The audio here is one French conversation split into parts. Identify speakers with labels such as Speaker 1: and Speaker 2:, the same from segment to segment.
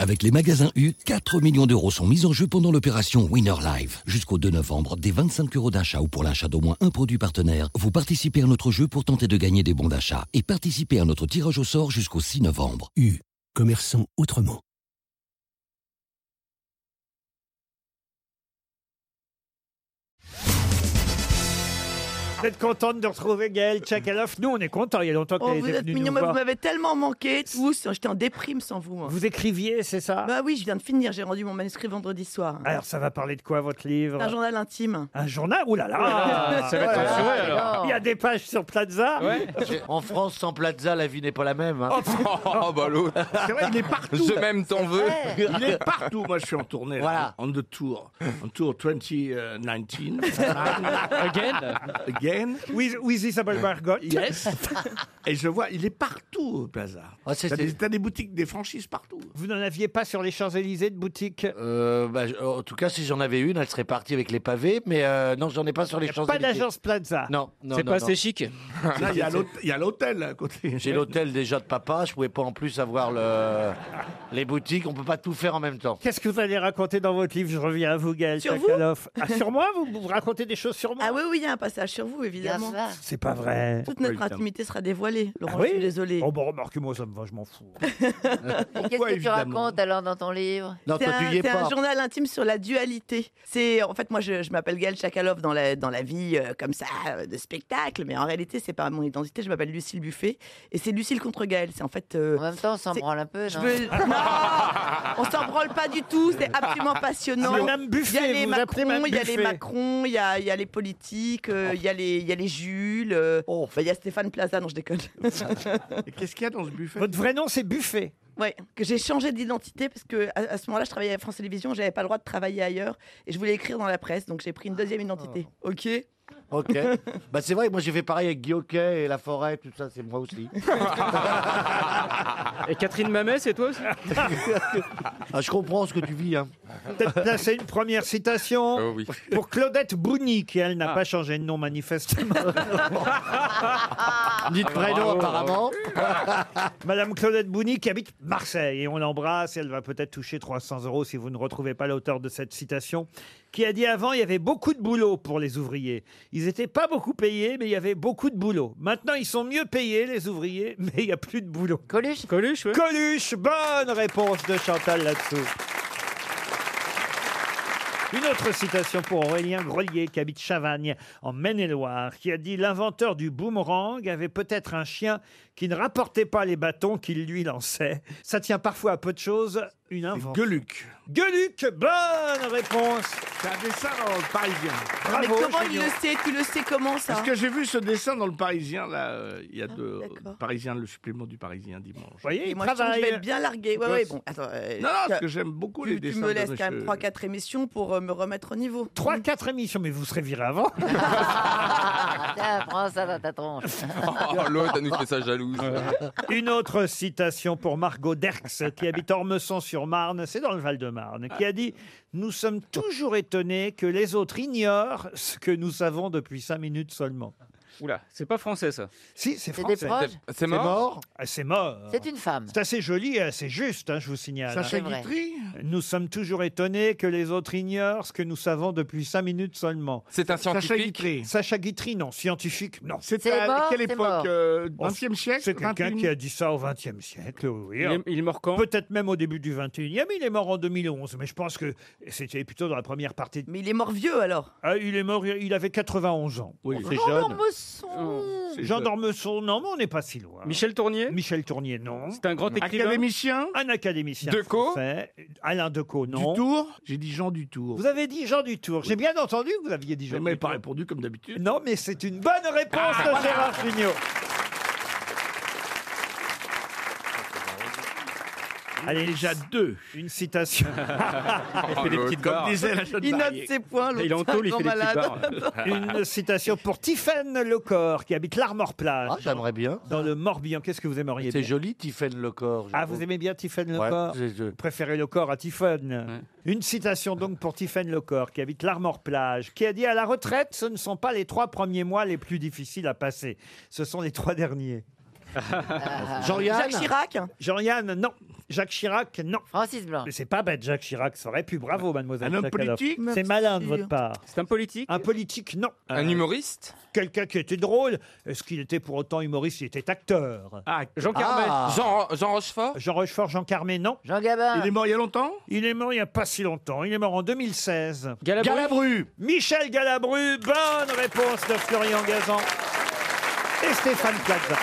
Speaker 1: Avec les magasins U, 4 millions d'euros sont mis en jeu pendant l'opération Winner Live. Jusqu'au 2 novembre, dès 25 euros d'achat ou pour l'achat d'au moins un produit partenaire, vous participez à notre jeu pour tenter de gagner des bons d'achat et participez à notre tirage au sort jusqu'au 6 novembre.
Speaker 2: U. Commerçons autrement.
Speaker 3: Vous êtes contente de retrouver Gaël Tchakaloff Nous, on est contents. Il y a longtemps
Speaker 4: Oh,
Speaker 3: qu'elle
Speaker 4: vous
Speaker 3: était
Speaker 4: êtes
Speaker 3: venue nous
Speaker 4: mignons, mais vous
Speaker 3: voir.
Speaker 4: m'avez tellement manqué tous. J'étais en déprime sans vous. hein.
Speaker 3: Vous écriviez, c'est ça
Speaker 4: Bah oui, je viens de finir. J'ai rendu mon manuscrit vendredi soir.
Speaker 3: Alors, ça va parler de quoi, votre livre
Speaker 4: C'est un journal intime.
Speaker 3: Un journal Ouh là là
Speaker 5: Ah, Ça va
Speaker 6: Ah,
Speaker 5: être censuré alors. Ah,
Speaker 3: Il y a des pages sur Plaza.
Speaker 6: En France, sans Plaza, la vie n'est pas la même. hein.
Speaker 5: Oh, bah l'autre.
Speaker 7: C'est vrai, il est partout.
Speaker 5: Je même t'en veux.
Speaker 7: Il est partout. Moi, je suis en tournée. là,
Speaker 6: Voilà.
Speaker 7: On the tour. On tour 2019. Again. Again.
Speaker 3: With, with Isabelle Margot.
Speaker 7: Et je vois, il est partout, Plaza.
Speaker 6: Ah, c'est-
Speaker 7: T'as
Speaker 6: c'est-
Speaker 7: des, t'as des boutiques, des franchises partout.
Speaker 3: Vous n'en aviez pas sur les Champs-Élysées de boutique
Speaker 6: Euh, bah, je- en tout cas, si j'en avais une, elle serait partie avec les pavés, mais euh, non, j'en ai pas sur les champs
Speaker 3: Pas d'agence Plaza.
Speaker 6: Non, non,
Speaker 5: C'est
Speaker 6: non,
Speaker 5: pas
Speaker 6: non.
Speaker 5: assez chic.
Speaker 7: Ah, Là, il y a l'hôte- il y a l'hôtel à côté.
Speaker 6: J'ai l'hôtel déjà de papa, je pouvais pas en plus avoir le... les boutiques, on peut pas tout faire en même temps.
Speaker 3: Qu'est-ce que vous allez raconter dans votre livre Je reviens à vous, Gaël
Speaker 4: Sur vous
Speaker 3: Tchakaloff. Ah, sur moi vous, vous racontez des choses sur moi
Speaker 4: Ah oui, oui, il y a un passage sur vous, évidemment.
Speaker 3: C'est pas vrai.
Speaker 4: Toute notre intimité sera dévoilée. Laurent,
Speaker 3: Ah oui
Speaker 4: je suis désolée.
Speaker 3: Oh, bon, remarquez-moi, ça me va, je m'en fous.
Speaker 8: Et qu'est-ce
Speaker 7: Pourquoi,
Speaker 8: que tu
Speaker 7: évidemment
Speaker 8: racontes alors dans ton livre
Speaker 6: Non,
Speaker 4: C'est
Speaker 6: toi, tu
Speaker 4: un,
Speaker 6: y es
Speaker 4: c'est un
Speaker 6: pas.
Speaker 4: journal intime sur la dualité. C'est en fait moi je, je m'appelle Gaël Chakalov dans la dans la vie euh, comme ça euh, de spectacle, mais en réalité c'est pas mon identité. Je m'appelle Lucille Buffet et c'est Lucille contre Gaël. C'est en fait euh,
Speaker 8: En même temps, on s'en
Speaker 4: C'est-
Speaker 8: branle un peu.
Speaker 4: je
Speaker 8: non
Speaker 4: veux non, on s'en branle pas du tout. C'est absolument passionnant.
Speaker 3: Madame
Speaker 4: Il y a
Speaker 3: Buffet,
Speaker 4: les
Speaker 3: vous appelez
Speaker 4: Macron,
Speaker 3: Madame
Speaker 4: il y a les
Speaker 3: Buffet.
Speaker 4: Macron, il y a, il y a les politiques, euh, il y a les il y a les Jules, euh,
Speaker 6: Oh.
Speaker 4: bah, il y a Stéphane Plaza, non je déconne.
Speaker 7: Et Qu'est-ce qu'il y a dans ce buffet
Speaker 3: Votre vrai nom, c'est Buffet.
Speaker 4: Ouais, que j'ai changé d'identité parce que à, à ce moment-là, je travaillais à France Télévisions, j'avais pas le droit de travailler ailleurs et je voulais écrire dans la presse, donc j'ai pris une deuxième identité.
Speaker 3: Ah.
Speaker 4: Ok.
Speaker 6: Ok. bah, c'est vrai, moi j'ai fait pareil avec Guy Hockey et La Forêt, tout ça, c'est moi aussi.
Speaker 5: Et Catherine Mamet, c'est toi aussi
Speaker 6: Ah, je comprends ce que tu vis. Hein.
Speaker 3: Peut-être placer une première citation
Speaker 5: Oh oui. Ah.
Speaker 3: pour Claudette Bruni, qui elle n'a pas changé de nom manifestement.
Speaker 6: Ni de prénom apparemment.
Speaker 3: Madame Claudette Bouni qui habite Marseille et on l'embrasse. Elle va peut-être toucher 300 euros si vous ne retrouvez pas l'auteur de cette citation. Qui a dit avant, il y avait beaucoup de boulot pour les ouvriers. Ils n'étaient pas beaucoup payés, mais il y avait beaucoup de boulot. Maintenant, ils sont mieux payés, les ouvriers, mais il n'y a plus de boulot.
Speaker 8: Coluche
Speaker 5: Coluche, ouais.
Speaker 3: Coluche, bonne réponse de Chantal là-dessous. Une autre citation pour Aurélien Grelier, qui habite Chavagne, en Maine-et-Loire, qui a dit L'inventeur du boomerang avait peut-être un chien qui ne rapportait pas les bâtons qu'il lui lançait. Ça tient parfois à peu de choses, une invention.
Speaker 7: Gueuluc.
Speaker 3: Gueuluc, bonne réponse
Speaker 7: T'as un dessin dans le Parisien.
Speaker 4: Mais
Speaker 3: Bravo,
Speaker 4: comment il
Speaker 3: Julien.
Speaker 4: le sait Tu le sais comment ça
Speaker 7: Parce que j'ai vu ce dessin dans le Parisien, là, euh, il y a deux
Speaker 4: Ah, d'accord.
Speaker 7: Parisien, le supplément du Parisien dimanche.
Speaker 3: Vous voyez,
Speaker 4: Et
Speaker 3: il
Speaker 4: moi, je, sens que je
Speaker 3: travaille.
Speaker 4: vais être bien largué. Ouais, ouais, bon, attends. euh,
Speaker 7: Non, non, parce
Speaker 4: tu-
Speaker 7: que j'aime beaucoup les
Speaker 4: tu, tu
Speaker 7: dessins.
Speaker 4: me
Speaker 7: de
Speaker 4: laisses quand même
Speaker 7: monsieur-
Speaker 4: 3-4 émissions pour euh, me remettre au niveau.
Speaker 3: 3-4 émissions, mais vous serez viré avant.
Speaker 8: Tiens, prends ça dans ta tronche.
Speaker 5: Oh, l'autre, elle nous fait ça jalouse.
Speaker 3: Une autre citation pour Margot Derx, qui habite Ormesson-sur-Marne, c'est dans le Val-de-Marne, qui a dit « Nous sommes toujours étonnés que les autres ignorent ce que nous savons depuis cinq minutes seulement.
Speaker 5: Oula, c'est pas français ça. »
Speaker 3: Si, c'est
Speaker 8: C'est des
Speaker 3: français.
Speaker 8: proches
Speaker 5: C'est
Speaker 6: C'est mort.
Speaker 3: Ah, C'est mort.
Speaker 8: C'est une femme.
Speaker 3: C'est assez joli et assez juste, hein, je vous signale.
Speaker 8: Ça,
Speaker 7: Sacha
Speaker 8: C'est vrai.
Speaker 7: Guitry
Speaker 3: Nous sommes toujours étonnés que les autres ignorent ce que nous savons depuis cinq minutes seulement.
Speaker 5: C'est un
Speaker 7: Sacha
Speaker 5: scientifique.
Speaker 7: Guitry.
Speaker 3: Sacha Guitry, non. Scientifique, non.
Speaker 7: C'était
Speaker 8: C'est
Speaker 7: à
Speaker 8: mort,
Speaker 7: quelle
Speaker 8: c'est
Speaker 7: époque
Speaker 8: mort.
Speaker 7: euh, 20e siècle
Speaker 3: C'est quelqu'un
Speaker 7: 21e?
Speaker 3: qui a dit ça au XXe siècle, oui.
Speaker 5: Il est, il est mort quand
Speaker 3: Peut-être même au début du 21e, il est mort en 2011, mais je pense que c'était plutôt dans la première partie.
Speaker 4: Mais il est mort vieux alors. Oh,
Speaker 3: Ah, il est mort, il avait 91 ans.
Speaker 7: Oui,
Speaker 6: C'est jeune.
Speaker 8: Dormesson
Speaker 7: c'est
Speaker 3: Jean
Speaker 7: jeune.
Speaker 3: Dormesson, non, mais on n'est pas si loin.
Speaker 5: Michel Tournier
Speaker 3: Michel Tournier, non.
Speaker 5: C'est un grand écrivain.
Speaker 7: Académicien
Speaker 3: Un académicien
Speaker 5: Decaux
Speaker 3: français. Alain Decaux, non.
Speaker 7: Dutour J'ai dit Jean Dutour.
Speaker 3: Vous avez dit Jean Dutour. J'ai bien entendu que vous aviez dit
Speaker 7: Je
Speaker 3: Jean
Speaker 7: n'ai
Speaker 3: Dutour.
Speaker 7: pas répondu comme d'habitude.
Speaker 3: Non, mais c'est une bonne réponse de Gérard Jugnot. Allez, déjà deux. Une citation.
Speaker 5: Il fait des petites barres.
Speaker 7: Disait la jeune
Speaker 4: Il note
Speaker 7: mariée.
Speaker 4: ses points,
Speaker 5: Il est en
Speaker 4: l'autre
Speaker 5: tôle, il
Speaker 4: grand
Speaker 5: fait des petites
Speaker 4: malade.
Speaker 5: barres.
Speaker 3: Une citation pour Tiffaine Lecor, qui habite l'Armor-Plage.
Speaker 6: Ah, j'aimerais bien.
Speaker 3: dans le Morbihan. Qu'est-ce que vous aimeriez
Speaker 6: C'est
Speaker 3: bien
Speaker 6: joli, Tiffaine le corps.
Speaker 3: Ah, vous aimez bien Tiffaine
Speaker 6: Ouais,
Speaker 3: Lecor
Speaker 6: c'est- je-
Speaker 3: Vous préférez le corps à Tiffaine. Une citation donc pour Tiffaine Lecor, qui habite l'Armor-Plage, qui a dit « À la retraite, ce ne sont pas les trois premiers mois les plus difficiles à passer. Ce sont les trois derniers.
Speaker 6: Jean-Yann
Speaker 4: Jacques Chirac ».
Speaker 3: Jean-Yann, non. Jacques Chirac, non.
Speaker 9: Francis Blanc.
Speaker 3: Mais c'est pas bête, Jacques Chirac, ça aurait pu. Bravo, mademoiselle
Speaker 7: Un homme
Speaker 3: Tchakaloff.
Speaker 7: politique,
Speaker 3: C'est malin de
Speaker 7: sûr.
Speaker 3: votre part.
Speaker 5: C'est un politique
Speaker 3: Un politique, non. Euh,
Speaker 5: Un humoriste
Speaker 3: Quelqu'un qui était drôle. Est-ce qu'il était pour autant humoriste Il était acteur.
Speaker 7: Ah,
Speaker 5: Jean Carmet
Speaker 10: Ah,
Speaker 5: Jean, Jean Rochefort
Speaker 3: Jean Rochefort, Jean Carmé, non.
Speaker 9: Jean Gabin.
Speaker 7: il est mort il y a longtemps
Speaker 3: Il est mort il n'y a pas si longtemps. Il est mort en 2016.
Speaker 5: Galabru,
Speaker 10: Galabru
Speaker 3: Michel Galabru, bonne réponse de Florian Gazan et Stéphane Plaza.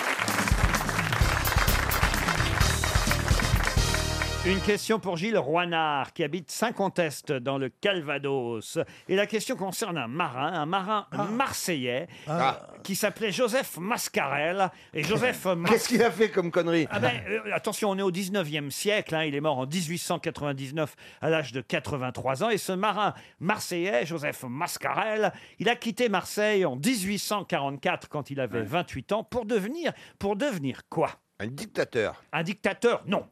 Speaker 3: Une question pour Gilles Roinard, qui habite Saint-Contest dans le Calvados. Et la question concerne un marin, un marin
Speaker 7: Ah.
Speaker 3: marseillais, euh, qui s'appelait Joseph Mascarel. Et Joseph Mascarel.
Speaker 11: Qu'est-ce qu'il a fait comme connerie
Speaker 3: Ah ben, euh, attention, on est au 19e siècle. hein, il est mort en 1899 à l'âge de 83 ans. Et ce marin marseillais, Joseph Mascarel, il a quitté Marseille en 1844 quand il avait 28 ans pour devenir, pour devenir quoi
Speaker 11: Un dictateur.
Speaker 3: Un dictateur Non.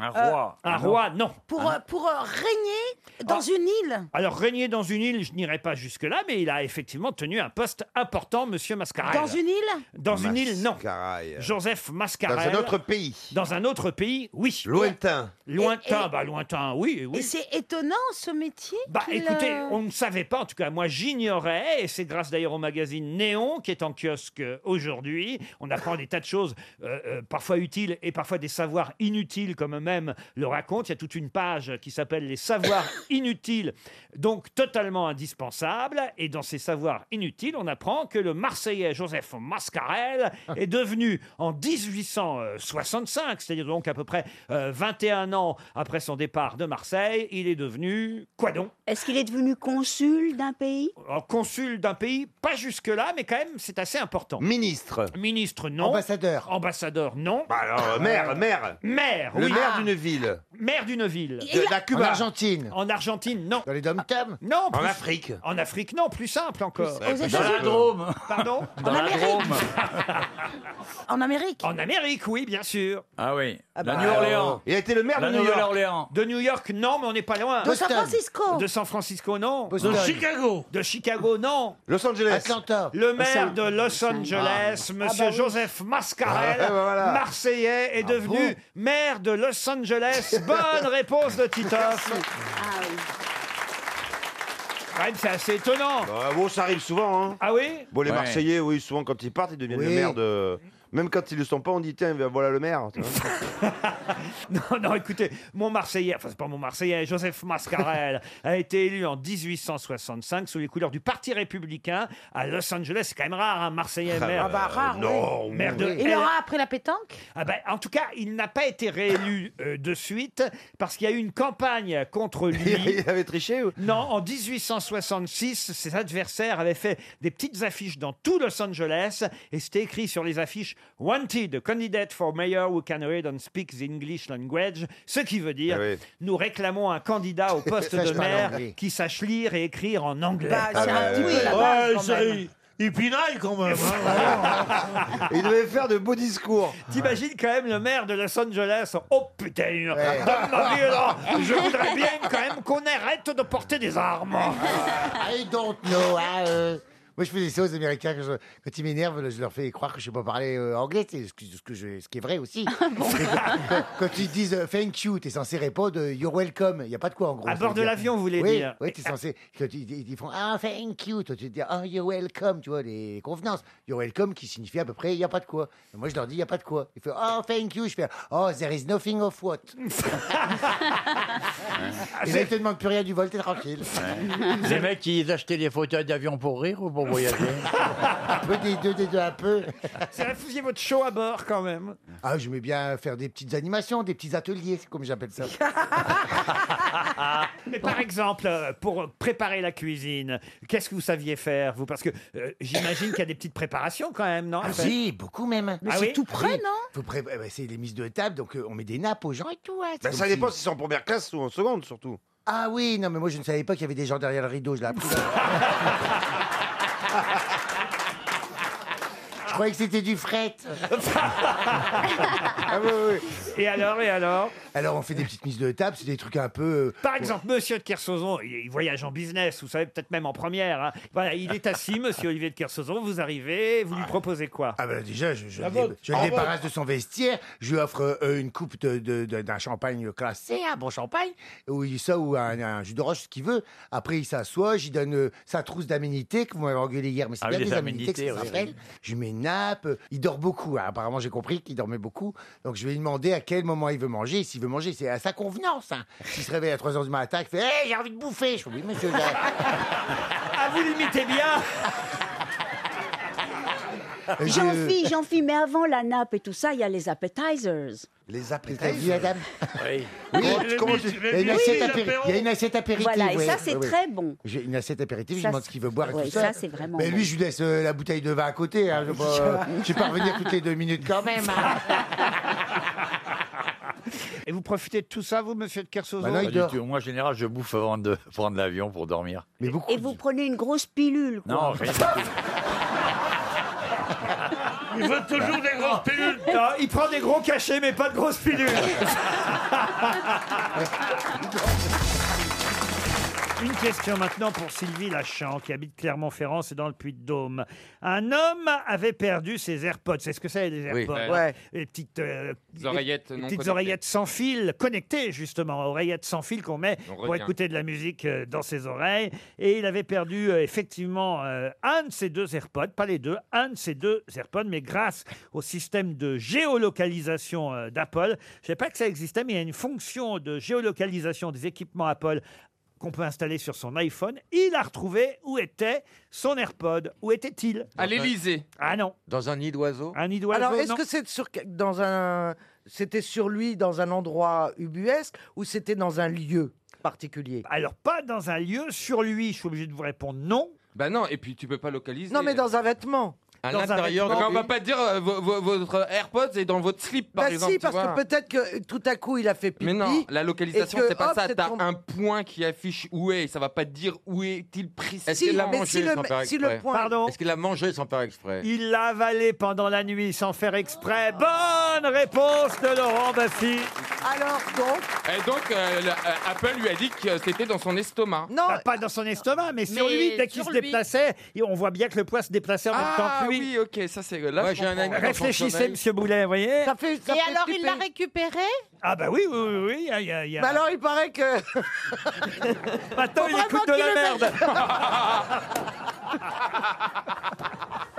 Speaker 5: Un roi.
Speaker 3: Un roi Non.
Speaker 12: Euh, Pour,
Speaker 6: Ah.
Speaker 12: euh, pour euh, régner dans une île.
Speaker 3: Alors régner dans une île, je n'irai pas jusque-là, mais il a effectivement tenu un poste important, Monsieur Mascarel.
Speaker 12: Dans une île
Speaker 3: Dans une île, non.
Speaker 11: Mascaraille.
Speaker 3: Joseph
Speaker 11: Dans
Speaker 3: Mascarel.
Speaker 11: un autre pays.
Speaker 3: Dans un autre pays, oui.
Speaker 11: Lointain.
Speaker 3: Lointain,
Speaker 12: Et- et-
Speaker 3: bah lointain, oui, oui.
Speaker 12: Et c'est étonnant ce métier.
Speaker 3: Bah
Speaker 12: qu'il,
Speaker 3: écoutez,
Speaker 12: euh,
Speaker 3: on ne savait pas, en tout cas moi j'ignorais, et c'est grâce d'ailleurs au magazine Néon qui est en kiosque euh, aujourd'hui. On apprend des tas de choses, euh, euh, parfois utiles et parfois des savoirs inutiles, comme même le raconte. Il y a toute une page qui s'appelle Les savoirs inutiles, donc totalement indispensables. Et dans ces savoirs inutiles, on apprend que le Marseillais Joseph Mascarel est devenu en 1865, c'est-à-dire donc à peu près euh, 21 ans après son départ de Marseille, il est devenu quoi donc
Speaker 12: Est-ce qu'il est devenu consul d'un pays
Speaker 3: alors, consul d'un pays, pas jusque-là, mais quand même, c'est assez important.
Speaker 11: Ministre.
Speaker 3: Ministre, non.
Speaker 11: Ambassadeur.
Speaker 3: Ambassadeur, non. Euh,
Speaker 11: Bah alors,
Speaker 7: Euh,
Speaker 11: maire, maire.
Speaker 3: Maire,
Speaker 11: Le
Speaker 3: oui.
Speaker 11: maire d'une ville.
Speaker 3: Maire d'une ville.
Speaker 11: De la Cuba.
Speaker 10: Argentine.
Speaker 3: En Argentine, non. Ah,
Speaker 10: Dans les dom-toms
Speaker 3: Non.
Speaker 11: En
Speaker 3: plus-
Speaker 11: Afrique.
Speaker 3: En Afrique, non. Plus simple encore.
Speaker 11: Ouais,
Speaker 12: États-Unis.
Speaker 11: dans la Drôme.
Speaker 3: Pardon
Speaker 12: En Amérique En Amérique bah,
Speaker 3: En Amérique, oui, bien sûr.
Speaker 5: Ah oui. la
Speaker 3: bah,
Speaker 11: Ah, alors, Il a été le maire de New York.
Speaker 5: Nouvelle-Orléans.
Speaker 3: De New York, non, mais on n'est pas loin.
Speaker 12: De San Francisco
Speaker 3: De San Francisco, non.
Speaker 10: Boston.
Speaker 7: Chicago
Speaker 3: De
Speaker 7: Oh,
Speaker 3: Chicago, non.
Speaker 11: Los Angeles.
Speaker 10: Atlanta.
Speaker 3: Le maire de Los
Speaker 7: Ah.
Speaker 12: Ah
Speaker 3: Angeles, Monsieur
Speaker 12: bah
Speaker 7: bah
Speaker 3: Joseph Mascarel,
Speaker 11: Ah, eh ben voilà. Ah
Speaker 3: marseillais, est devenu maire de Los Angeles. Bonne réponse de Titoff.
Speaker 4: Ah
Speaker 3: Quand même, c'est assez étonnant.
Speaker 11: Bah, bon, ça arrive souvent. Hein.
Speaker 3: Ah oui
Speaker 11: Bon, les
Speaker 5: Ouais.
Speaker 11: Marseillais, oui, souvent quand ils partent, ils deviennent le
Speaker 10: Oui.
Speaker 11: maire
Speaker 13: euh,
Speaker 11: de. Même quand ils ne le sont pas, on dit tiens,
Speaker 13: ben,
Speaker 11: voilà le maire. tu vois.
Speaker 3: Non, non, écoutez, mon Marseillais, enfin c'est pas mon Marseillais, Joseph Mascarel a été élu en 1865 sous les couleurs du Parti républicain à Los Angeles. C'est quand même rare, un Marseillais maire. euh,
Speaker 11: bah,
Speaker 12: Ah rare, oui.
Speaker 11: non.
Speaker 3: Maire de
Speaker 12: Il aura appris la pétanque
Speaker 3: Ah ben, en tout cas, il n'a pas été réélu euh, de suite parce qu'il y a eu une campagne contre lui.
Speaker 11: Il avait triché ou-
Speaker 3: Non, en 1866, ses adversaires avaient fait des petites affiches dans tout Los Angeles et c'était écrit sur les affiches Wanted, candidate for mayor who can read and speak the English language, ce qui veut dire
Speaker 11: Ah oui.
Speaker 3: nous réclamons un candidat au poste
Speaker 10: Sache
Speaker 3: de
Speaker 10: parler
Speaker 3: maire
Speaker 10: anglais.
Speaker 3: qui sache lire et écrire en anglais.
Speaker 11: Ah, bah, oui.
Speaker 7: Ouais, ça, il, il pinaille quand
Speaker 14: hein,
Speaker 7: même.
Speaker 11: Il devait faire de beaux discours.
Speaker 3: T'imagines quand même le maire de Los Angeles Oh putain Donne ma vie, là. Je voudrais bien quand même qu'on arrête de porter des armes
Speaker 10: I don't know. ah, euh. Moi, je faisais ça aux Américains. Quand, je- quand ils m'énervent, je leur fais croire que je ne sais pas parler euh, anglais, c'est ce, que- ce que je- ce qui est vrai aussi. Et quand, quand ils disent euh, thank you, tu es censé répondre euh, you're welcome. Il n'y a pas de quoi en gros.
Speaker 3: À
Speaker 10: ça
Speaker 3: bord
Speaker 10: veut
Speaker 3: de
Speaker 10: dire.
Speaker 3: l'avion, vous voulez
Speaker 10: oui,
Speaker 3: dire.
Speaker 10: Oui, tu es censé. Quand ils, ils font ah, thank you, toi, tu dis ah, you're welcome, tu vois, les convenances. You're welcome qui signifie à peu près il n'y a pas de quoi. Et moi, je leur dis il n'y a pas de quoi. Ils font ah, thank you. Je fais oh, there is nothing of what.
Speaker 5: Hein.
Speaker 10: Et là, ils te demandent plus rien du vol, t'es tranquille.
Speaker 7: Les mecs, ils achetaient des fauteuils d'avion pour rire ou pour voyager
Speaker 10: Un peu des deux, des deux, un peu.
Speaker 3: C'est vrai, faisiez votre show à bord quand même
Speaker 10: Ah, je mets bien faire des petites animations, des petits ateliers, c'est comme j'appelle ça.
Speaker 3: Mais par exemple, euh, pour préparer la cuisine, qu'est-ce que vous saviez faire vous Parce que euh, j'imagine qu'il y a des petites préparations quand même, non
Speaker 10: Ah si, beaucoup même.
Speaker 3: Ah
Speaker 12: C'est
Speaker 3: oui
Speaker 12: tout près,
Speaker 10: Oui.
Speaker 12: non
Speaker 10: Faut pré- euh, c'est les mises de table, donc euh, on met des nappes aux gens et tout. hein. C'est
Speaker 11: Ben,
Speaker 10: comme
Speaker 11: ça
Speaker 10: si-
Speaker 11: dépend si c'est en première classe ou en seconde, surtout.
Speaker 10: Ah oui, non, mais moi je ne savais pas qu'il y avait des gens derrière le rideau, je l'ai appris. là. je croyais que c'était du fret.
Speaker 3: Ah Et alors, et alors
Speaker 10: Alors, on fait des petites mises de table, c'est des trucs un peu. euh,
Speaker 3: Par exemple, monsieur de Kersozon, il il voyage en business, vous savez, peut-être même en première. hein. Voilà, il est assis, monsieur Olivier de Kersozon, vous arrivez, vous lui proposez quoi
Speaker 10: Ah ben déjà, Je, le dé- je le débarrasse de son vestiaire, je lui offre euh, une coupe de- de- de- d'un champagne classé, un bon champagne, ou il- ça, ou un, un jus d'orange, ce qu'il veut. Après, il s'assoit, j'y donne euh, sa trousse d'aménité que vous m'avez engueulé hier, mais c'est
Speaker 7: Ah oui,
Speaker 10: bien
Speaker 7: les
Speaker 10: des aménités que ça
Speaker 7: aménités, oui.
Speaker 10: s'appelle. Je lui mets une nappe, euh, il dort beaucoup. hein. Apparemment, j'ai compris qu'il dormait beaucoup. Donc, je vais lui demander à quel moment il veut manger. S'il veut manger, c'est à sa convenance. hein. S'il se réveille à 3h du matin, il fait Hey, j'ai envie de bouffer !» Je fais « Oui, monsieur. j'ai-
Speaker 3: Ah, vous l'imitez bien
Speaker 6: Euh,
Speaker 12: J'en
Speaker 10: Je-
Speaker 12: fis, j'en fis, mais avant la nappe et tout ça, il y a les appetizers.
Speaker 10: Les appétits, madame.
Speaker 7: Oui.
Speaker 10: Oui,
Speaker 7: Comment-
Speaker 10: tu-
Speaker 7: le
Speaker 10: comment
Speaker 7: mi-
Speaker 10: tu-
Speaker 7: le
Speaker 10: il y a une
Speaker 7: mi-
Speaker 10: assiette
Speaker 7: oui,
Speaker 10: apéri-
Speaker 7: l'apéro.
Speaker 10: il y a une assiette apéritive.
Speaker 12: Voilà, et
Speaker 10: ouais,
Speaker 12: ça, c'est
Speaker 10: ouais, ouais.
Speaker 12: très bon.
Speaker 10: J'ai une assiette apéritive, je
Speaker 12: Ça,
Speaker 10: demande ce
Speaker 12: c'est-
Speaker 10: qu'il veut boire et
Speaker 12: ouais,
Speaker 10: tout ça.
Speaker 12: ça, c'est vraiment
Speaker 10: Mais
Speaker 12: bon.
Speaker 10: lui, je lui laisse euh, la bouteille de vin à côté. hein, je vais pas- je vais pas revenir toutes les deux minutes quand même. hein.
Speaker 3: Et vous profitez de tout ça, vous, monsieur de Kersozon
Speaker 10: Bah non, il
Speaker 5: euh,
Speaker 10: dort.
Speaker 1: Moi, en général, je bouffe avant de prendre l'avion pour dormir.
Speaker 10: Mais beaucoup.
Speaker 12: Et vous prenez une grosse pilule, quoi.
Speaker 5: Oh.
Speaker 1: Non, rien.
Speaker 5: Il veut toujours
Speaker 14: Bah.
Speaker 5: des grosses pilules.
Speaker 3: Non, il prend des gros cachets, mais pas de grosses pilules. Une question maintenant pour Sylvie Lachan, qui habite Clermont-Ferrand, c'est dans le Puy-de-Dôme. Un homme avait perdu ses AirPods. C'est ce que c'est, les
Speaker 5: Oui.
Speaker 3: AirPods
Speaker 5: Ouais.
Speaker 3: hein Les petites, euh,
Speaker 5: Les oreillettes
Speaker 3: les
Speaker 5: non
Speaker 3: petites
Speaker 5: connectées.
Speaker 3: oreillettes sans fil, connectées justement, oreillettes sans fil qu'on met
Speaker 5: On
Speaker 3: pour
Speaker 5: retient.
Speaker 3: écouter de la musique euh, dans ses oreilles. Et il avait perdu euh, effectivement euh, un de ses deux AirPods, pas les deux, un de ses deux AirPods, mais grâce au système de géolocalisation euh, d'Apple. Je ne savais pas que ça existait, mais il y a une fonction de géolocalisation des équipements Apple qu'on peut installer sur son iPhone. Il a retrouvé où était son AirPod. Où était-il
Speaker 5: À l'Élysée.
Speaker 3: Ah non.
Speaker 15: Dans un nid d'oiseau
Speaker 3: Un nid d'oiseau,
Speaker 15: Alors, est-ce
Speaker 3: non.
Speaker 15: que c'est sur, dans un, c'était sur lui dans un endroit ubuesque ou c'était dans un lieu particulier
Speaker 3: Alors, pas dans un lieu sur lui. Je suis obligé de vous répondre non.
Speaker 5: Bah non, et puis tu peux pas localiser.
Speaker 15: Non, mais dans un vêtement.
Speaker 5: Dans un vêtement. Bah, on va pas dire euh, vo- vo- votre AirPods est dans votre slip, par
Speaker 15: Bah
Speaker 5: exemple.
Speaker 15: si,
Speaker 5: tu
Speaker 15: parce
Speaker 5: vois.
Speaker 15: que peut-être que euh, tout à coup il a fait pipi.
Speaker 5: Mais non, la localisation,
Speaker 15: et que,
Speaker 5: c'est pas
Speaker 15: hop,
Speaker 5: ça.
Speaker 15: c'est
Speaker 5: T'as
Speaker 15: tombé.
Speaker 5: un point qui affiche où est. Ça va pas te dire où est-il précis.
Speaker 15: Est-ce qu'il l'a Mais mangé si le- sans faire
Speaker 3: si le exprès point- Pardon
Speaker 1: Est-ce qu'il a mangé sans faire exprès
Speaker 3: Il l'a avalé pendant la nuit sans faire exprès. Bonne réponse de Laurent Baffy.
Speaker 15: Alors donc,
Speaker 5: Et donc, euh, le- euh, Apple lui a dit que c'était dans son estomac.
Speaker 15: Non.
Speaker 3: Bah, pas dans son estomac, mais sur
Speaker 5: Mais
Speaker 3: lui, dès qu'il se
Speaker 5: sur lui.
Speaker 3: déplaçait, et on voit bien que le poids se déplaçait en même temps
Speaker 5: Ah
Speaker 3: que lui.
Speaker 5: oui, ok, ça c'est. Là,
Speaker 1: Moi,
Speaker 5: je
Speaker 1: j'ai un
Speaker 5: comprends.
Speaker 1: ami dans son
Speaker 3: Réfléchissez,
Speaker 1: sommeil.
Speaker 3: monsieur Boulet, vous voyez
Speaker 15: ça fait. ça
Speaker 16: Et
Speaker 15: fait
Speaker 16: alors, il
Speaker 15: flipper.
Speaker 16: l'a récupéré
Speaker 3: Ah bah oui, oui, oui, oui, il y a- il y a-
Speaker 15: Bah alors il paraît que.
Speaker 3: Maintenant, il
Speaker 15: Faut
Speaker 3: écoute de
Speaker 15: vraiment
Speaker 3: la
Speaker 15: qu'il le
Speaker 3: merde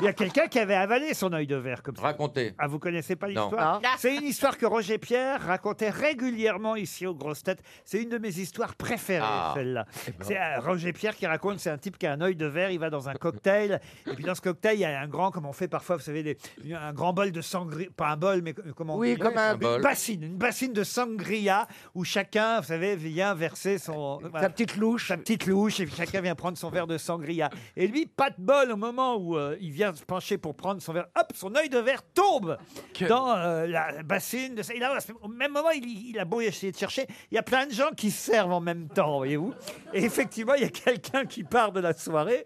Speaker 3: Il y a quelqu'un qui avait avalé son œil de verre comme ça.
Speaker 1: Racontez.
Speaker 3: Ah, vous connaissez pas
Speaker 1: Non.
Speaker 3: l'histoire
Speaker 16: Non.
Speaker 3: C'est une histoire que Roger Pierre racontait régulièrement ici aux grosses têtes. C'est une de mes histoires préférées,
Speaker 1: Ah.
Speaker 3: celle-là. C'est euh, Roger Pierre qui raconte, c'est un type qui a un œil de verre, il va dans un cocktail, et puis dans ce cocktail, il y a un grand, comme on fait parfois, vous savez, des- un grand bol de sangria, pas un bol, mais euh, comment on
Speaker 15: Oui,
Speaker 3: dit
Speaker 15: comme un- Un
Speaker 3: Une
Speaker 15: bol.
Speaker 3: bassine, une bassine de sangria, où chacun, vous savez, vient verser son...
Speaker 15: Sa petite louche.
Speaker 3: Sa petite louche, et puis chacun vient prendre son verre de sangria. Et lui, pas de bol, au moment où euh, il vient se pencher pour prendre son verre, hop, son œil de verre tombe dans euh, la bassine. De... Et là, au même moment, il, il a beau essayer de chercher, il y a plein de gens qui se servent en même temps, voyez-vous. Et effectivement, il y a quelqu'un qui part de la soirée.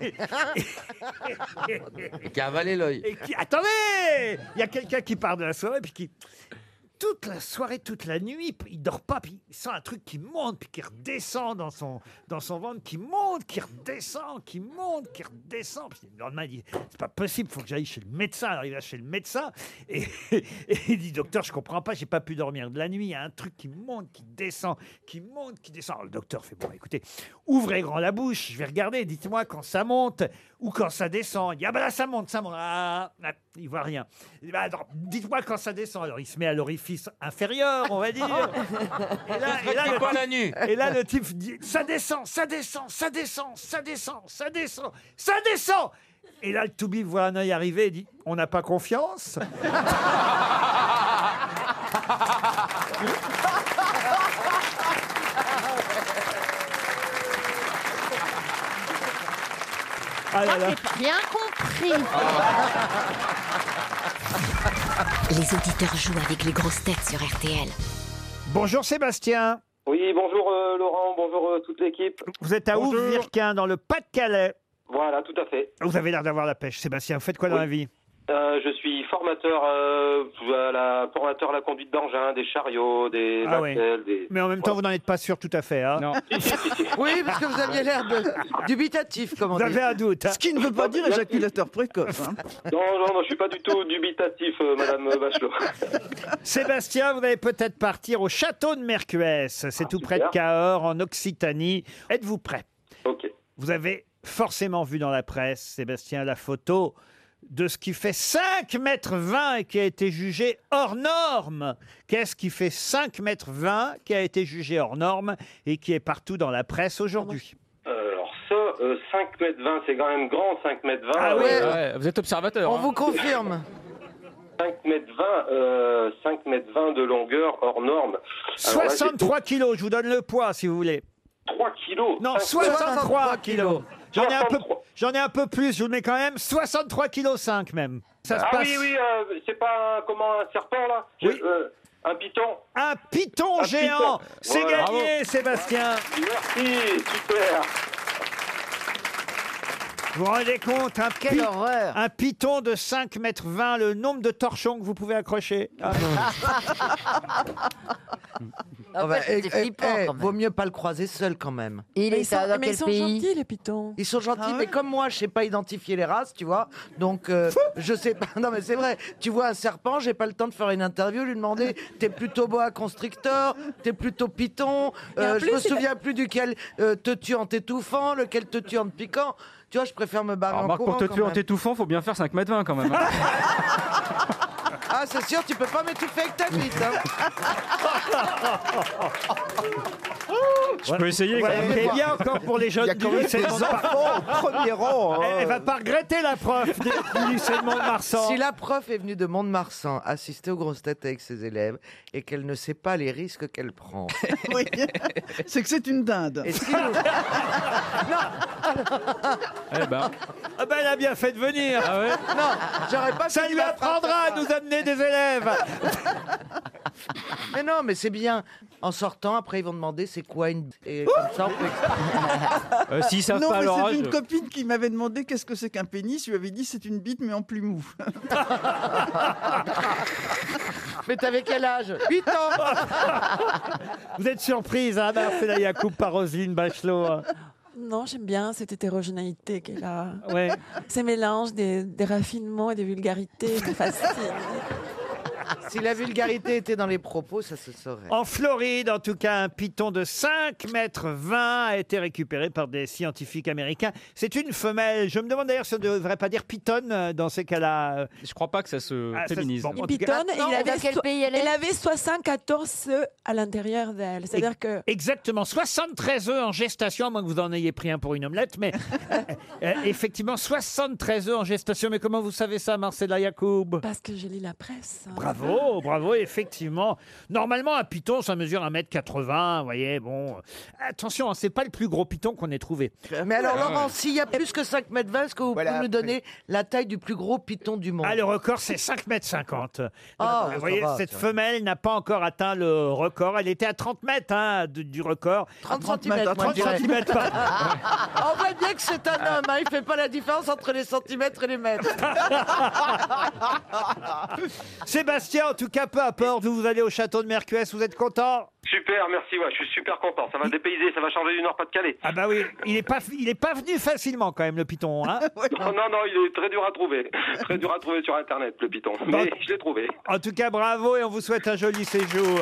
Speaker 1: Et qui a avalé l'œil.
Speaker 3: Et qui... Attendez Il y a quelqu'un qui part de la soirée, puis qui... Toute la soirée, toute la nuit, puis il dort pas, puis il sent un truc qui monte, puis qui redescend dans son, dans son ventre, qui monte, qui redescend, qui monte, qui redescend. Puis le lendemain, il dit, c'est pas possible, faut que j'aille chez le médecin. Alors il va chez le médecin, et, et il dit, docteur, je comprends pas, j'ai pas pu dormir de la nuit, il y a un truc qui monte, qui descend, qui monte, qui descend. Alors, le docteur fait, bon, écoutez, ouvrez grand la bouche, je vais regarder, dites-moi quand ça monte ou quand ça descend. Il dit, ah ben là, ça monte, ça monte. Ah, ah, il voit rien. Il dit, bah, attends, dites-moi quand ça descend. Alors, il se met à l'orifice inférieur, on va dire. Et là, et là,
Speaker 1: Pas
Speaker 3: le
Speaker 1: pas
Speaker 3: type-
Speaker 1: la nuit.
Speaker 3: et là, le type dit Ça descend, ça descend, ça descend, ça descend, ça descend, ça descend Et là, le Toubi voit un œil arriver et dit On n'a pas confiance Ah là là.
Speaker 16: Bien compris.
Speaker 17: Les auditeurs jouent avec les grosses têtes sur RTL.
Speaker 3: Bonjour Sébastien
Speaker 18: Oui, bonjour euh, Laurent, bonjour euh, toute l'équipe.
Speaker 3: Vous êtes à
Speaker 18: Bonjour.
Speaker 3: Ouvrirquin, dans le Pas-de-Calais.
Speaker 18: Voilà, tout à fait.
Speaker 3: Vous avez l'air d'avoir la pêche, Sébastien. Vous faites quoi dans
Speaker 18: Oui.
Speaker 3: la vie
Speaker 18: Euh, je suis formateur, euh, à la, formateur à la conduite d'engins, des chariots, des
Speaker 3: Ah ouais.
Speaker 18: nacelles, des...
Speaker 3: Mais en même temps, vous n'en êtes pas sûr tout à fait. hein. Non.
Speaker 15: Oui, parce que vous aviez l'air de- dubitatif, comme on
Speaker 3: Vous
Speaker 15: dit.
Speaker 3: avez un doute. hein.
Speaker 15: Ce qui ne veut pas dire hein. éjaculateur
Speaker 3: précoce.
Speaker 18: Non, non, non, je suis pas du tout dubitatif, euh, Madame Bachelot.
Speaker 3: Sébastien, vous allez peut-être partir au château de Mercues. C'est tout près de Cahors, en Occitanie. Êtes-vous prêt
Speaker 18: Ok.
Speaker 3: Vous avez forcément vu dans la presse, Sébastien, la photo de ce qui fait 5 mètres 20 et qui a été jugé hors norme. Qu'est-ce qui fait 5 mètres 20 qui a été jugé hors norme et qui est partout dans la presse aujourd'hui
Speaker 18: Euh, alors ça, euh, 5 mètres 20, c'est quand même grand, 5 mètres euh, 20.
Speaker 3: Ah ouais.
Speaker 5: Euh, vous êtes observateur. hein.
Speaker 15: On vous confirme.
Speaker 18: 5 mètres 20, euh, 5 mètres 20 de longueur hors norme. Alors là, j'ai
Speaker 3: 63 kilos, je vous donne le poids si vous voulez.
Speaker 18: 3 kilos.
Speaker 3: Non, 63 kilos. J'en ai, un peu, j'en ai un peu plus, je vous le mets quand même. 63 kilos 5 même. Ça se
Speaker 18: ah
Speaker 3: passe.
Speaker 18: oui, oui, euh, c'est pas un, comment, un serpent là Je- euh, Un python
Speaker 3: Un python
Speaker 18: Un python.
Speaker 3: géant. C'est
Speaker 18: Voilà.
Speaker 3: gagné,
Speaker 18: Bravo.
Speaker 3: Sébastien.
Speaker 18: Merci, super
Speaker 3: Vous vous rendez compte un, Quelle un python de 5 mètres 20, le nombre de torchons que vous pouvez accrocher. Ah.
Speaker 15: Ah bah, eh, eh, eh,
Speaker 19: quand
Speaker 15: vaut mieux pas le croiser seul quand même.
Speaker 19: Il Mais est ils sont- à- dans mais ils quel sont pays gentils, les pitons.
Speaker 15: Ils sont gentils,
Speaker 19: Ah ouais
Speaker 15: mais comme moi, je sais pas identifier les races, tu vois. Donc euh, je sais pas. Non mais c'est vrai. Tu vois un serpent, j'ai pas le temps de faire une interview, lui demander. T'es plutôt boa constrictor, t'es plutôt python.
Speaker 19: Et en
Speaker 15: euh,
Speaker 19: plus,
Speaker 15: je me
Speaker 19: il a-
Speaker 15: souviens plus duquel euh, te tue en t'étouffant, lequel te tue en te piquant. Tu vois, je préfère me barrer en
Speaker 8: Ah, Marc,
Speaker 15: courant.
Speaker 8: pour te
Speaker 15: quand
Speaker 8: tuer en
Speaker 15: même.
Speaker 8: t'étouffant, faut bien faire 5 mètres 20 quand même. hein.
Speaker 15: Ah, c'est sûr, tu peux pas m'étouffer avec ta bite. hein.
Speaker 8: Je peux essayer quand
Speaker 3: Voilà,
Speaker 8: même.
Speaker 3: c'est bien encore pour les jeunes du lycée de Montmartre. Elle, elle va pas regretter la prof du du lycée de Montmartre.
Speaker 15: Si la prof est venue de Mont-de-Marsan assister aux grosses têtes avec ses élèves et qu'elle ne sait pas les risques qu'elle prend.
Speaker 20: C'est que c'est une dinde.
Speaker 15: Et si vous-
Speaker 8: Eh ben. Ah
Speaker 3: Ah ben, elle a bien fait de venir.
Speaker 15: Non, j'aurais pas
Speaker 3: Ça
Speaker 15: fini
Speaker 3: lui
Speaker 15: ma
Speaker 3: apprendra à
Speaker 15: phrase.
Speaker 3: nous amener des élèves.
Speaker 15: Mais non, mais c'est bien. En sortant, après, ils vont demander c'est quoi une. Et comme ça, on peut-
Speaker 8: Euh, s'ils savent
Speaker 20: non,
Speaker 8: pas
Speaker 20: mais
Speaker 8: leur
Speaker 20: c'est
Speaker 8: âge.
Speaker 20: une copine qui m'avait demandé qu'est-ce que c'est qu'un pénis. Je lui avais dit c'est une bite mais en plus mou.
Speaker 7: Oh
Speaker 15: Mais t'avais quel âge 8 ans
Speaker 3: Vous êtes surprise, hein, Marcella Yacoub par Roselyne Bachelot. hein.
Speaker 21: Non, j'aime bien cette hétérogénéité qu'elle a.
Speaker 3: Ouais.
Speaker 21: Ces mélanges des, des raffinements et des vulgarités me fascinent.
Speaker 15: Si la vulgarité était dans les propos, ça se saurait.
Speaker 3: En Floride, en tout cas, un python de 5 mètres 20 a été récupéré par des scientifiques américains. C'est une femelle. Je me demande d'ailleurs si on ne devrait pas dire python euh, dans ces cas-là. euh,
Speaker 8: Je crois pas que ça se
Speaker 3: Ah, ça, c'est-
Speaker 8: féminise.
Speaker 3: bon, en tout
Speaker 21: Python,
Speaker 3: cas-
Speaker 21: il avait, so- elle avait 74 œufs à l'intérieur d'elle. C'est-à-dire que
Speaker 3: Exactement, 73 œufs en gestation, à moins que vous en ayez pris un pour une omelette, mais euh, effectivement 73 œufs en gestation. Mais comment vous savez ça, Marcella Yacoub
Speaker 21: Parce que j'ai lu la presse.
Speaker 3: Bravo, bravo, effectivement. Normalement, un python, ça mesure 1m80, vous voyez, bon. Attention, hein, c'est pas le plus gros python qu'on ait trouvé. Ah.
Speaker 15: Mais alors, Laurent, s'il y a plus que 5 mètres 20, est-ce que vous pouvez nous donner la taille du plus gros python du monde
Speaker 3: Ah, le record, c'est 5,50 m.
Speaker 15: Ah,
Speaker 3: Vous
Speaker 15: ça
Speaker 3: voyez,
Speaker 15: va,
Speaker 3: cette
Speaker 15: ça va.
Speaker 3: femelle n'a pas encore atteint le record. Elle était à 30 mètres hein, du, du record.
Speaker 15: 30 centimètres, moi,
Speaker 3: 30
Speaker 15: je dirais.
Speaker 3: centimètres, pardon.
Speaker 15: On voit bien que c'est un homme, hein, il fait pas la différence entre les centimètres et les mètres.
Speaker 3: Sébastien, en tout cas, peu importe où vous allez au château de Mercues, vous êtes content
Speaker 18: Super, merci, ouais, je suis super content. Ça va dépayser, ça va changer du Nord-Pas-de-Calais.
Speaker 3: Ah bah oui, il n'est pas, il est pas venu facilement quand même, le python. hein.
Speaker 18: Non, non, non, il est très dur à trouver. Très dur à trouver sur Internet, le python. Mais je l'ai trouvé.
Speaker 3: en tout cas, bravo et on vous souhaite un joli séjour.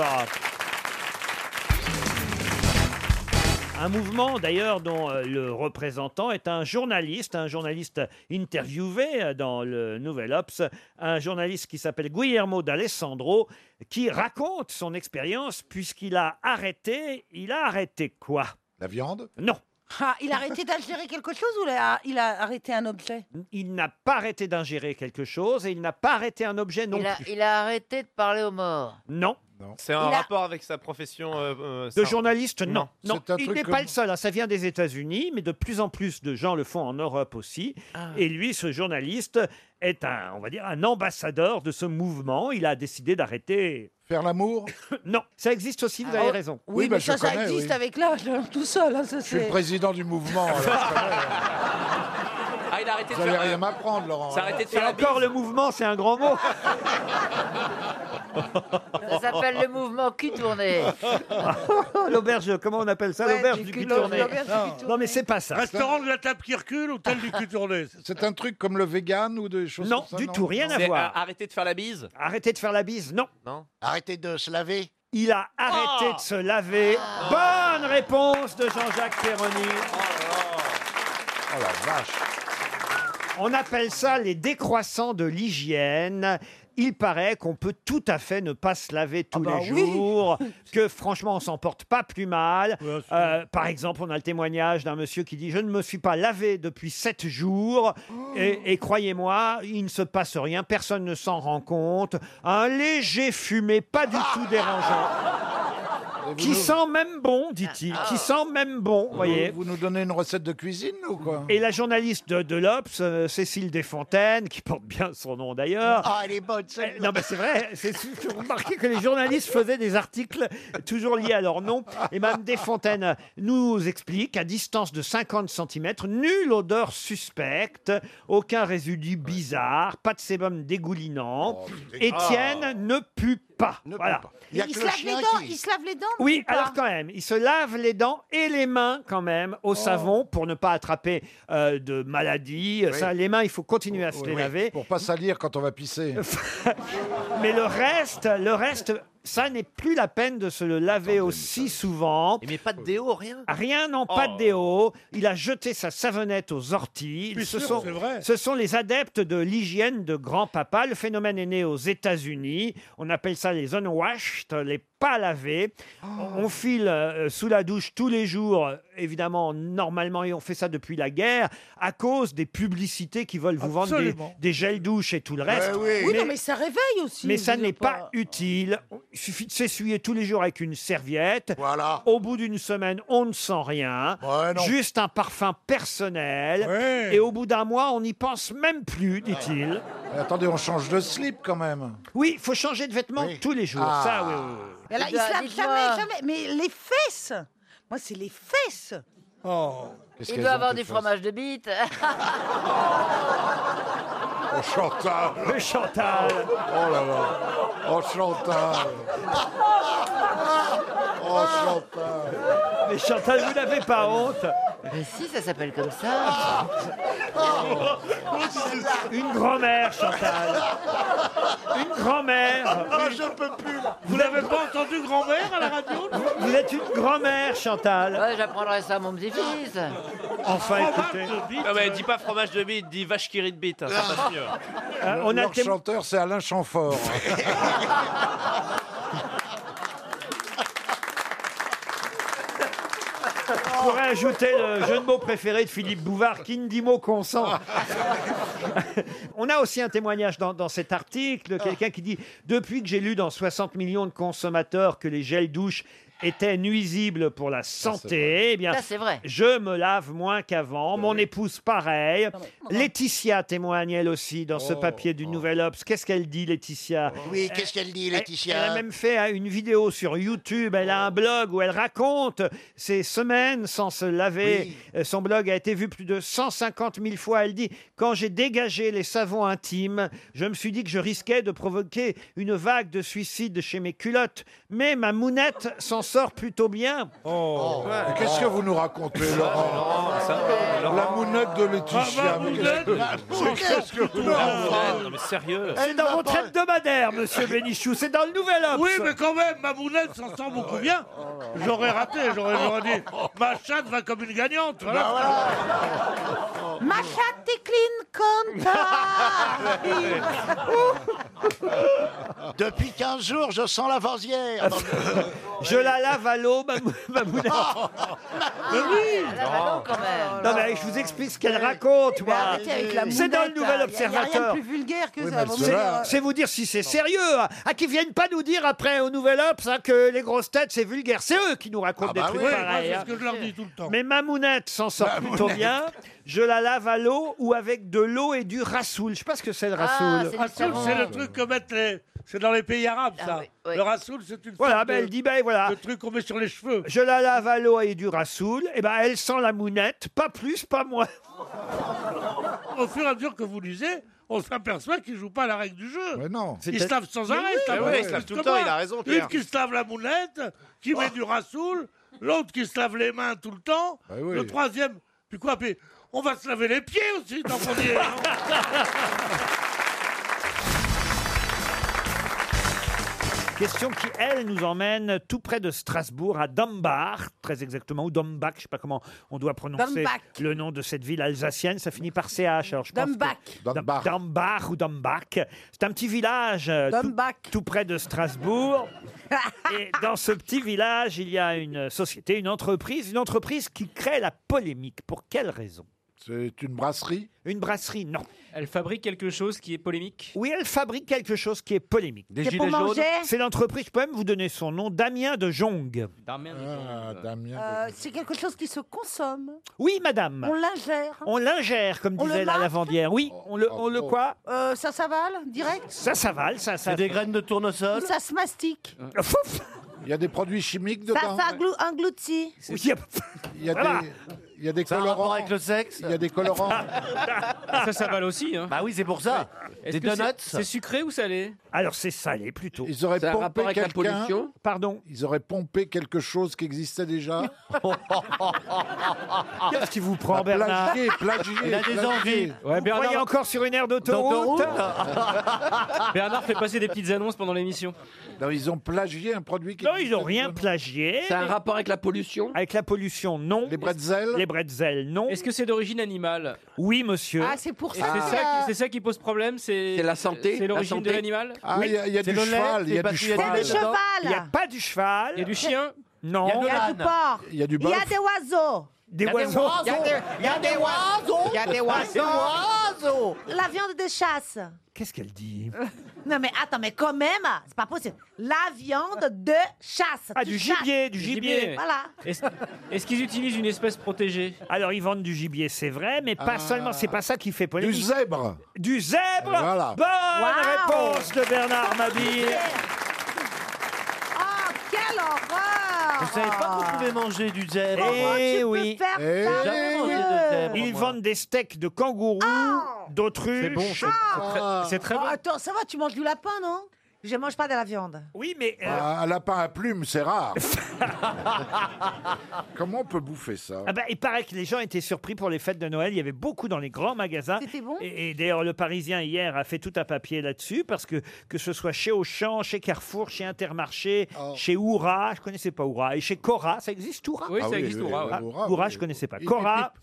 Speaker 3: Un mouvement d'ailleurs dont euh, le représentant est un journaliste, un journaliste interviewé euh, dans le Nouvel Obs, un journaliste qui s'appelle Guillermo d'Alessandro, qui raconte son expérience puisqu'il a arrêté, il a arrêté quoi La viande Non.
Speaker 4: Ah, il a arrêté d'ingérer quelque chose ou il a, il a arrêté un objet
Speaker 3: Il n'a pas arrêté d'ingérer quelque chose et il n'a pas arrêté un objet non
Speaker 9: il, a,
Speaker 3: plus.
Speaker 9: il a arrêté de parler aux morts.
Speaker 3: Non.
Speaker 22: C'est un
Speaker 9: Il a-
Speaker 22: rapport avec sa profession. euh, euh,
Speaker 3: De
Speaker 22: ça-
Speaker 3: journaliste, non. non.
Speaker 22: C'est un
Speaker 3: Il
Speaker 22: truc
Speaker 3: n'est
Speaker 22: comme-
Speaker 3: pas le seul. hein. Ça vient des États-Unis, mais de plus en plus de gens le font en Europe aussi. Et lui, ce journaliste, est un, on va dire, un ambassadeur de ce mouvement. Il a décidé d'arrêter. Faire l'amour Non. Ça existe aussi, vous avez
Speaker 4: Ah,
Speaker 3: raison.
Speaker 4: Oui,
Speaker 23: bah,
Speaker 4: mais ça, ça existe avec l'âge, hein, tout seul. hein, ça, c'est-
Speaker 14: président du mouvement.
Speaker 5: Ah, il a
Speaker 6: arrêté de
Speaker 10: Vous allez
Speaker 6: faire.
Speaker 10: rien
Speaker 6: euh,
Speaker 10: m'apprendre, Laurent.
Speaker 6: Ça arrêtait de
Speaker 3: Et
Speaker 6: faire la
Speaker 3: encore le mouvement, c'est un grand mot.
Speaker 9: Ça s'appelle le mouvement cul tourné.
Speaker 3: l'auberge, comment on appelle ça
Speaker 9: Ouais,
Speaker 3: L'auberge
Speaker 9: du
Speaker 3: du
Speaker 9: cul-
Speaker 3: cul tourné.
Speaker 9: l'auberge du cul
Speaker 3: Non. Non, mais c'est pas ça.
Speaker 14: Restaurant de la table qui recule, hôtel du cul tourné.
Speaker 10: C'est un truc comme le vegan ou des choses
Speaker 3: Non,
Speaker 10: comme ça
Speaker 3: du tout, rien à
Speaker 14: C'est,
Speaker 3: voir.
Speaker 14: euh, arrêtez
Speaker 3: de faire la bise Arrêtez de faire la bise, non. Non. Oh
Speaker 10: Arrêtez de se laver.
Speaker 3: Il a arrêté de se laver. Bonne réponse de Jean-Jacques Perroni.
Speaker 10: Oh la vache.
Speaker 3: On appelle ça les décroissants de l'hygiène. Il paraît qu'on peut tout à fait ne pas se laver tous
Speaker 10: Ah
Speaker 13: bah
Speaker 3: les
Speaker 13: oui.
Speaker 3: jours, que franchement on s'en porte pas plus mal. Euh, par exemple, on a le témoignage d'un monsieur qui dit je ne me suis pas lavé depuis sept jours
Speaker 10: Oh.
Speaker 3: et, et croyez-moi, il ne se passe rien, personne ne s'en rend compte. Un léger fumé, pas du tout dérangeant, qui sent même bon, dit-il, qui sent même bon,
Speaker 10: Ah. Vous,
Speaker 3: voyez.
Speaker 10: vous nous donnez une recette de cuisine ou quoi
Speaker 3: Et la journaliste de, de l'Obs, euh, Cécile Desfontaines, qui porte bien son nom d'ailleurs.
Speaker 10: Ah, elle est bonne,
Speaker 3: Eh, Non, mais c'est vrai, c'est sûr, j'ai remarqué que les journalistes faisaient des articles toujours liés à leur nom. Et Mme Desfontaines nous explique, à distance de 50 cm, nulle odeur suspecte, aucun résidu bizarre, pas de sébum dégoulinant.
Speaker 14: c'est dégueu.
Speaker 3: Étienne
Speaker 14: Ah.
Speaker 3: ne pue pas. voilà.
Speaker 4: Il, se lave les dents, il se lave les dents.
Speaker 3: Oui,
Speaker 4: ou pas
Speaker 3: alors quand même, il se lave les dents et les mains quand même
Speaker 10: Oh.
Speaker 3: au savon pour ne pas attraper euh, de maladies.
Speaker 10: Oui. Oh,
Speaker 3: Ça, les mains, il faut continuer à se les
Speaker 10: Oui,
Speaker 3: laver.
Speaker 10: Pour pas salir quand on va pisser.
Speaker 3: Mais le reste, le reste, ça n'est plus la peine de se le laver aussi souvent. Mais pas de déo, rien. Oh. Rien, non, pas de déo. Il a jeté sa savonnette aux orties.
Speaker 14: Plus
Speaker 3: Ce
Speaker 14: sûr,
Speaker 3: sont,
Speaker 14: c'est vrai.
Speaker 3: ce sont les adeptes de l'hygiène de grand-papa. Le phénomène est né aux États-Unis. On appelle ça les unwashed, les pas lavés.
Speaker 4: Oh.
Speaker 3: On file euh, sous la douche tous les jours, euh, évidemment, normalement, et on fait ça depuis la guerre, à cause des publicités qui veulent vous vendre
Speaker 14: Absolument.
Speaker 3: des, des gels douches et tout le reste.
Speaker 4: Ben Oui, non, mais ça réveille aussi.
Speaker 3: Mais
Speaker 4: je
Speaker 3: ça
Speaker 4: veux euh,
Speaker 3: n'est
Speaker 4: dire,
Speaker 3: pas utile. Il suffit de s'essuyer tous les jours avec une serviette.
Speaker 10: Voilà.
Speaker 3: Au bout d'une semaine, on ne sent rien.
Speaker 10: Ouais, non.
Speaker 3: Juste un parfum personnel. Et au bout d'un mois, on n'y pense même plus, dit-il.
Speaker 10: Ah. Mais attendez, on change de slip quand même.
Speaker 3: Oui, il faut changer de vêtements tous les jours.
Speaker 10: Ah.
Speaker 3: Ça, oui, oui, oui.
Speaker 4: Mais là, il se lave jamais, jamais. Mais les fesses Moi, c'est les fesses
Speaker 10: Oh.
Speaker 9: Il doit avoir du fromage de bite.
Speaker 10: Oh Chantal.
Speaker 3: Le Chantal.
Speaker 10: Oh là là. Oh Chantal. Oh Chantal.
Speaker 3: Mais Chantal, vous n'avez pas honte.
Speaker 9: Mais si, ça s'appelle comme ça.
Speaker 3: Une grand-mère, Chantal. Une grand-mère.
Speaker 14: Ah, je peux plus. Vous l'avez pas entendu grand-mère à la radio
Speaker 3: Vous êtes une grand-mère, Chantal.
Speaker 9: Ouais, J'apprendrai ça à mon petit-fils.
Speaker 3: Enfin,
Speaker 14: Oh, bah,
Speaker 3: écoutez.
Speaker 6: Non, mais dis pas fromage de bite, dis vache qui rit de bite, hein,
Speaker 10: Ah.
Speaker 6: ça passe mieux.
Speaker 3: Euh, on a
Speaker 10: Leur
Speaker 3: témo-
Speaker 10: chanteur, c'est Alain Chamfort.
Speaker 3: Je pourrais ajouter le jeu de mots préféré de Philippe Bouvard, qui ne dit mot consent. On a aussi un témoignage dans, dans cet article, quelqu'un qui dit « Depuis que j'ai lu dans 60 millions de consommateurs que les gels douches étaient nuisibles pour la santé, eh bien,
Speaker 9: Ça, c'est vrai.
Speaker 3: je me lave moins qu'avant, mon épouse pareil. Laetitia témoigne elle aussi dans ce papier du Nouvel Obs. Qu'est-ce qu'elle dit, Laetitia
Speaker 10: Oui, qu'est-ce qu'elle dit,
Speaker 3: Elle- Elle a même fait hein, une vidéo sur YouTube, elle
Speaker 4: Oh.
Speaker 3: a un blog où elle raconte ses semaines sans se laver. Euh, Son blog a été vu plus de 150 000 fois. Elle dit Quand j'ai dégagé les savons intimes, je me suis dit que je risquais de provoquer une vague de suicides chez mes culottes. Mais ma mounette s'en sort plutôt bien.
Speaker 4: Oh.
Speaker 10: Mais Oh. Qu'est-ce que vous nous racontez, Laurent La Ah, bah, mounette de Laetitia. mais qu'est-ce que- mais Qu'est-ce que vous nous racontez
Speaker 6: Non, mais sérieux.
Speaker 3: C'est dans votre hebdomadaire, monsieur Bénichou, c'est dans le Nouvel Obs.
Speaker 14: Oui, mais quand même, ma mounette s'en sort beaucoup bien. J'aurais raté, j'aurais j'aurais dit, ma chatte va comme une gagnante. Voilà.
Speaker 4: Ma chatte est clean comme ça
Speaker 10: Depuis 15 jours, je sens la vanzière.
Speaker 3: Je la lave à l'eau, ma, mou- ma mounette.
Speaker 4: Oh.
Speaker 3: Non, mais je vous explique ce qu'elle raconte, moi.
Speaker 4: Eh ben, arrêtez avec la
Speaker 3: C'est dans le
Speaker 4: mounette,
Speaker 15: hein.
Speaker 4: là.
Speaker 3: Nouvel
Speaker 4: Y a- y a rien de
Speaker 3: Observateur.
Speaker 4: plus vulgaire que Oui, ça, mais vous
Speaker 3: C'est-
Speaker 4: là-
Speaker 3: Ah, C'est vous dire si c'est sérieux. hein. Ah, qu'ils viennent pas nous dire après au Nouvel Obs hein, que les grosses têtes, c'est vulgaire. C'est eux qui nous racontent
Speaker 14: Ah
Speaker 3: des
Speaker 10: bah
Speaker 3: trucs
Speaker 10: oui, moi,
Speaker 3: pareils.
Speaker 14: C'est
Speaker 3: hein.
Speaker 14: ce que je leur dis tout le temps.
Speaker 3: Mais ma mounette s'en sort plutôt bien. Je la lave à l'eau ou avec de l'eau et du rasoul. Je sais pas ce que Ah, c'est
Speaker 22: Ah,
Speaker 3: le rasoul.
Speaker 14: Rasoul, Ah, c'est le truc que mettent les. C'est dans les pays arabes, ça. Le rasoul, c'est une.
Speaker 3: Voilà,
Speaker 14: sorte
Speaker 3: ben
Speaker 14: de-
Speaker 3: elle dit, ben voilà.
Speaker 14: Le truc qu'on met sur les cheveux.
Speaker 3: Je la lave Eh à l'eau et du rasoul. Et ben elle sent la mounette, pas plus, pas moins.
Speaker 22: au fur et à mesure que vous lisez, on s'aperçoit qu'ils jouent pas à la règle du jeu.
Speaker 24: non.
Speaker 22: Ils se lavent sans
Speaker 24: Mais
Speaker 22: arrêt.
Speaker 24: oui.
Speaker 22: ils se lavent
Speaker 24: Mais oui,
Speaker 22: plus
Speaker 24: ils se lavent
Speaker 22: que
Speaker 24: tout le temps,
Speaker 22: moi.
Speaker 24: il a raison,
Speaker 22: Une
Speaker 24: Pierre.
Speaker 22: qui se lave la moulette, qui met du rasoul, l'autre qui se lave les mains tout le temps,
Speaker 24: Bah oui.
Speaker 22: le troisième. Puis quoi puis On va se laver les pieds aussi, tant qu'on y est.
Speaker 3: Question qui, elle, nous emmène tout près de Strasbourg, à Dombach, très exactement, ou Dombach, je ne sais pas comment on doit prononcer
Speaker 23: Dombach.
Speaker 3: le nom de cette ville alsacienne, ça finit par CH. Alors, je pense que-
Speaker 23: Dombach.
Speaker 3: Dom- Dombach ou Dombach. C'est un petit village euh, tout, tout près de Strasbourg. Et dans ce petit village, il y a une société, une entreprise, une entreprise qui crée la polémique. Pour quelle raison C'est une brasserie Une brasserie, non.
Speaker 25: Elle fabrique quelque chose qui est polémique
Speaker 3: Oui, elle fabrique quelque chose qui est polémique.
Speaker 25: Des C'est gilets pour jaunes manger
Speaker 3: C'est l'entreprise, je peux même vous donner son nom, Damien de Jong. Ah.
Speaker 10: Ah,
Speaker 23: Euh, c'est quelque chose qui se consomme.
Speaker 3: Oui, madame.
Speaker 23: On l'ingère.
Speaker 3: On l'ingère, comme
Speaker 23: On le
Speaker 3: disait la
Speaker 23: marque
Speaker 3: lavandière. Oui,
Speaker 7: Oh,
Speaker 3: on le, on le quoi
Speaker 23: Euh, ça s'avale direct
Speaker 3: Ça s'avale, ça, ça.
Speaker 23: C'est des graines
Speaker 3: de tournesol
Speaker 23: Ou ça se mastique
Speaker 7: Il y a des produits chimiques
Speaker 23: Ça
Speaker 7: dedans.
Speaker 23: s'engloutit.
Speaker 7: Il y a
Speaker 23: Voilà.
Speaker 7: des, il y a des
Speaker 8: Ça a un
Speaker 7: colorants.
Speaker 8: rapport avec le sexe
Speaker 7: Il y a des colorants.
Speaker 25: Ça, ça vale aussi. Hein.
Speaker 8: Bah oui, c'est pour ça.
Speaker 25: Est-ce
Speaker 8: Des
Speaker 25: que c'est-
Speaker 8: donuts.
Speaker 25: C'est sucré ou salé
Speaker 3: Alors c'est salé plutôt.
Speaker 7: Ils auraient
Speaker 25: Ça a un rapport
Speaker 7: pompé
Speaker 25: avec la
Speaker 7: quelqu'un.
Speaker 25: pollution
Speaker 3: Pardon.
Speaker 7: Ils auraient pompé quelque chose qui existait déjà.
Speaker 3: Qu'est-ce qui vous
Speaker 25: Bah,
Speaker 3: prend,
Speaker 7: Ah,
Speaker 3: Bernard
Speaker 7: plagié, plagié, Il a des plagié. envies.
Speaker 3: Ouais,
Speaker 25: Ouais,
Speaker 3: Bernard...
Speaker 25: Bernard-
Speaker 3: Vous croyez encore sur une aire d'autoroute
Speaker 25: D'autoroute Bernard fait passer des petites annonces pendant l'émission.
Speaker 7: Non, ils ont plagié un produit qui
Speaker 3: Non, ils n'ont rien plagié.
Speaker 25: Ça a un rapport
Speaker 3: avec la pollution Avec la pollution, non. Les bretzels Les bretzels, non.
Speaker 25: Est-ce que c'est d'origine animale
Speaker 3: Oui, monsieur.
Speaker 23: Ah, c'est pour
Speaker 25: Et
Speaker 23: ça
Speaker 25: C'est
Speaker 23: que-
Speaker 25: ça, qui- c'est ça qui pose problème C'est
Speaker 3: la santé,
Speaker 25: C'est
Speaker 3: la
Speaker 25: l'origine de
Speaker 3: santé.
Speaker 25: l'animal
Speaker 7: Ah, il y a, il y a
Speaker 25: C'est
Speaker 7: du
Speaker 25: le lait,
Speaker 7: cheval. Il y a
Speaker 25: c'est
Speaker 7: du
Speaker 25: parce qu'il y a
Speaker 7: cheval.
Speaker 25: du lait dedans.
Speaker 23: cheval.
Speaker 3: Il n'y a pas du cheval.
Speaker 25: Il y a du chien
Speaker 3: Non.
Speaker 23: Il y a du porc.
Speaker 7: Il y a du
Speaker 23: Il y a
Speaker 7: bœuf.
Speaker 23: des oiseaux.
Speaker 3: Des oiseaux.
Speaker 23: Il y a des- il y a des oiseaux.
Speaker 7: Il y a des oiseaux.
Speaker 23: La viande de chasse.
Speaker 3: Qu'est-ce qu'elle dit
Speaker 23: Non mais attends, mais quand même, c'est pas possible. La viande de chasse.
Speaker 3: Ah,
Speaker 23: Tu
Speaker 3: du
Speaker 23: chasses.
Speaker 3: gibier, du gibier.
Speaker 23: Voilà.
Speaker 25: Est-ce est-ce qu'ils utilisent une espèce protégée
Speaker 3: Alors, ils vendent du gibier, c'est vrai, mais pas
Speaker 25: Ah.
Speaker 3: seulement, c'est pas ça qui fait polémique.
Speaker 25: Du
Speaker 7: zèbre
Speaker 3: Du zèbre
Speaker 7: Voilà.
Speaker 3: Bonne
Speaker 23: Wow.
Speaker 3: réponse de Bernard Mabille
Speaker 23: Oh, quelle horreur
Speaker 8: Vous savez pas qu'on pouvait manger du zèbre
Speaker 3: Eh oui
Speaker 23: faire Eh ça,
Speaker 8: Jamais mangé de zèbre,
Speaker 3: Ils
Speaker 8: moi.
Speaker 3: vendent des steaks de kangourou,
Speaker 8: Oh.
Speaker 3: d'autruche...
Speaker 25: C'est bon, c'est- c'est très- c'est très
Speaker 23: Oh,
Speaker 25: bon.
Speaker 23: Attends, ça va, tu manges du lapin, non Je mange pas de la viande.
Speaker 3: Oui, mais... euh,
Speaker 7: Ah, Un lapin à plumes, c'est rare. Comment on peut bouffer ça
Speaker 3: Ah bah, il paraît que les gens étaient surpris pour les fêtes de Noël. Il y avait beaucoup dans les grands magasins. Et, et d'ailleurs, le Parisien hier a fait tout un papier là-dessus parce que que ce soit chez Auchan, chez Carrefour, chez Intermarché,
Speaker 23: Oh.
Speaker 3: chez Oura, je connaissais pas Oura, et chez Cora, ça existe Oura
Speaker 25: Oui, ça Ah oui, existe, oui, Oura, oui, ouais. Oura,
Speaker 3: Oura,
Speaker 25: oui,
Speaker 3: je connaissais pas.
Speaker 25: oui.
Speaker 3: Cora.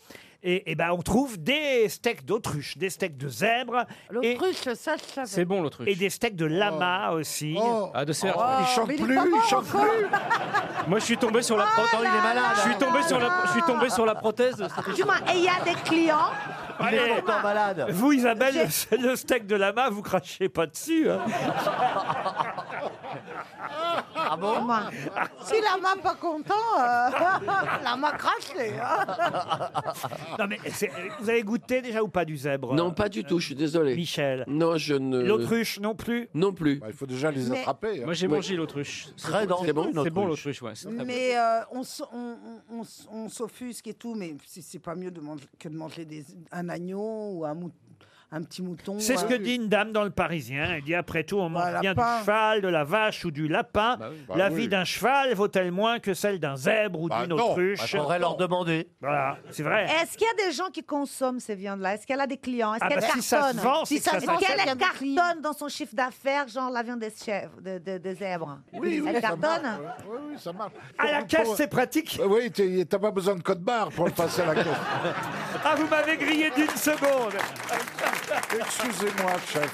Speaker 3: Et, et ben on trouve des steaks d'autruche, des steaks de zèbre.
Speaker 23: L'autruche, ça, je savais.
Speaker 25: C'est bon l'autruche.
Speaker 3: Et des steaks de lama aussi.
Speaker 25: Ah, de cerf.
Speaker 23: Oh, Il chante mais il est plus, pas il mort chante encore.
Speaker 25: Moi, je suis tombé sur la prothèse.
Speaker 23: il est malade.
Speaker 25: Je suis tombé sur la, je suis tombé sur la prothèse. de cette
Speaker 23: Tu
Speaker 25: émission.
Speaker 23: m'as- Et il y a des clients.
Speaker 3: Allez, Vous, Isabelle, le- le steak de lama, vous crachez pas dessus. hein.
Speaker 23: Ah bon Si la main pas content, euh, la hein. main crachée. Ah.
Speaker 3: Non, mais c'est- vous avez goûté déjà ou pas du zèbre
Speaker 18: Non, pas du tout, je suis désolé.
Speaker 3: Michel.
Speaker 18: Non, je ne.
Speaker 3: L'autruche non plus
Speaker 18: Non plus.
Speaker 7: Bah, Il faut déjà les
Speaker 23: Mais-
Speaker 7: attraper. hein.
Speaker 25: Moi, j'ai
Speaker 18: Oui.
Speaker 25: mangé l'autruche.
Speaker 18: Très dense.
Speaker 25: C'est bon,
Speaker 18: C'est bon,
Speaker 25: l'autruche, ouais. c'est très bon.
Speaker 11: Mais euh, on, s- on, on- on s- on s'offusque et tout, mais c'est c'est pas mieux de mange- que de manger des, un agneau ou un, mou- un petit mouton.
Speaker 3: C'est ce
Speaker 23: hein.
Speaker 11: ou
Speaker 3: que
Speaker 11: un-
Speaker 3: dit une dame dans le Parisien. Elle dit après tout, on
Speaker 23: Bah,
Speaker 3: mange bien du
Speaker 11: lapin.
Speaker 3: cheval, de la vache ou du lapin.
Speaker 11: Bah
Speaker 3: La
Speaker 11: oui.
Speaker 3: vie d'un cheval vaut-elle moins que celle d'un zèbre ou
Speaker 8: Bah
Speaker 3: d'une
Speaker 8: non.
Speaker 3: autruche
Speaker 8: Bah, faudrait leur
Speaker 3: demander. Voilà, c'est vrai.
Speaker 23: Est-ce qu'il y a des gens qui consomment ces viandes-là Est-ce qu'elle a des clients Est-ce
Speaker 3: Ah
Speaker 23: qu'elle
Speaker 3: bah, si ça
Speaker 23: cartonne
Speaker 3: se vend, c'est
Speaker 23: Est-ce
Speaker 3: que ça s'achète.
Speaker 23: qu'elle elle cartonne dans son chiffre d'affaires, genre la viande des chèvres, de, de- des zèbres
Speaker 7: Oui, oui,
Speaker 23: Elle
Speaker 7: ça
Speaker 23: cartonne
Speaker 7: marche, ouais. Oui, oui, ça marche.
Speaker 23: À la caisse, c'est
Speaker 3: pratique.
Speaker 7: Oui, t'es- t'as pas besoin de code barre pour le passer à la caisse.
Speaker 3: Ah, vous m'avez grillé d'une seconde.
Speaker 7: Excusez-moi, chef.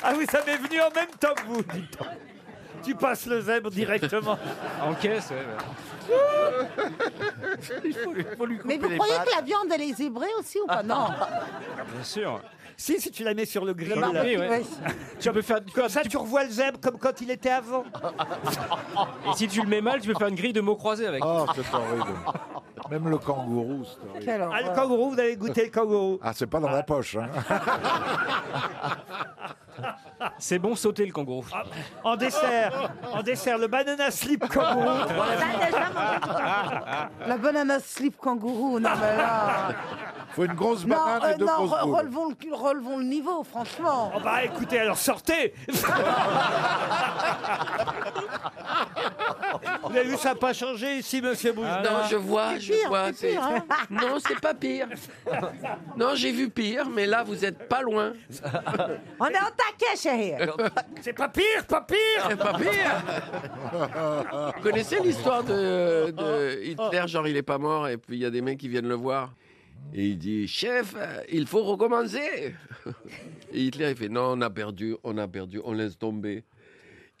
Speaker 3: Ah oui, ça m'est venu en même temps que vous, dis donc. Tu passes le zèbre directement.
Speaker 25: En caisse, ouais. ouais.
Speaker 8: Il faut lui, faut lui
Speaker 23: Mais
Speaker 8: couper
Speaker 23: vous
Speaker 8: les
Speaker 23: croyez
Speaker 8: pattes.
Speaker 23: que la viande, elle est zébrée aussi ou pas Non.
Speaker 25: Bien sûr.
Speaker 3: Si, si tu la mets sur le grill.
Speaker 25: Le grill, ouais.
Speaker 3: Tu peux faire comme ça, tu revois le zèbre comme quand il était avant.
Speaker 25: Et si tu le mets mal, tu peux faire une grille de mots croisés avec.
Speaker 7: Oh, c'est horrible. Même le kangourou, c'est horrible.
Speaker 3: Ah, le kangourou, vous avez goûté le kangourou.
Speaker 7: Ah, c'est pas dans la poche. Hein.
Speaker 25: C'est bon sauter le kangourou.
Speaker 3: Ah. En dessert, en dessert, le banana slip kangourou.
Speaker 11: La banana slip kangourou, non mais là,
Speaker 26: Faut une grosse
Speaker 23: Non,
Speaker 26: banane
Speaker 23: euh,
Speaker 26: et deux
Speaker 23: non,
Speaker 26: grosses
Speaker 23: re-
Speaker 26: boules.
Speaker 23: relevons, le, relevons le niveau, franchement.
Speaker 3: Oh bah écoutez, alors sortez Vous avez vu, ça n'a pas changé ici, monsieur Bouche
Speaker 25: Ah, Non, je vois, je vois.
Speaker 23: Ah. c'est pire, hein.
Speaker 25: Non, c'est pas pire. Non, j'ai vu pire, mais là, vous êtes pas loin.
Speaker 23: On est en taquet, chérie.
Speaker 3: C'est pas pire, pas pire
Speaker 25: C'est pas pire Vous connaissez l'histoire de, de Hitler, genre il est pas mort, et puis il y a des mecs qui viennent le voir. Et il dit, chef, euh, il faut recommencer. Et Hitler, il fait, non, on a perdu, on a perdu, on laisse tomber.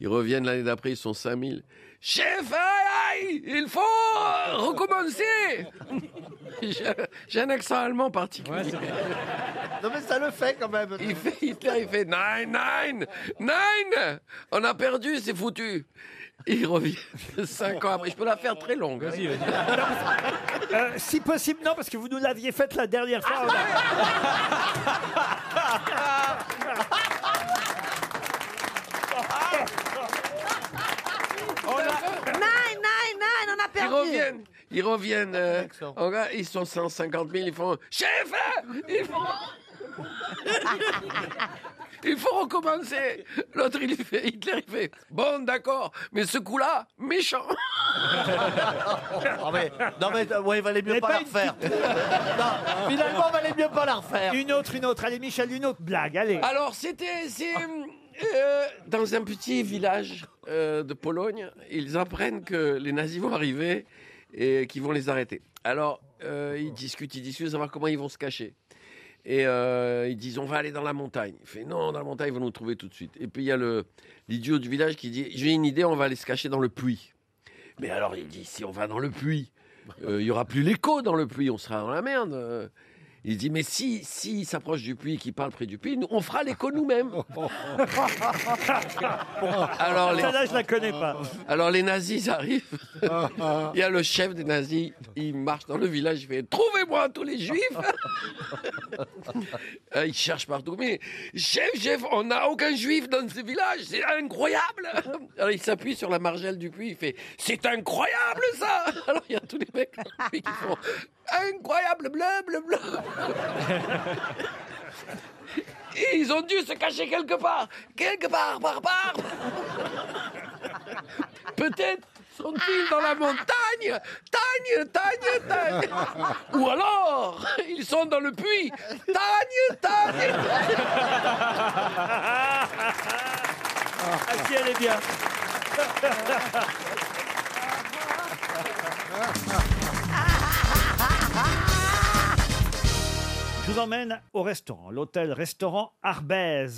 Speaker 25: Ils reviennent l'année d'après, ils sont 5000. Chef, aïe, aïe, il faut euh, recommencer. J'ai- J'ai un accent allemand particulier.
Speaker 13: Non, mais ça le fait quand même.
Speaker 25: Il fait, Hitler, il fait Nein, nein, nein On a perdu, c'est foutu Il revient cinq ans après. Je peux la faire très longue. hein.
Speaker 3: Euh, Si possible, non, parce que vous nous l'aviez faite la dernière fois.
Speaker 23: Nine, nine, nine, on a
Speaker 25: Ils
Speaker 23: perdu.
Speaker 25: reviennent, ils reviennent. euh, en gars, ils sont 150 000, ils font Chef Il faut, il faut recommencer L'autre, il lui fait, Hitler, il fait Bon, d'accord, mais ce coup-là, méchant
Speaker 7: Ah,
Speaker 13: Oh, mais- non, mais euh, ouais, il valait mieux
Speaker 3: Mais
Speaker 13: pas,
Speaker 3: pas
Speaker 13: la
Speaker 3: une
Speaker 13: refaire. non, finalement, il valait mieux pas la refaire.
Speaker 3: Une autre, une autre. Allez, Michel, une autre blague, allez.
Speaker 25: Alors, c'était c'est, euh, dans un petit village euh, de Pologne. Ils apprennent que les nazis vont arriver et qu'ils vont les arrêter. Alors, euh, ils discutent, ils discutent, de savoir comment ils vont se cacher. Et euh, ils disent, on va aller dans la montagne. Il fait, non, dans la montagne, ils vont nous trouver tout de suite. Et puis, il y a le- l'idiot du village qui dit, j'ai une idée, on va aller se cacher dans le puits. Mais alors, il dit, si on va dans le puits, euh, il y n'y aura plus l'écho dans le puits, on sera dans la merde. Euh, Il dit, mais si, si il s'approche du puits, qu'il parle près du puits, nous, on fera l'écho nous-mêmes. alors, les,
Speaker 3: Celle-là, je la connais pas.
Speaker 25: alors, les nazis arrivent. il y a le chef des nazis, il marche dans le village, il fait, trouvez-moi tous les juifs Euh, Ils cherchent partout. Mais chef, chef, on n'a aucun juif dans ce village, c'est incroyable Alors il s'appuie sur la margelle du puits, il fait C'est incroyable ça Alors il y a tous les mecs dans le puits qui font Incroyable, bleu, bleu, bleu Et Ils ont dû se cacher quelque part Quelque part, par part Peut-être sont-ils dans la montagne Tagne, tagne, tagne Ou alors, ils sont dans le puits Tagne, tagne
Speaker 3: Ah, si, elle est bien. Je vous emmène au restaurant, l'hôtel-restaurant Arbez.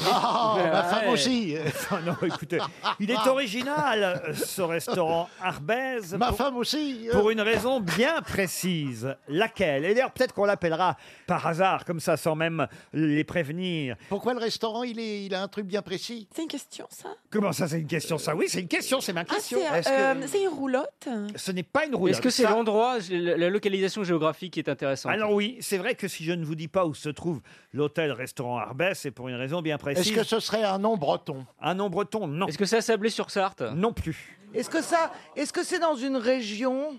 Speaker 10: Oh, ma femme
Speaker 3: Ouais.
Speaker 10: aussi.
Speaker 3: Ah non, écoutez, il
Speaker 10: Ah.
Speaker 3: est original, euh, ce restaurant Arbez.
Speaker 10: Ma
Speaker 3: pour-
Speaker 10: femme aussi. euh.
Speaker 3: Pour une raison bien précise. Laquelle Et d'ailleurs, peut-être qu'on l'appellera par hasard, comme ça, sans même les prévenir.
Speaker 10: Pourquoi le restaurant, il, est, il a un truc bien précis
Speaker 21: C'est une question, ça
Speaker 3: Comment ça, c'est une question Ça, oui, c'est une question, c'est ma
Speaker 21: Ah,
Speaker 3: question.
Speaker 21: c'est
Speaker 3: Est-ce
Speaker 21: euh,
Speaker 3: que-
Speaker 21: c'est une roulotte
Speaker 3: Ce n'est pas une roulotte.
Speaker 8: Est-ce que c'est
Speaker 3: Ça-
Speaker 8: l'endroit, la la localisation géographique qui est intéressante
Speaker 3: Alors oui, c'est vrai que si je ne vous dis pas où se trouve l'hôtel-restaurant Arbès, c'est pour une raison bien précise.
Speaker 10: Est-ce que ce serait un nom breton
Speaker 3: Un nom breton, non.
Speaker 8: Est-ce que c'est à Sablé-sur-Sarthe
Speaker 3: Non plus.
Speaker 15: hein. Est-ce que ça, est-ce que c'est dans une région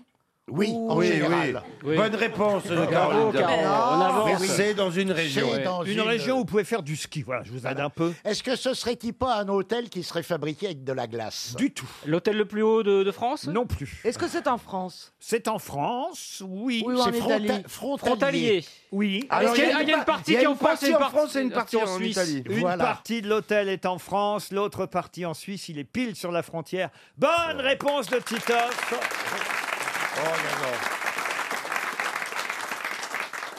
Speaker 10: Oui,
Speaker 15: ou-
Speaker 10: en général.
Speaker 8: Oui.
Speaker 7: Bonne réponse de Caroline.
Speaker 10: Bravo, Caroline.
Speaker 7: On avance.
Speaker 10: Mais oui.
Speaker 7: C'est dans une région.
Speaker 10: C'est dans
Speaker 3: Une, région où vous pouvez faire du ski. Voilà, je vous aide un peu.
Speaker 10: Est-ce que ce serait-il pas un hôtel qui serait fabriqué avec de la glace
Speaker 3: Du tout.
Speaker 8: L'hôtel le plus haut de, de France
Speaker 3: Non plus.
Speaker 15: Est-ce que c'est en France
Speaker 3: C'est en France, oui.
Speaker 15: Oui, ou en
Speaker 10: C'est fronta-
Speaker 15: Italie.
Speaker 10: frontalier.
Speaker 8: Frontalier.
Speaker 3: Oui.
Speaker 8: Alors,
Speaker 7: Alors,
Speaker 8: il y a, il y a une partie qui est en France et une
Speaker 7: en France et une
Speaker 8: partie en
Speaker 7: partie en
Speaker 8: Suisse.
Speaker 7: Italie.
Speaker 3: Une
Speaker 10: Voilà.
Speaker 3: partie de l'hôtel est en France, l'autre partie en Suisse. Il est pile sur la frontière. Bonne réponse de Titoff.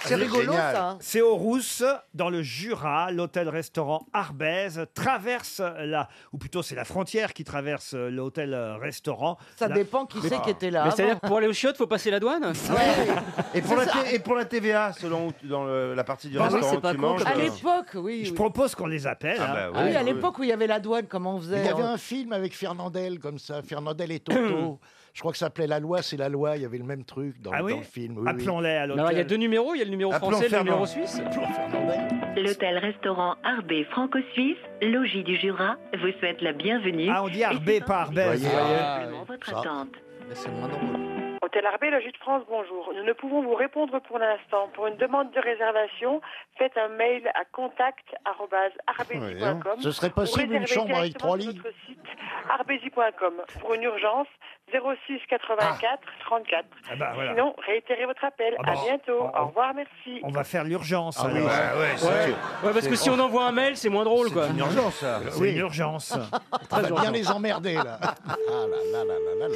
Speaker 15: C'est rigolo
Speaker 10: génial.
Speaker 15: ça. hein
Speaker 3: C'est au Rousse, dans le Jura, l'hôtel-restaurant Arbez traverse la, ou plutôt c'est la frontière qui traverse euh, l'hôtel-restaurant.
Speaker 15: Ça
Speaker 3: La- Ah.
Speaker 15: dépend qui c'est qui était là.
Speaker 8: Mais
Speaker 15: avant.
Speaker 8: c'est-à-dire que pour aller aux chiottes, faut passer la douane
Speaker 7: Et pour, la
Speaker 15: C'est ça.
Speaker 7: T- et pour la TVA, selon où tu- dans
Speaker 3: Euh,
Speaker 7: le- la partie du
Speaker 15: Ah oui,
Speaker 7: restaurant
Speaker 15: c'est
Speaker 7: où
Speaker 15: pas
Speaker 7: tu
Speaker 15: con,
Speaker 7: manges.
Speaker 15: comme À
Speaker 7: euh,
Speaker 15: l'époque, oui.
Speaker 3: Je
Speaker 15: oui.
Speaker 3: propose qu'on les appelle.
Speaker 7: Ah
Speaker 3: hein.
Speaker 7: bah
Speaker 15: Ah
Speaker 7: oui,
Speaker 15: oui, à
Speaker 7: oui.
Speaker 15: l'époque où il y avait la douane, comment on faisait
Speaker 10: Il y avait
Speaker 15: hein
Speaker 10: un film avec Fernandel comme ça, Fernandel et Toto. Je crois que ça s'appelait La loi, c'est la loi. Il y avait le même truc dans,
Speaker 3: Ah oui
Speaker 10: dans le film. oui, oui.
Speaker 3: Appelons-les à
Speaker 8: Non, Il y a deux
Speaker 3: l'hôtel.
Speaker 8: numéros, il y a le numéro
Speaker 7: Appelons
Speaker 8: français et le
Speaker 7: Fernand.
Speaker 8: numéro suisse.
Speaker 11: L'hôtel-restaurant Arbé franco-suisse, logis du Jura, vous souhaite la bienvenue.
Speaker 3: Ah, on dit Arbé, pas Arbez.
Speaker 10: Voyez.
Speaker 11: Simplement votre
Speaker 10: ça.
Speaker 11: attente.
Speaker 8: C'est moins drôle.
Speaker 27: Hôtel Arbé, Logis de France, bonjour. Nous ne pouvons vous répondre pour l'instant. Pour une demande de réservation, faites un mail à
Speaker 7: Voyons.
Speaker 27: contact.arbézy.com.
Speaker 7: hein. Ce serait possible une chambre avec trois lits
Speaker 27: Notre site arbézy.com. Pour une urgence, 06 84 34.
Speaker 3: Ah bah, voilà.
Speaker 27: Sinon, réitérez votre appel.
Speaker 3: Ah bah,
Speaker 27: à bientôt. Au revoir, merci.
Speaker 3: On va faire l'urgence.
Speaker 22: Ah oui,
Speaker 3: alors.
Speaker 22: ouais, ouais, c'est- Ouais. Ouais, parce que si on envoie un mail, c'est moins drôle, quoi.
Speaker 3: une urgence, ça. C'est une urgence. Ah, bah,
Speaker 7: On va bien
Speaker 22: urgent.
Speaker 7: les emmerder, là. Ah là là là là là là.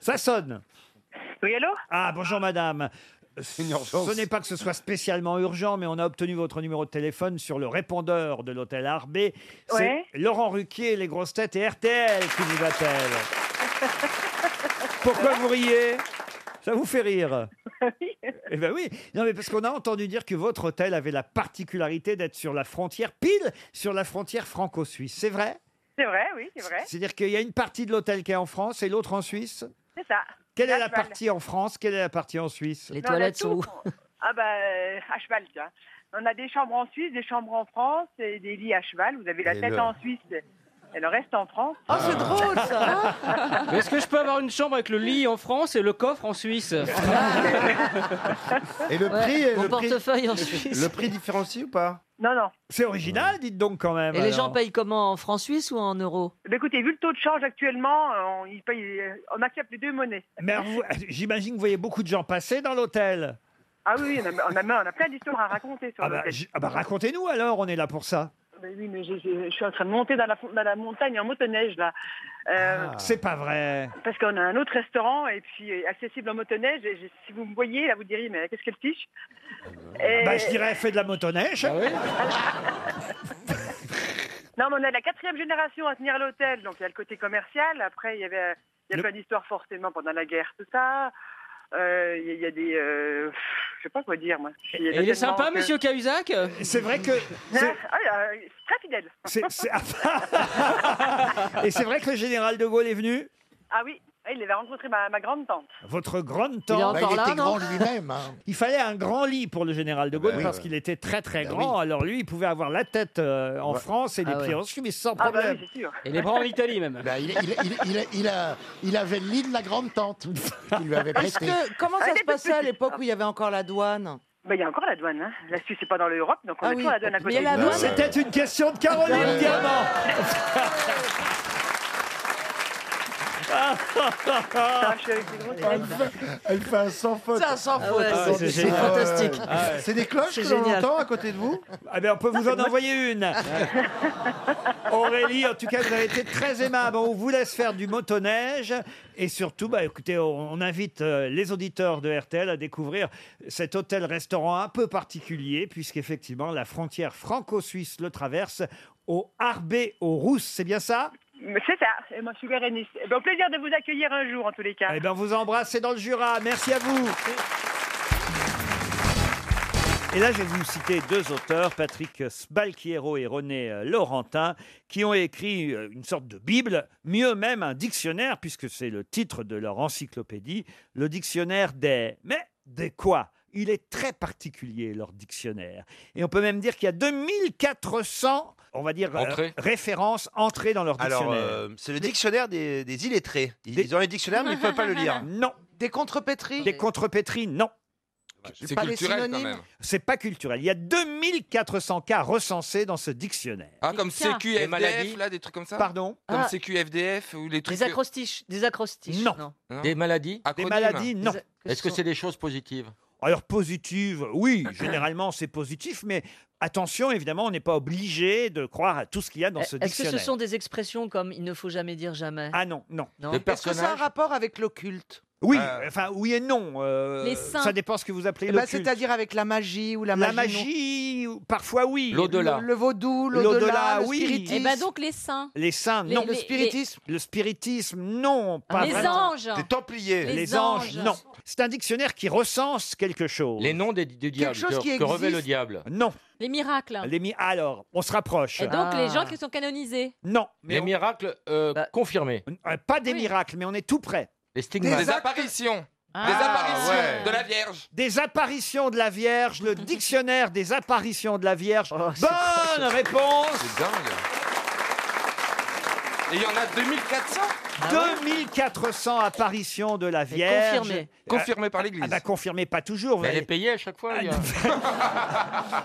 Speaker 3: Ça sonne.
Speaker 27: Oui, allô
Speaker 3: Ah, bonjour madame.
Speaker 11: urgence.
Speaker 3: Ce n'est pas que ce soit spécialement urgent, mais on a obtenu votre numéro de téléphone sur le répondeur de l'hôtel Arbé. C'est
Speaker 27: Ouais.
Speaker 3: Laurent Ruquier, les grosses têtes et RTL qui vous appellent. Pourquoi vous riez Ça vous fait rire Eh bien oui, non mais parce qu'on a entendu dire que votre hôtel avait la particularité d'être sur la frontière, pile sur la frontière franco-suisse. C'est vrai
Speaker 27: C'est vrai, oui, c'est vrai.
Speaker 3: C'est-à-dire qu'il y a une partie de l'hôtel qui est en France et l'autre en Suisse
Speaker 27: C'est ça.
Speaker 3: quelle est
Speaker 27: À
Speaker 3: la
Speaker 27: cheval.
Speaker 3: partie en France Quelle est la partie en Suisse
Speaker 27: Non, on a tout. Ah bah, euh, à cheval, tu vois. On a des chambres en Suisse, des chambres en France et des lits à cheval. Vous avez la
Speaker 22: Et
Speaker 27: tête
Speaker 22: le-
Speaker 27: en Suisse et le reste en France.
Speaker 22: Ah, c'est drôle, Mais Est-ce que je peux avoir une chambre avec le lit en France et le coffre en Suisse
Speaker 11: Et le
Speaker 22: Ouais,
Speaker 11: prix
Speaker 22: mon
Speaker 11: le prix-
Speaker 22: portefeuille en Suisse.
Speaker 11: Le prix différencie ou pas
Speaker 27: Non, non.
Speaker 3: C'est original, dites donc quand même.
Speaker 6: Et les gens
Speaker 3: alors.
Speaker 6: payent comment En francs suisses ou en euros
Speaker 27: Bah, écoutez, vu le taux de change actuellement, euh, on, il paye- euh, on accepte les deux monnaies.
Speaker 3: Mais alors, vous- j'imagine que vous voyez beaucoup de gens passer dans l'hôtel.
Speaker 27: Ah oui, on a, on a- on a plein d'histoires à raconter sur
Speaker 3: Ah bah,
Speaker 27: l'hôtel.
Speaker 3: j- ah bah, racontez-nous alors, on est là pour ça.
Speaker 27: Bah oui, mais j'ai- j'ai- je suis en train de monter dans la, fon- dans la montagne en motoneige, là. Euh,
Speaker 3: Ah. C'est pas vrai.
Speaker 27: Parce qu'on a un autre restaurant et puis euh, accessible en motoneige. Et je- si vous me voyez, là, vous diriez, mais qu'est-ce qu'elle fiche
Speaker 22: Ah
Speaker 27: Et- Ah,
Speaker 3: Bah, je dirais fait de la motoneige.
Speaker 27: Non, mais on est la quatrième génération à tenir l'hôtel. Donc, il y a le côté commercial. Après, il y avait, il y a plein d'histoires forcément pendant la guerre, tout ça. Euh, Il y, a- il y a des... euh, pff, je sais pas quoi dire, moi. Il, y a
Speaker 22: Et il est
Speaker 27: tellement
Speaker 22: sympa,
Speaker 27: que-
Speaker 22: monsieur Cahuzac
Speaker 3: C'est vrai que.
Speaker 27: Ah, euh, très fidèle.
Speaker 3: C'est- c'est- Et c'est vrai que le général de Gaulle est venu
Speaker 27: Ah oui, il avait rencontré ma, ma grande-tante.
Speaker 3: Votre grande tante.
Speaker 27: Il est encore Bah, il là, était non grand hein. Bah
Speaker 7: lui-même.
Speaker 3: Il fallait un grand lit pour le général de Gaulle
Speaker 7: oui.
Speaker 3: parce qu'il était très très grand. Alors lui, il pouvait avoir la tête euh, en France et les
Speaker 7: Ah
Speaker 3: pieds
Speaker 7: ouais.
Speaker 3: en Suisse sans
Speaker 27: Ah bah oui,
Speaker 3: problème.
Speaker 27: c'est sûr.
Speaker 22: Et les bras en Italie même.
Speaker 7: Bah, il, il- il- il- il a- il avait le lit de la grande-tante qu'il lui avait
Speaker 15: Est-ce
Speaker 7: prêté.
Speaker 15: que, comment
Speaker 27: Ah,
Speaker 15: ça se passait à l'époque où il y avait encore la douane
Speaker 27: Bah, il y a encore la douane. Hein. La Suisse, c'est pas dans l'Europe, donc on
Speaker 15: Ah
Speaker 27: a
Speaker 15: oui.
Speaker 27: toujours la douane à
Speaker 15: Mais
Speaker 27: côté.
Speaker 15: la douane-
Speaker 3: C'était une question de Caroline
Speaker 27: Ouais.
Speaker 3: Diamant.
Speaker 27: Ah, je suis avec les grosses têtes.
Speaker 7: Elle fait un sans faute.
Speaker 27: C'est un sans
Speaker 7: Ah
Speaker 27: faute.
Speaker 7: ouais,
Speaker 3: Ah, c'est génial. Ah ouais.
Speaker 7: C'est des cloches
Speaker 3: C'est
Speaker 7: que l'on
Speaker 3: génial.
Speaker 7: entend à côté de vous
Speaker 3: Ah ben on peut vous en envoyer une. Aurélie, en tout cas, vous avez été très aimable. On vous laisse faire du motoneige. Et surtout, bah, écoutez, on on invite euh, les auditeurs de RTL à découvrir cet hôtel-restaurant un peu particulier, puisqu'effectivement, la frontière franco-suisse le traverse au Harbé, au Rousse. C'est bien ça
Speaker 27: Mais C'est ça, et moi je suis Bérénice. Eh ben, au plaisir de vous accueillir un jour en tous les cas.
Speaker 3: Eh bien, on vous embrasse dans le Jura. Merci à vous. Et là, je vais vous citer deux auteurs, Patrick Sbalchiero et René euh, Laurentin, qui ont écrit euh, une sorte de Bible, mieux même un dictionnaire, puisque c'est le titre de leur encyclopédie, le dictionnaire des... Mais des quoi Il est très particulier, leur dictionnaire. Et on peut même dire qu'il y a 2400, on va dire, euh,
Speaker 13: Entrées.
Speaker 3: références entrées dans leur
Speaker 13: Alors,
Speaker 3: dictionnaire.
Speaker 13: euh, c'est le dictionnaire des, des illettrés. Ils, ils ont les dictionnaires, mais ils ne peuvent pas le lire.
Speaker 3: Non. Des contrepétries Des contrepétries, non.
Speaker 5: Bah,
Speaker 13: C'est pas les culturel, quand synonymes même.
Speaker 3: C'est pas culturel. Il y a 2400 cas recensés dans les dictionnaires.
Speaker 5: Ah, comme
Speaker 3: tiens. Les maladies.
Speaker 5: CQFDF, là, des trucs comme ça
Speaker 3: Pardon
Speaker 5: Comme
Speaker 3: Ah.
Speaker 5: CQFDF ou les trucs. que-
Speaker 6: acrostiches, des acrostiches.
Speaker 3: Non.
Speaker 5: Des
Speaker 13: maladies
Speaker 5: hein Acronyme.
Speaker 3: maladies, non.
Speaker 13: Est-ce que c'est des choses positives
Speaker 3: Alors positive, oui, généralement c'est positif, mais attention, évidemment, on n'est pas obligé de croire à tout ce qu'il y a dans ce
Speaker 6: Euh, Est-ce que
Speaker 3: dictionnaire.
Speaker 6: ce sont des expressions comme il ne faut jamais dire jamais
Speaker 3: Ah non, non.
Speaker 15: Est-ce que ça a un rapport avec l'occulte
Speaker 3: Oui, enfin oui et non. euh,
Speaker 15: Les saints.
Speaker 3: ça dépend ce que vous appelez
Speaker 15: Eh
Speaker 3: le
Speaker 15: ben,
Speaker 3: culte.
Speaker 15: C'est-à-dire avec la magie ou la magie
Speaker 3: La magie, ou- parfois oui.
Speaker 15: Le, le vaudou,
Speaker 3: L'au-delà,
Speaker 15: l'au-delà, le
Speaker 3: oui.
Speaker 15: spiritisme.
Speaker 3: Eh ben donc,
Speaker 17: les saints.
Speaker 3: Les saints,
Speaker 15: Les-
Speaker 3: non.
Speaker 15: les- Le spiritisme
Speaker 3: Le spiritisme, non. Pas
Speaker 17: Les
Speaker 3: vraiment.
Speaker 17: anges. Des
Speaker 13: templiers.
Speaker 3: Les,
Speaker 17: Les
Speaker 3: anges,
Speaker 17: anges.
Speaker 3: non. C'est un dictionnaire qui recense quelque chose. Les
Speaker 13: noms des, du
Speaker 17: diables chose que- qui que revêt existe. le
Speaker 13: diable.
Speaker 3: Non.
Speaker 17: Les miracles.
Speaker 3: Les mi- Alors, on se rapproche. Ah.
Speaker 17: Et donc les gens qui sont canonisés.
Speaker 3: Non. les miracles confirmés. euh, Pas des miracles, mais on est tout près. Les
Speaker 5: Des apparitions. Des
Speaker 3: Ah,
Speaker 5: apparitions de la Vierge.
Speaker 3: Des apparitions de la Vierge, le dictionnaire des apparitions de la Vierge.
Speaker 17: Oh,
Speaker 3: Bonne réponse
Speaker 5: C'est dingue. Et il y en a 2400
Speaker 3: 2400 apparitions de la Vierge.
Speaker 5: confirmées. Confirmées par l'Église.
Speaker 3: Ah bah confirmées, pas toujours. vous
Speaker 5: Mais elle est
Speaker 3: voyez.
Speaker 5: payée à chaque
Speaker 3: Ah,
Speaker 5: fois. il y a-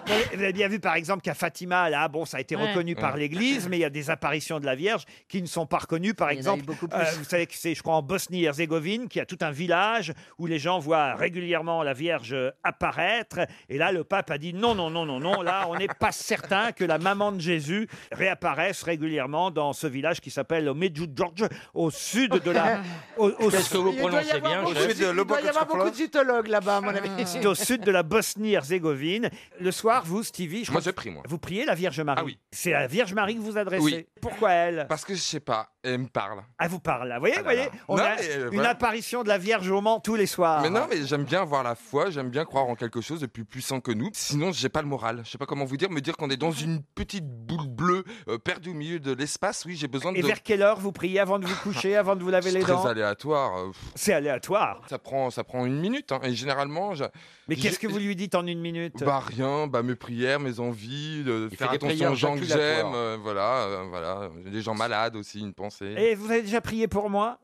Speaker 3: Vous avez- vous avez bien vu, par exemple, qu'à Fatima, là, bon, ça a été
Speaker 5: Ouais.
Speaker 3: reconnu par
Speaker 5: Ouais.
Speaker 3: l'Église, mais il y a des apparitions de la Vierge qui ne sont pas reconnues. Par
Speaker 5: Il y en a eu
Speaker 3: exemple, euh,
Speaker 5: beaucoup plus.
Speaker 3: vous savez que c'est, je crois, en Bosnie-Herzégovine, qui a tout un village où les gens voient régulièrement la Vierge apparaître. Et là, le pape a dit non, non, non, non, non, là, on n'est pas certain que la maman de Jésus réapparaisse régulièrement dans ce village qui s'appelle Medjugorje, au sud de la. au- au-
Speaker 5: Qu'est-ce que vous
Speaker 15: Il doit y avoir beaucoup de- il doit y avoir beaucoup de zytologues là-bas, à mon
Speaker 5: Ah.
Speaker 15: avis.
Speaker 3: C'est au sud de la Bosnie-Herzégovine. Le soir, vous, Stevie, je
Speaker 5: Moi,
Speaker 3: crois-
Speaker 5: je prie, moi.
Speaker 3: Vous priez la Vierge Marie.
Speaker 5: Ah oui.
Speaker 3: C'est la Vierge Marie que vous adressez.
Speaker 5: Oui.
Speaker 3: Pourquoi elle
Speaker 5: Parce que je sais pas, elle me parle.
Speaker 3: Elle vous parle. là. Vous voyez,
Speaker 5: Ah là
Speaker 3: vous voyez
Speaker 5: là.
Speaker 3: on
Speaker 5: Non,
Speaker 3: a
Speaker 5: mais, euh,
Speaker 3: une
Speaker 5: voilà.
Speaker 3: apparition de la Vierge au Mans tous les soirs.
Speaker 5: Mais non, mais j'aime bien avoir la foi, j'aime bien croire en quelque chose de plus puissant que nous. Sinon, j'ai pas le moral. Je sais pas comment vous dire, me dire qu'on est dans une petite boule bleue euh, perdue au milieu de l'espace. Oui, j'ai besoin
Speaker 3: Et
Speaker 5: de.
Speaker 3: vers quelle heure vous priez avant de vous coucher, avant de vous laver les
Speaker 5: C'est
Speaker 3: dents
Speaker 5: très aléatoire. euh, pff.
Speaker 3: C'est aléatoire.
Speaker 5: Ça prend, ça prend une minute. hein, Et généralement, je-
Speaker 3: Mais qu'est-ce
Speaker 5: j'ai-
Speaker 3: que vous lui dites en une minute
Speaker 5: Bah rien, bah mes prières, mes envies, de
Speaker 13: Il
Speaker 5: faire
Speaker 13: fait des
Speaker 5: attention
Speaker 13: prières
Speaker 5: aux gens que
Speaker 13: jaculatoires.
Speaker 5: j'aime, euh, voilà, euh, voilà, les gens malades aussi, une pensée.
Speaker 3: Et vous avez déjà prié pour moi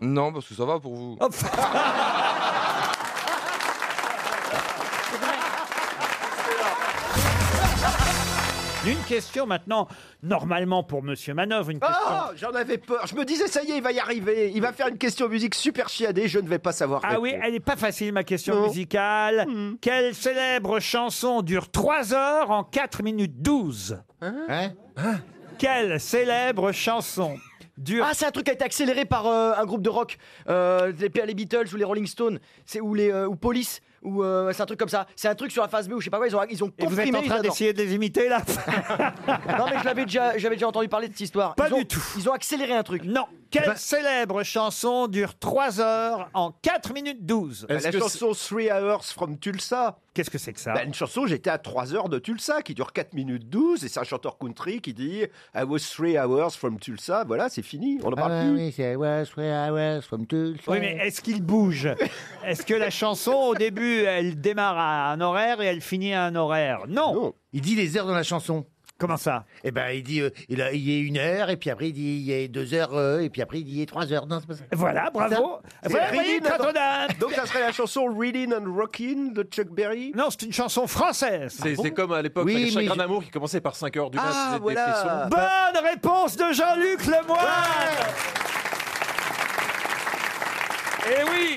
Speaker 5: Non, parce que ça va pour vous.
Speaker 3: Oh, Une question maintenant, normalement pour Monsieur Manov, une question.
Speaker 13: Ah, j'en avais peur. Je me disais, ça y est, il va y arriver. Il va faire une question musique super chiadée. Je ne vais pas savoir.
Speaker 3: Ah oui, elle n'est pas facile ma question
Speaker 13: Non. Hmm.
Speaker 3: musicale. Quelle célèbre chanson dure 3 heures en 4 minutes 12 Hein Quelle célèbre chanson dure
Speaker 13: Ah, c'est un truc qui a été accéléré par euh, un groupe de rock. Euh, les, les Beatles ou les Rolling Stones. C'est ou les euh, ou Police. Ou euh, c'est un truc comme ça. C'est un truc sur la phase B ou je sais pas quoi. Ils ont ils ont
Speaker 3: Et vous
Speaker 13: comprimé,
Speaker 3: êtes en
Speaker 13: ils
Speaker 3: train
Speaker 13: adorent.
Speaker 3: d'essayer de les imiter là
Speaker 13: Non mais je l'avais déjà j'avais déjà entendu parler de cette histoire.
Speaker 3: Pas
Speaker 13: Ils ont-
Speaker 3: du tout.
Speaker 13: Ils ont accéléré un truc. Eh ben
Speaker 3: Non. Quelle célèbre chanson dure 3 heures en 4 minutes 12
Speaker 13: Bah, La chanson Three Hours from Tulsa.
Speaker 3: Qu'est-ce que c'est que ça
Speaker 13: Bah, une chanson, j'étais à 3 heures de Tulsa, qui dure 4 minutes 12, et c'est un chanteur country qui dit I was 3 hours from Tulsa, voilà, c'est fini, on n'en parle plus.
Speaker 10: Ah, oui, c'est West, West, West, from Tulsa.
Speaker 3: Oui, mais est-ce qu'il bouge Est-ce que la chanson, au début, elle démarre à un horaire et elle finit à un horaire Non.
Speaker 10: Il dit les heures dans la chanson.
Speaker 3: Comment ça
Speaker 10: Eh ben, il dit euh, il, a- il y a une heure, et puis après il dit il y a deux heures, euh, et puis après il dit il y a trois heures. Non, c'est pas ça.
Speaker 3: Voilà, bravo.
Speaker 10: C'est
Speaker 3: Voilà,
Speaker 10: ça
Speaker 3: voyez,
Speaker 13: Reading and-
Speaker 3: quand on a-
Speaker 13: Donc ça serait la chanson Reading and Rockin' de Chuck Berry Ah
Speaker 3: Non, c'est une chanson française.
Speaker 9: C'est c'est comme à l'époque,
Speaker 13: Oui,
Speaker 9: les chagrins
Speaker 13: mais je-
Speaker 9: d'amour qui commençaient par 5 heures du mat,
Speaker 13: Ah,
Speaker 9: c'était des
Speaker 13: voilà.
Speaker 9: frissons.
Speaker 3: Bonne réponse de Jean-Luc Lemoyne Eh oui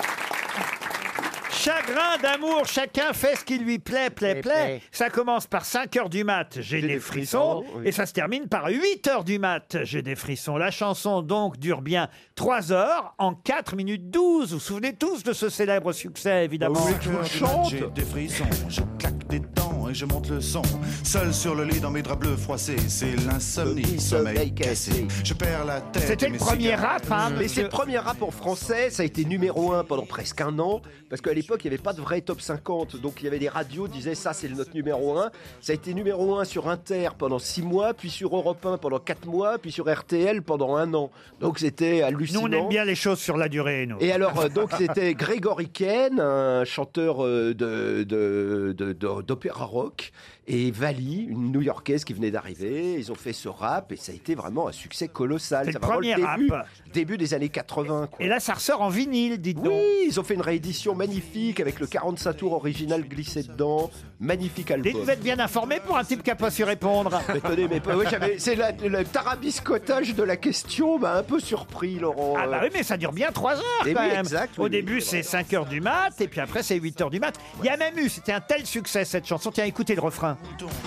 Speaker 3: Chagrin d'amour, chacun fait ce qui lui plaît, plaît, plaît.
Speaker 13: Plaît, plaît.
Speaker 3: Ça commence par 5 heures du mat, j'ai des, frissons.
Speaker 13: frissons, oui.
Speaker 3: Et ça se termine par 8 heures du mat, j'ai des frissons. La chanson donc dure bien 3 heures en 4 minutes 12. Vous vous souvenez tous de ce célèbre succès, évidemment.
Speaker 7: Oh,
Speaker 18: J'ai des frissons, je claque des dents et je monte le son. Seul sur le lit dans mes draps bleus froissés, c'est l'insomnie, sommeil cassé. Je perds la tête. et mes cigarettes.
Speaker 7: hein,
Speaker 3: hein,
Speaker 13: Mais c'est le premier rap en français, ça a été numéro 1 pendant presque un an, parce qu'à l'époque, il n'y avait pas de vrai top 50, donc il y avait des radios qui disaient ça, c'est notre numéro 1. Ça a été numéro 1 sur Inter pendant 6 mois, puis sur Europe 1 pendant 4 mois, puis sur RTL pendant un an. Donc c'était
Speaker 3: Nous,
Speaker 13: hallucinant.
Speaker 3: on aime bien les choses sur la durée, nous.
Speaker 13: Et alors, euh, donc, c'était Grégory Ken, un chanteur euh, de- de- de- de- d'opéra rock, et Vali, une New-Yorkaise qui venait d'arriver. Ils ont fait ce rap et ça a été vraiment un succès colossal.
Speaker 3: C'est
Speaker 13: Ça
Speaker 3: le
Speaker 13: va vraiment
Speaker 3: premier
Speaker 13: début,
Speaker 3: rap.
Speaker 13: début des années 80. Quoi.
Speaker 3: Et là, ça ressort en vinyle, dites
Speaker 13: oui, ils ont fait une réédition magnifique avec le 45 tours original glissé dedans. Magnifique
Speaker 3: Et
Speaker 13: album.
Speaker 3: vous êtes bien informé pour un type qui n'a pas su répondre.
Speaker 13: Mais tenez, mais pas- ouais, j'avais- c'est la- le tarabiscotage de la question m'a un peu surpris, Laurent.
Speaker 3: Ah bah oui, mais ça dure bien 3 heures
Speaker 13: Eh
Speaker 3: quand
Speaker 13: oui,
Speaker 3: même.
Speaker 13: exact, oui,
Speaker 3: Au
Speaker 13: oui,
Speaker 3: début, c'est
Speaker 13: c'est
Speaker 3: 5 heures du mat, et puis après, c'est 8 heures du mat. Il y a même eu, c'était un tel succès cette chanson. Tiens, écoutez le refrain.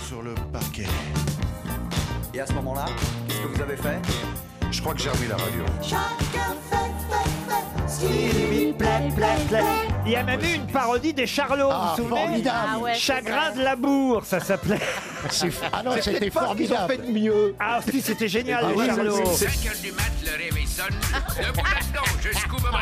Speaker 18: Sur le parquet.
Speaker 19: Et à ce moment-là, qu'est-ce que vous avez fait
Speaker 18: Je crois que j'ai remis la radio.
Speaker 3: Il y a même eu une parodie des Charlots,
Speaker 18: Ah,
Speaker 3: vous vous souvenez
Speaker 18: formidable. Ah ouais, c'est
Speaker 3: Chagrin
Speaker 18: vrai.
Speaker 3: de l'amour, ça s'appelait.
Speaker 10: Ah non,
Speaker 3: C'est
Speaker 10: c'était
Speaker 3: peut-être pas ce qu'ils ont
Speaker 10: formidable.
Speaker 13: fait de mieux.
Speaker 3: Ah si, c'était génial,
Speaker 10: Ah
Speaker 3: les
Speaker 10: oui,
Speaker 3: Charlots.
Speaker 10: c'est- c'est-
Speaker 19: 5 heures du mat, le réveil sonne. Debout là-dedans, jusqu'au moment.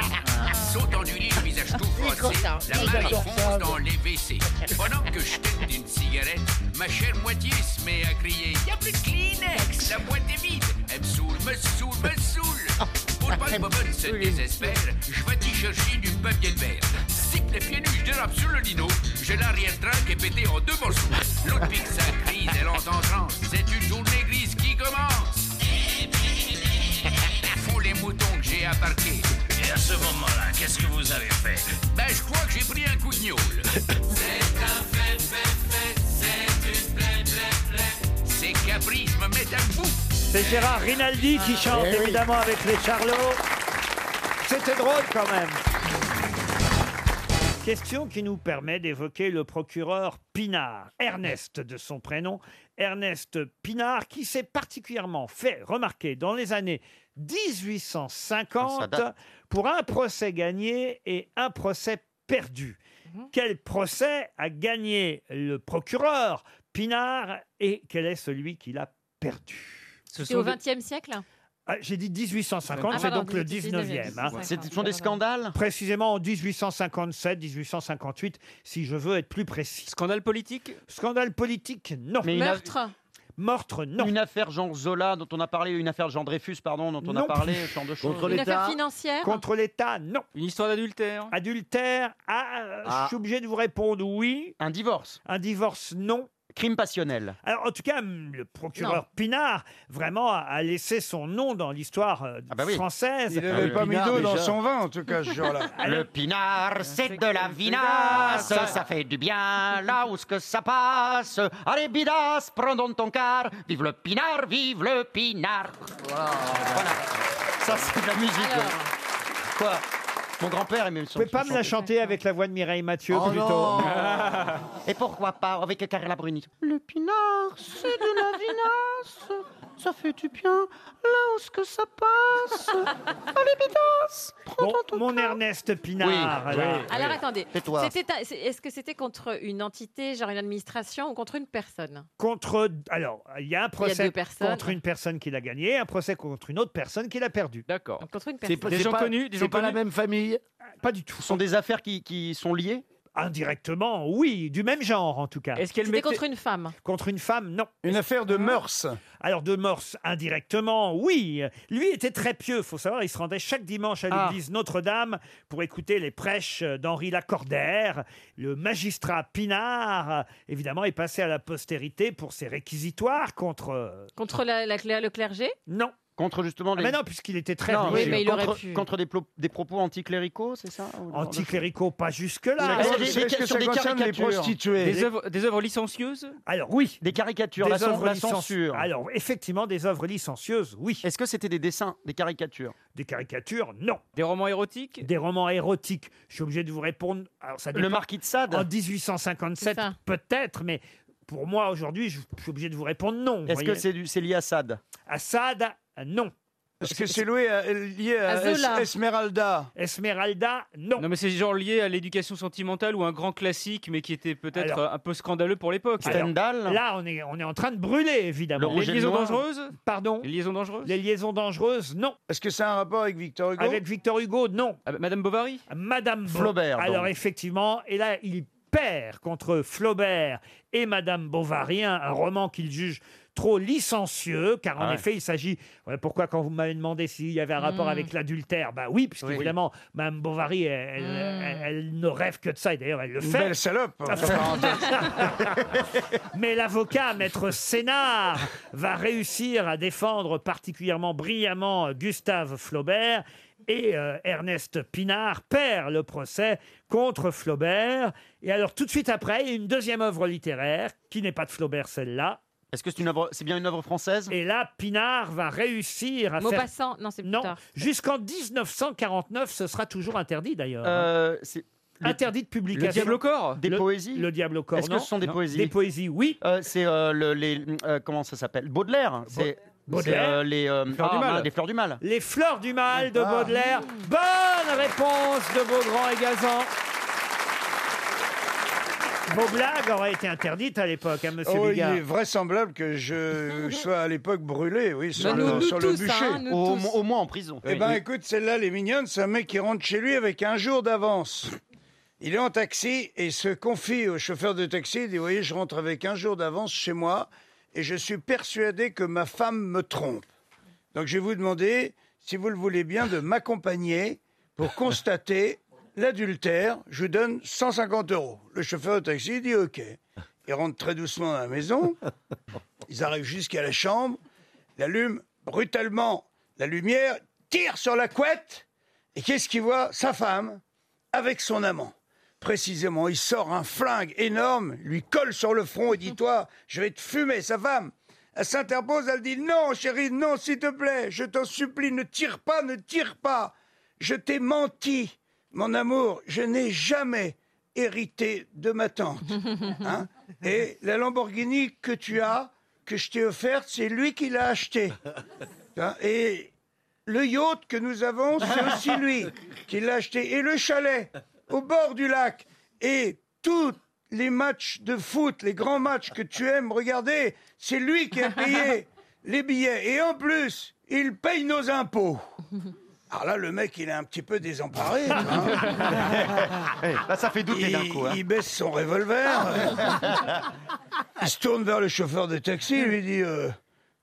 Speaker 19: Sautant du lit, le visage tout froissé. La marée fonce dans les WC. Pendant que je tête une cigarette, ma chère moitié se met à crier Y'a plus de Kleenex, la boîte est vide. Elle me saoule, me saoule, me saoule. Pour pas que Bobonne se désespère, je vais t'y chercher du papier de verre. Zip les pieds nus, je dérape sur le lino. J'ai l'arrière-train qui est pété en deux morceaux. L'autre pique sa crise, elle entre en transe. C'est une journée grise qui commence. Fous les moutons que j'ai arrivé à parquet. Et à ce moment-là, qu'est-ce que vous avez fait Ben, je crois que j'ai pris un coup de gnoule. C'est un fait, fait, fait, c'est une plaie, plaie, plaie. Ces caprices me mettent à bout.
Speaker 3: C'est Gérard Rinaldi qui chante
Speaker 19: Eh oui.
Speaker 3: évidemment avec les Charlots. C'était drôle quand même. Question qui nous permet d'évoquer le procureur Pinard, Ernest de son prénom, Ernest Pinard, qui s'est particulièrement fait remarquer dans les années 1850 pour un procès gagné et un procès perdu.
Speaker 17: Mhm.
Speaker 3: Quel procès a gagné le procureur Pinard et quel est celui qu'il a perdu Ce
Speaker 17: C'est au XXe siècle
Speaker 3: ah, J'ai dit 1850,
Speaker 17: Ah,
Speaker 3: c'est
Speaker 17: pardon,
Speaker 3: donc le
Speaker 17: 19e,
Speaker 3: 19e. hein.
Speaker 17: C'est- ce sont des
Speaker 3: scandales Précisément en 1857, 1858, si je veux être plus précis. Scandale politique Scandale politique, non.
Speaker 6: Mais une a- Meurtre
Speaker 3: Meurtre, non.
Speaker 6: Une affaire genre Zola dont on a parlé, une affaire Jean Dreyfus, pardon, dont on
Speaker 3: Non
Speaker 6: a parlé,
Speaker 3: plus.
Speaker 6: ce genre de choses.
Speaker 3: Contre Une l'État. affaire
Speaker 17: Financière
Speaker 3: Contre l'État, non. Une histoire d'adultère Adultère, ah, euh, je
Speaker 6: Ah.
Speaker 3: suis obligé de vous répondre oui. Un divorce Un divorce, non. Crime passionnel. Alors, en tout cas, hum, le procureur
Speaker 6: Non.
Speaker 3: Pinard, vraiment, a- a laissé son nom dans l'histoire euh,
Speaker 6: bah oui.
Speaker 3: française.
Speaker 11: Ah
Speaker 6: Il avait pas mis d'eau dans son vin,
Speaker 3: en tout
Speaker 6: cas, ce jour-là. Le pinard, Ah, c'est de la vinasse, ça fait du bien là où ce que ça passe. Allez, bidas, prends donc ton car, vive le pinard, vive le pinard. Voilà. Ça, c'est de la musique. hein. Quoi Mon grand-père aimait
Speaker 3: Vous pouvez pas me la chanter avec la voix de Mireille Mathieu
Speaker 6: Oh
Speaker 3: plutôt
Speaker 6: non. Et pourquoi pas avec Carla Bruni Le pinard, c'est de la vinasse. Ça fait du bien là où ce que ça passe. Allez, bidas
Speaker 3: Bon, mon Ernest Pinard.
Speaker 6: Oui,
Speaker 3: là.
Speaker 6: oui.
Speaker 17: Alors attendez,
Speaker 3: Tais-toi.
Speaker 17: c'était un- c'est- est-ce que c'était contre une entité, genre une administration ou contre une personne
Speaker 3: Contre. Alors, il y a un procès
Speaker 17: deux personnes.
Speaker 3: contre une personne qui l'a gagné, un procès contre une autre personne qui l'a perdu.
Speaker 6: D'accord.
Speaker 17: Contre une
Speaker 3: C'est
Speaker 17: personne.
Speaker 3: pas- Des gens connus, des gens connus.
Speaker 6: même famille
Speaker 3: Euh, Pas du tout.
Speaker 6: Ce sont des affaires qui, qui sont liées
Speaker 3: Indirectement, oui, du même genre en tout cas.
Speaker 17: C'était contre une femme.
Speaker 3: Contre une femme, non. Une affaire de mœurs. Alors de mœurs indirectement, oui. Lui était très pieux, faut savoir, il se rendait chaque dimanche à
Speaker 6: Ah.
Speaker 3: l'église Notre-Dame pour écouter les prêches d'Henri Lacordaire. Le magistrat Pinard, évidemment, est passé à la postérité pour ses réquisitoires contre... euh,
Speaker 17: Contre la- la cla- le clergé
Speaker 3: Non.
Speaker 6: Contre justement
Speaker 3: Ah,
Speaker 6: les.
Speaker 3: mais non, puisqu'il était très
Speaker 6: Non,
Speaker 3: religieux.
Speaker 6: oui, contre, contre des, plo- des propos anticléricaux, c'est ça ou-
Speaker 3: Anticléricaux, pas jusque-là.
Speaker 6: Est-ce que- Est-ce que- est-ce que ça concerne les prostituées Des œuvres-
Speaker 3: licencieuses Alors oui.
Speaker 6: Des caricatures, la,
Speaker 3: Des
Speaker 6: cen-
Speaker 3: œuvres
Speaker 6: la
Speaker 3: licen-
Speaker 6: censure.
Speaker 3: Alors effectivement, des œuvres licencieuses, oui.
Speaker 6: Est-ce que c'était des dessins, des caricatures
Speaker 3: Des caricatures, non. Des romans érotiques Des romans érotiques. Je suis obligé de vous répondre. Alors, ça
Speaker 6: Le
Speaker 3: dépend.
Speaker 6: marquis de Sade
Speaker 3: En 1857,
Speaker 6: C'est ça.
Speaker 3: peut-être, mais pour moi, aujourd'hui, je je suis obligé de vous répondre non.
Speaker 6: Est-ce que c'est du- c'est lié à Sade
Speaker 3: Assad, non.
Speaker 6: Est-ce que c'est loué à- lié
Speaker 8: à À Zola. Es-
Speaker 3: Esmeralda Esmeralda, non.
Speaker 8: Ah, Non, mais c'est genre lié à l'éducation sentimentale ou un grand classique, mais qui était peut-être
Speaker 3: Alors.
Speaker 8: euh, un peu scandaleux pour l'époque.
Speaker 3: Alors, Là, on est, on est en train de brûler, évidemment.
Speaker 8: Les liaisons dangereuses
Speaker 3: Pardon
Speaker 8: Les liaisons dangereuses
Speaker 3: Les liaisons dangereuses, non.
Speaker 8: Est-ce que c'est un rapport avec Victor Hugo
Speaker 3: Avec Victor Hugo, non.
Speaker 8: Ah, bah,
Speaker 3: Ah,
Speaker 8: Madame Bovary
Speaker 3: Madame Bo-
Speaker 8: Flaubert, donc.
Speaker 3: Alors effectivement, et là il perd contre Flaubert et Madame Bovary, un, un roman qu'il juge trop licencieux, car en
Speaker 6: Ah ouais.
Speaker 3: effet il s'agit. Ouais, pourquoi quand vous m'avez demandé s'il y avait un rapport
Speaker 6: Mm.
Speaker 3: avec l'adultère Bah oui, puisqu'évidemment Madame Bovary, elle, elle- elle- elle ne rêve que de ça et d'ailleurs elle le
Speaker 26: Une
Speaker 3: fait.
Speaker 26: belle salope,
Speaker 3: Ah,
Speaker 26: entre parenthèses.
Speaker 3: Mais l'avocat, maître Sénard, va réussir à défendre particulièrement brillamment Gustave Flaubert. Et euh, Ernest Pinard perd le procès contre Flaubert. Et alors, tout de suite après, il y a une deuxième œuvre littéraire, qui n'est pas de Flaubert, celle-là.
Speaker 6: Est-ce que c'est une œuvre, c'est bien une œuvre française
Speaker 3: Et là, Pinard va réussir à faire...
Speaker 17: Maupassant, non, c'est plus
Speaker 3: Non,
Speaker 17: tard.
Speaker 3: jusqu'en 1949, ce sera toujours interdit d'ailleurs. hein.
Speaker 6: Euh, c'est-
Speaker 3: Interdit de publication.
Speaker 6: Le diable au corps Des
Speaker 3: Le-
Speaker 6: poésies
Speaker 3: Le diable au corps,
Speaker 6: Est-ce que
Speaker 3: non.
Speaker 6: ce sont des
Speaker 3: Non.
Speaker 6: poésies
Speaker 3: Des poésies, oui.
Speaker 6: c'est euh, le- les euh, comment ça s'appelle Baudelaire. C'est
Speaker 3: Baudelaire.
Speaker 6: c'est, euh, les euh,
Speaker 3: Fleurs du
Speaker 6: ah,
Speaker 3: Mal.
Speaker 6: mince, des fleurs du mal.
Speaker 3: Les fleurs du mal de
Speaker 6: Ah.
Speaker 3: Baudelaire. Bonne réponse de Beaugrand et Gazan. Vos blagues auraient été interdites à l'époque, hein, monsieur
Speaker 26: Oh, il
Speaker 3: Bigard.
Speaker 26: est vraisemblable que je sois à l'époque brûlé, oui, sur
Speaker 6: Bah,
Speaker 26: le,
Speaker 6: nous- nous
Speaker 26: sur le
Speaker 6: tous,
Speaker 26: bûcher.
Speaker 6: hein, nous Au- tous. au moins en prison.
Speaker 26: Eh ben,
Speaker 6: Oui.
Speaker 26: écoute, celle-là, elle est mignonne. C'est un mec qui rentre chez lui avec un jour d'avance. Il est en taxi et se confie au chauffeur de taxi. Il dit, voyez, je rentre avec un jour d'avance chez moi et je suis persuadé que ma femme me trompe. Donc, je vais vous demander, si vous le voulez bien, de m'accompagner pour constater l'adultère. Je vous donne 150 euros. Le chauffeur de taxi dit OK. Il rentre très doucement dans la maison. Ils arrivent jusqu'à la chambre. Il allume brutalement la lumière. Tic tire sur la couette et qu'est-ce qu'il voit Sa femme avec son amant. Précisément, il sort un flingue énorme, lui colle sur le front et dit Toi, je vais te fumer, sa femme. Elle s'interpose, elle dit Non, chérie, non, s'il te plaît, je t'en supplie, ne tire pas, ne tire pas. Je t'ai menti, mon amour, je n'ai jamais hérité de ma tante. Hein et la Lamborghini que tu as, que je t'ai offerte, c'est lui qui l'a achetée. Hein, Et le yacht que nous avons, c'est aussi lui qui l'a acheté. Et le chalet, au bord du lac. Et tous les matchs de foot, les grands matchs que tu aimes regarder, c'est lui qui a payé les billets. Et en plus, il paye nos impôts. Alors là, le mec, il est un petit peu désemparé. ça fait douter d'un coup. hein. Il baisse son revolver. Il se tourne vers le chauffeur de taxi et lui dit euh,